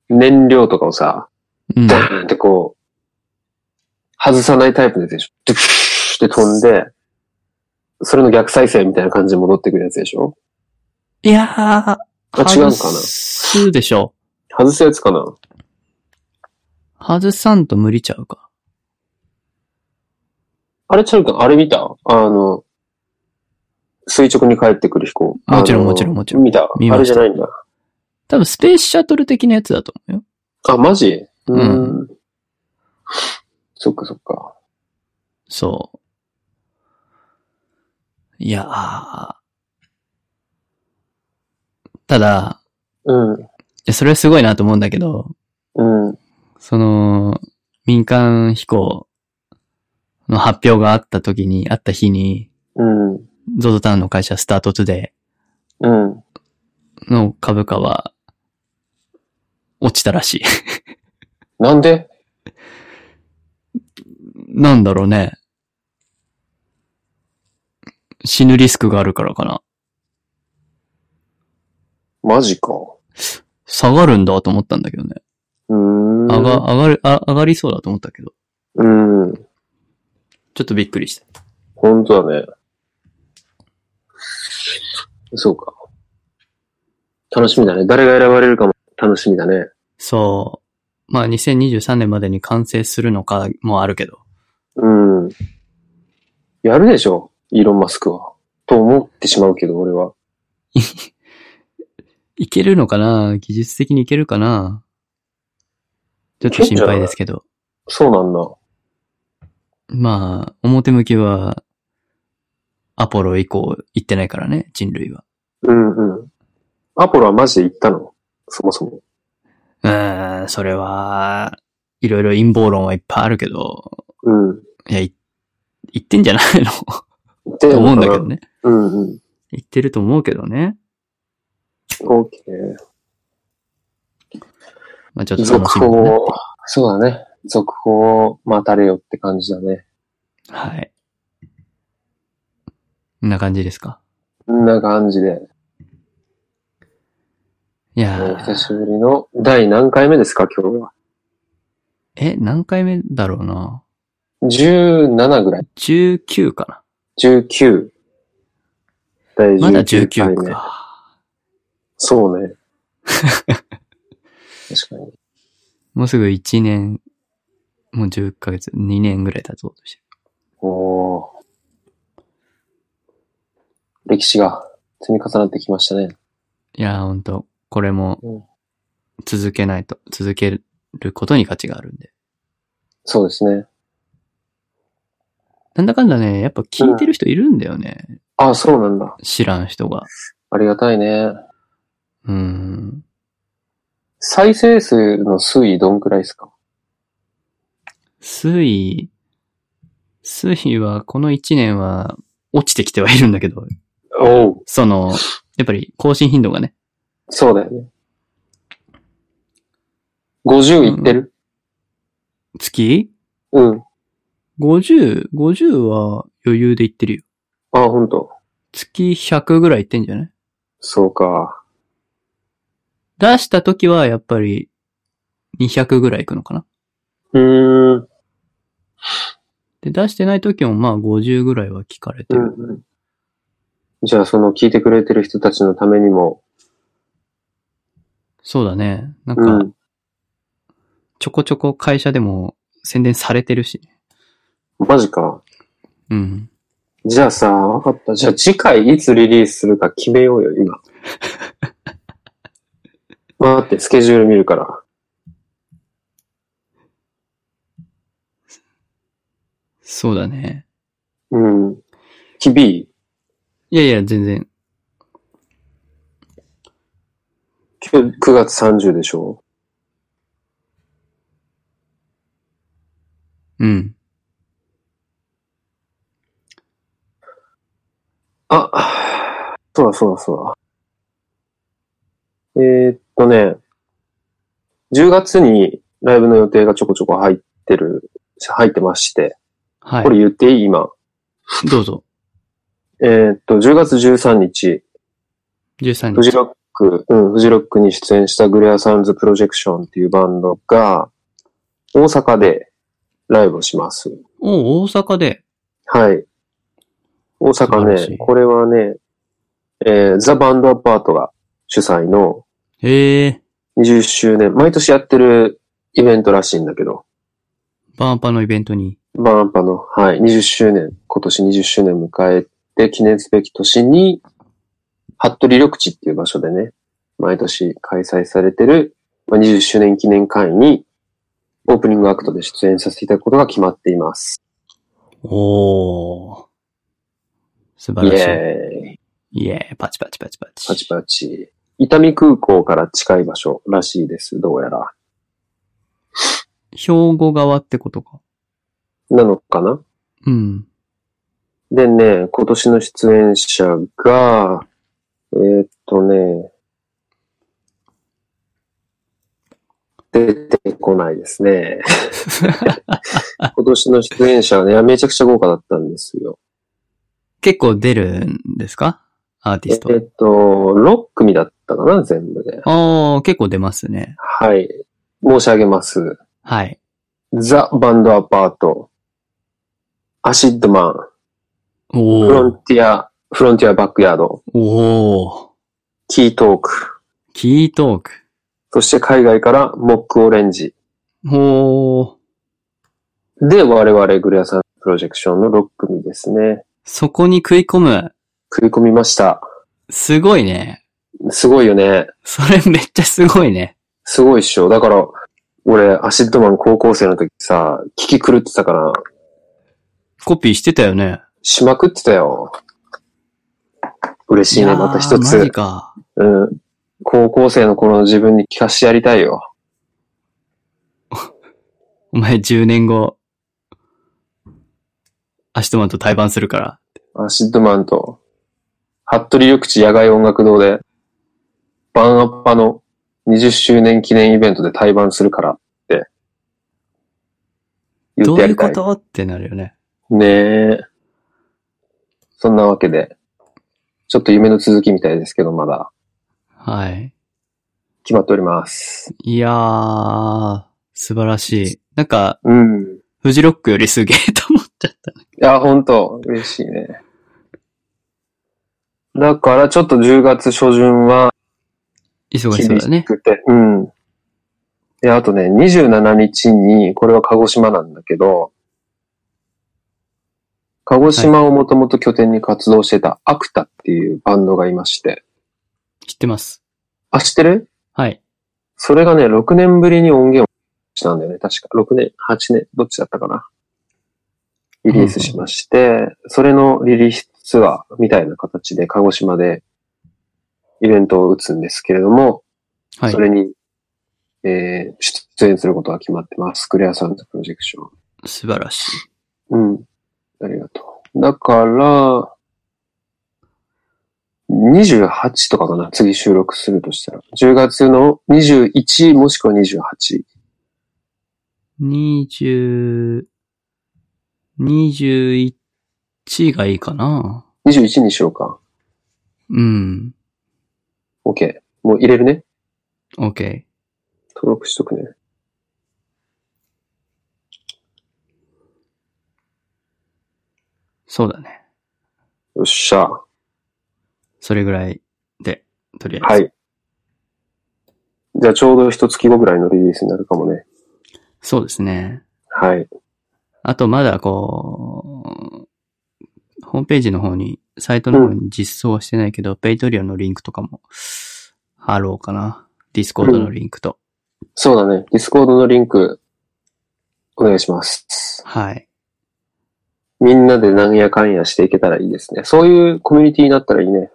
Speaker 1: 燃料とかをさ、
Speaker 2: うん。
Speaker 1: ドーンってこう、外さないタイプのやつでしょドゥッって飛んで、それの逆再生みたいな感じで戻ってくるやつでしょ
Speaker 2: いやー、
Speaker 1: あ、違うのかな
Speaker 2: 外すでしょ。
Speaker 1: 外すやつかな
Speaker 2: 外さんと無理ちゃうか。
Speaker 1: あれ、チャル君、あれ見たあの、垂直に帰ってくる飛行。
Speaker 2: もちろん
Speaker 1: あの
Speaker 2: もちろんもちろん
Speaker 1: 見た
Speaker 2: 見
Speaker 1: あ
Speaker 2: ま
Speaker 1: れ
Speaker 2: し
Speaker 1: じ
Speaker 2: た
Speaker 1: ゃないんだ。
Speaker 2: 多分スペースシャトル的なやつだと思うよ。
Speaker 1: あ、マジう
Speaker 2: うん
Speaker 1: ん。そっかそっか。
Speaker 2: そう。いやー。ただ、
Speaker 1: うん。
Speaker 2: いやそれはすごいなと思うんだけど、
Speaker 1: うん。
Speaker 2: その、民間飛行の発表があった時に、あった日に、
Speaker 1: うん。
Speaker 2: ゾゾタウンの会社スタートトゥデイ
Speaker 1: うん。
Speaker 2: の株価は、落ちたらしい。
Speaker 1: なんで
Speaker 2: なんだろうね。死ぬリスクがあるからかな。
Speaker 1: マジか。
Speaker 2: 下がるんだと思ったんだけどね。
Speaker 1: うーん。
Speaker 2: 上が、上がる、あ上がりそうだと思ったけど。
Speaker 1: うん。
Speaker 2: ちょっとびっくりした。
Speaker 1: 本当だね。そうか。楽しみだね。誰が選ばれるかも楽しみだね。
Speaker 2: そう。まあ2023年までに完成するのかもあるけど。
Speaker 1: うん。やるでしょイーロン・マスクは。と思ってしまうけど、俺は。
Speaker 2: いけるのかな技術的にいけるかなちょっと心配ですけど。
Speaker 1: そうなんだ。
Speaker 2: まあ、表向きは、アポロ以降行ってないからね、人類は。
Speaker 1: うんうん。アポロはマジで行ったのそもそも。
Speaker 2: うーん、それは、いろいろ陰謀論はいっぱいあるけど、
Speaker 1: うん。
Speaker 2: いや、い言ってんじゃないの [laughs]
Speaker 1: 行ってんのか
Speaker 2: と
Speaker 1: な
Speaker 2: 思うんだけど。ね。
Speaker 1: うんうん。
Speaker 2: 言ってると思うけどね。
Speaker 1: オーケー。
Speaker 2: まあちょっと楽し
Speaker 1: 続
Speaker 2: みだ
Speaker 1: 報
Speaker 2: ね。
Speaker 1: を、そうだね。続報を待たれよって感じだね。
Speaker 2: はい。こんな感じですか。
Speaker 1: こんな感じで、
Speaker 2: いや
Speaker 1: もう久
Speaker 2: ー
Speaker 1: しぶりの第何回目ですか、今日は。
Speaker 2: え、何回目だろうな。
Speaker 1: 17ぐらい。
Speaker 2: 19かな。
Speaker 1: 19。第19
Speaker 2: ま
Speaker 1: 回目。
Speaker 2: だ19か。
Speaker 1: [laughs] そうね。確かに。
Speaker 2: もうすぐ1年、もう10ヶ月、2年ぐらい経とうとしてる。
Speaker 1: おー歴史が積み重なってきましたね。
Speaker 2: いやー、ほんと、これ
Speaker 1: うん
Speaker 2: も、続けないと、続けることに価値があるんで。
Speaker 1: そうですね。
Speaker 2: なんだかんだね、やっぱ聞いてる人いるんだよね。
Speaker 1: あ、そうなんだ。
Speaker 2: 知らん人が。
Speaker 1: ありがたいね。
Speaker 2: うん。
Speaker 1: 再生数の推移どんくらいですか
Speaker 2: 水位、水位はこの1年は落ちてきてはいるんだけど、
Speaker 1: おう。
Speaker 2: その、やっぱり更新頻度がね、
Speaker 1: そうだよね。50いってる、
Speaker 2: 月
Speaker 1: うん、
Speaker 2: 50、50は余裕でいってるよ。
Speaker 1: あ、ほんと。
Speaker 2: 月100ぐらいいってんじゃない
Speaker 1: そうか。
Speaker 2: 出した時はやっぱり200ぐらいいくのかな
Speaker 1: うーん。
Speaker 2: で、出してない時もまあ50ぐらいは聞かれて
Speaker 1: うん
Speaker 2: る。
Speaker 1: うん。じゃあ、その聞いてくれてる人たちのためにも、
Speaker 2: そうだね。な
Speaker 1: うん
Speaker 2: か、
Speaker 1: ん。
Speaker 2: ちょこちょこ会社でも宣伝されてるし。
Speaker 1: マジか。
Speaker 2: うん。
Speaker 1: じゃあさ、わかった。じゃあ次回いつリリースするか決めようよ、 [laughs] 今。待って、スケジュール見るから。
Speaker 2: そうだね。
Speaker 1: うん。日々、
Speaker 2: いやいや、全然。
Speaker 1: 今日9月30でしょ
Speaker 2: うん。
Speaker 1: あ、そうだそうだそうだ。えー、っとね、10月にライブの予定がちょこちょこ入ってる、入ってまして、
Speaker 2: は
Speaker 1: これ
Speaker 2: い。
Speaker 1: 言っていい今。
Speaker 2: どうぞ。
Speaker 1: えー、っと、10月13日、
Speaker 2: 13
Speaker 1: フジ
Speaker 2: 日。
Speaker 1: ロック、うん、フジロックに出演したグレアサウンズプロジェクションっていうバンドが、大阪でライブをします。
Speaker 2: おう大阪で。
Speaker 1: はい。大
Speaker 2: 素晴ら
Speaker 1: 阪
Speaker 2: しい
Speaker 1: ね、これはね、えーザ・バンド・アパートが主催の
Speaker 2: へえ。
Speaker 1: 20周年、毎年やってるイベントらしいんだけど、
Speaker 2: バーンパのイベントに。
Speaker 1: バーンパの、はい、20周年、今年20周年迎えて、記念すべき年に、服部緑地っていう場所でね、毎年開催されてる、まあ、20周年記念会に、オープニングアクトで出演させていただくことが決まっています。
Speaker 2: おお。素
Speaker 1: イ
Speaker 2: 晴らし
Speaker 1: エーイ。
Speaker 2: い。イエーイ。パチパチパチパチ。
Speaker 1: パチパチ。伊丹空港から近い場所らしいです、どうやら。
Speaker 2: 兵庫側ってことか。
Speaker 1: なのかな
Speaker 2: うん。
Speaker 1: でね、今年の出演者が、えーっとね、出てこないですね。今年の出演者がね、めちゃくちゃ豪華だったんですよ。
Speaker 2: 結構出るんですかアーテ
Speaker 1: え
Speaker 2: ィスト。
Speaker 1: ーっと、6組だったかな、全部で。
Speaker 2: ああ、結構出ますね。
Speaker 1: はい。申し上げます。
Speaker 2: はい。
Speaker 1: ザ・バンド・アパート、アシッドマン、フロ
Speaker 2: おお。
Speaker 1: ンティア、フロンティア・バックヤード、
Speaker 2: おお。
Speaker 1: キートーク、
Speaker 2: キートーク。
Speaker 1: そして海外からモック・オレンジ、
Speaker 2: おお。
Speaker 1: で、我々グレアさんプロジェクションの6組ですね。
Speaker 2: そこに食い込む。
Speaker 1: 食い込みました。
Speaker 2: すごいね。
Speaker 1: すごいよね。
Speaker 2: それめっちゃすごいね。
Speaker 1: すごいっしょ。だから、俺、アシッドマン高校生の時さ、聞き狂ってたから、
Speaker 2: コピーしてたよね。
Speaker 1: しまくってたよ。嬉しい
Speaker 2: や
Speaker 1: ね、
Speaker 2: ー
Speaker 1: また一
Speaker 2: マジ
Speaker 1: つ。
Speaker 2: か。
Speaker 1: うん。高校生の頃の自分に聞かしてやりたいよ。
Speaker 2: お前10年後、アシトマンと対バンするから。
Speaker 1: アシッドマンと、服部緑地野外音楽堂で、バンアッパの20周年記念イベントで対バンするからって、言
Speaker 2: ど
Speaker 1: っ
Speaker 2: う
Speaker 1: てや
Speaker 2: い
Speaker 1: り
Speaker 2: う
Speaker 1: た
Speaker 2: こ
Speaker 1: い。
Speaker 2: とってなるよね。
Speaker 1: ねえ。そんなわけで、ちょっと夢の続きみたいですけど、まだ
Speaker 2: はい。
Speaker 1: 決まっております。
Speaker 2: いやー、素晴らしい。なんか、
Speaker 1: うん。
Speaker 2: フジロックよりすげえと思っちゃ
Speaker 1: [laughs]
Speaker 2: ったね。
Speaker 1: いや、ほんと、嬉しいね。だから、ちょっと10月初旬は、
Speaker 2: 忙し
Speaker 1: 厳
Speaker 2: そうだ
Speaker 1: し
Speaker 2: ね。
Speaker 1: くて、うん。で、あとね、27日に、これは鹿児島なんだけど、鹿児島をもともと拠点に活動してたアクタっていうバンドがいまして。
Speaker 2: 知ってます。
Speaker 1: あ、知ってる
Speaker 2: はい。
Speaker 1: それがね、6年ぶりに音源をしたんだよね。確か。6年、8年、どっちだったかな。リリースしまして、それのリリースツアーみたいな形で鹿児島でイベントを打つんですけれども、
Speaker 2: はい
Speaker 1: そ。れに、えー出演することが決まってます。クレアサウンドプロジェクション。
Speaker 3: 素晴らしい。
Speaker 1: うん。ありがとう。だから、28とかかな次収録するとしたら。10月の21もしくは28。
Speaker 2: 二十、二十一がいいかな
Speaker 1: 21にしようか。
Speaker 2: うん。
Speaker 1: OK。もう入れるね。
Speaker 2: OK。
Speaker 1: 登録しとくね。
Speaker 2: そうだね。
Speaker 1: よっしゃ。は
Speaker 2: それぐらいで、とりあえず。
Speaker 1: い。じゃあちょうど一月後ぐらいのリリースになるかもね。
Speaker 2: そうですね。
Speaker 1: はい。
Speaker 2: あとまだこう、ホームページの方に、サイトの方に実装はしてないけど、ペイトリオのリンクとかも貼ろうかな。ディスコードのリンクと。
Speaker 1: そうだね。ディスコードのリンク、お願いします。
Speaker 2: はい。
Speaker 1: みんなでなんやかんやしていけたらいいですね。そういうコミュニティになったらいいね。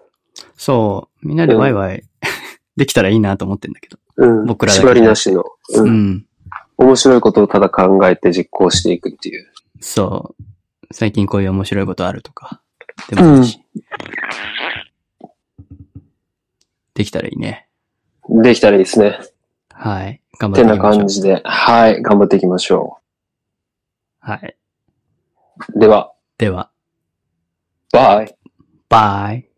Speaker 2: そう、みんなでワイワイ [laughs] できたらいいなと思ってんだけど。
Speaker 1: うん。
Speaker 2: 僕らだけ
Speaker 1: 縛りなしの。う。
Speaker 2: うんん。
Speaker 1: 面白いことをただ考えて実行していくっていう。
Speaker 2: そう。最近こういう面白いことあるとか。でもいいし。できたらいいね。
Speaker 1: できたらいいですね。
Speaker 2: はい。頑張って
Speaker 1: て
Speaker 2: いき
Speaker 1: な
Speaker 2: ましょう
Speaker 1: 感。じで。はい。頑張っていきましょ
Speaker 2: はい。
Speaker 1: う。では、
Speaker 2: では、
Speaker 1: バイ。
Speaker 2: バイ。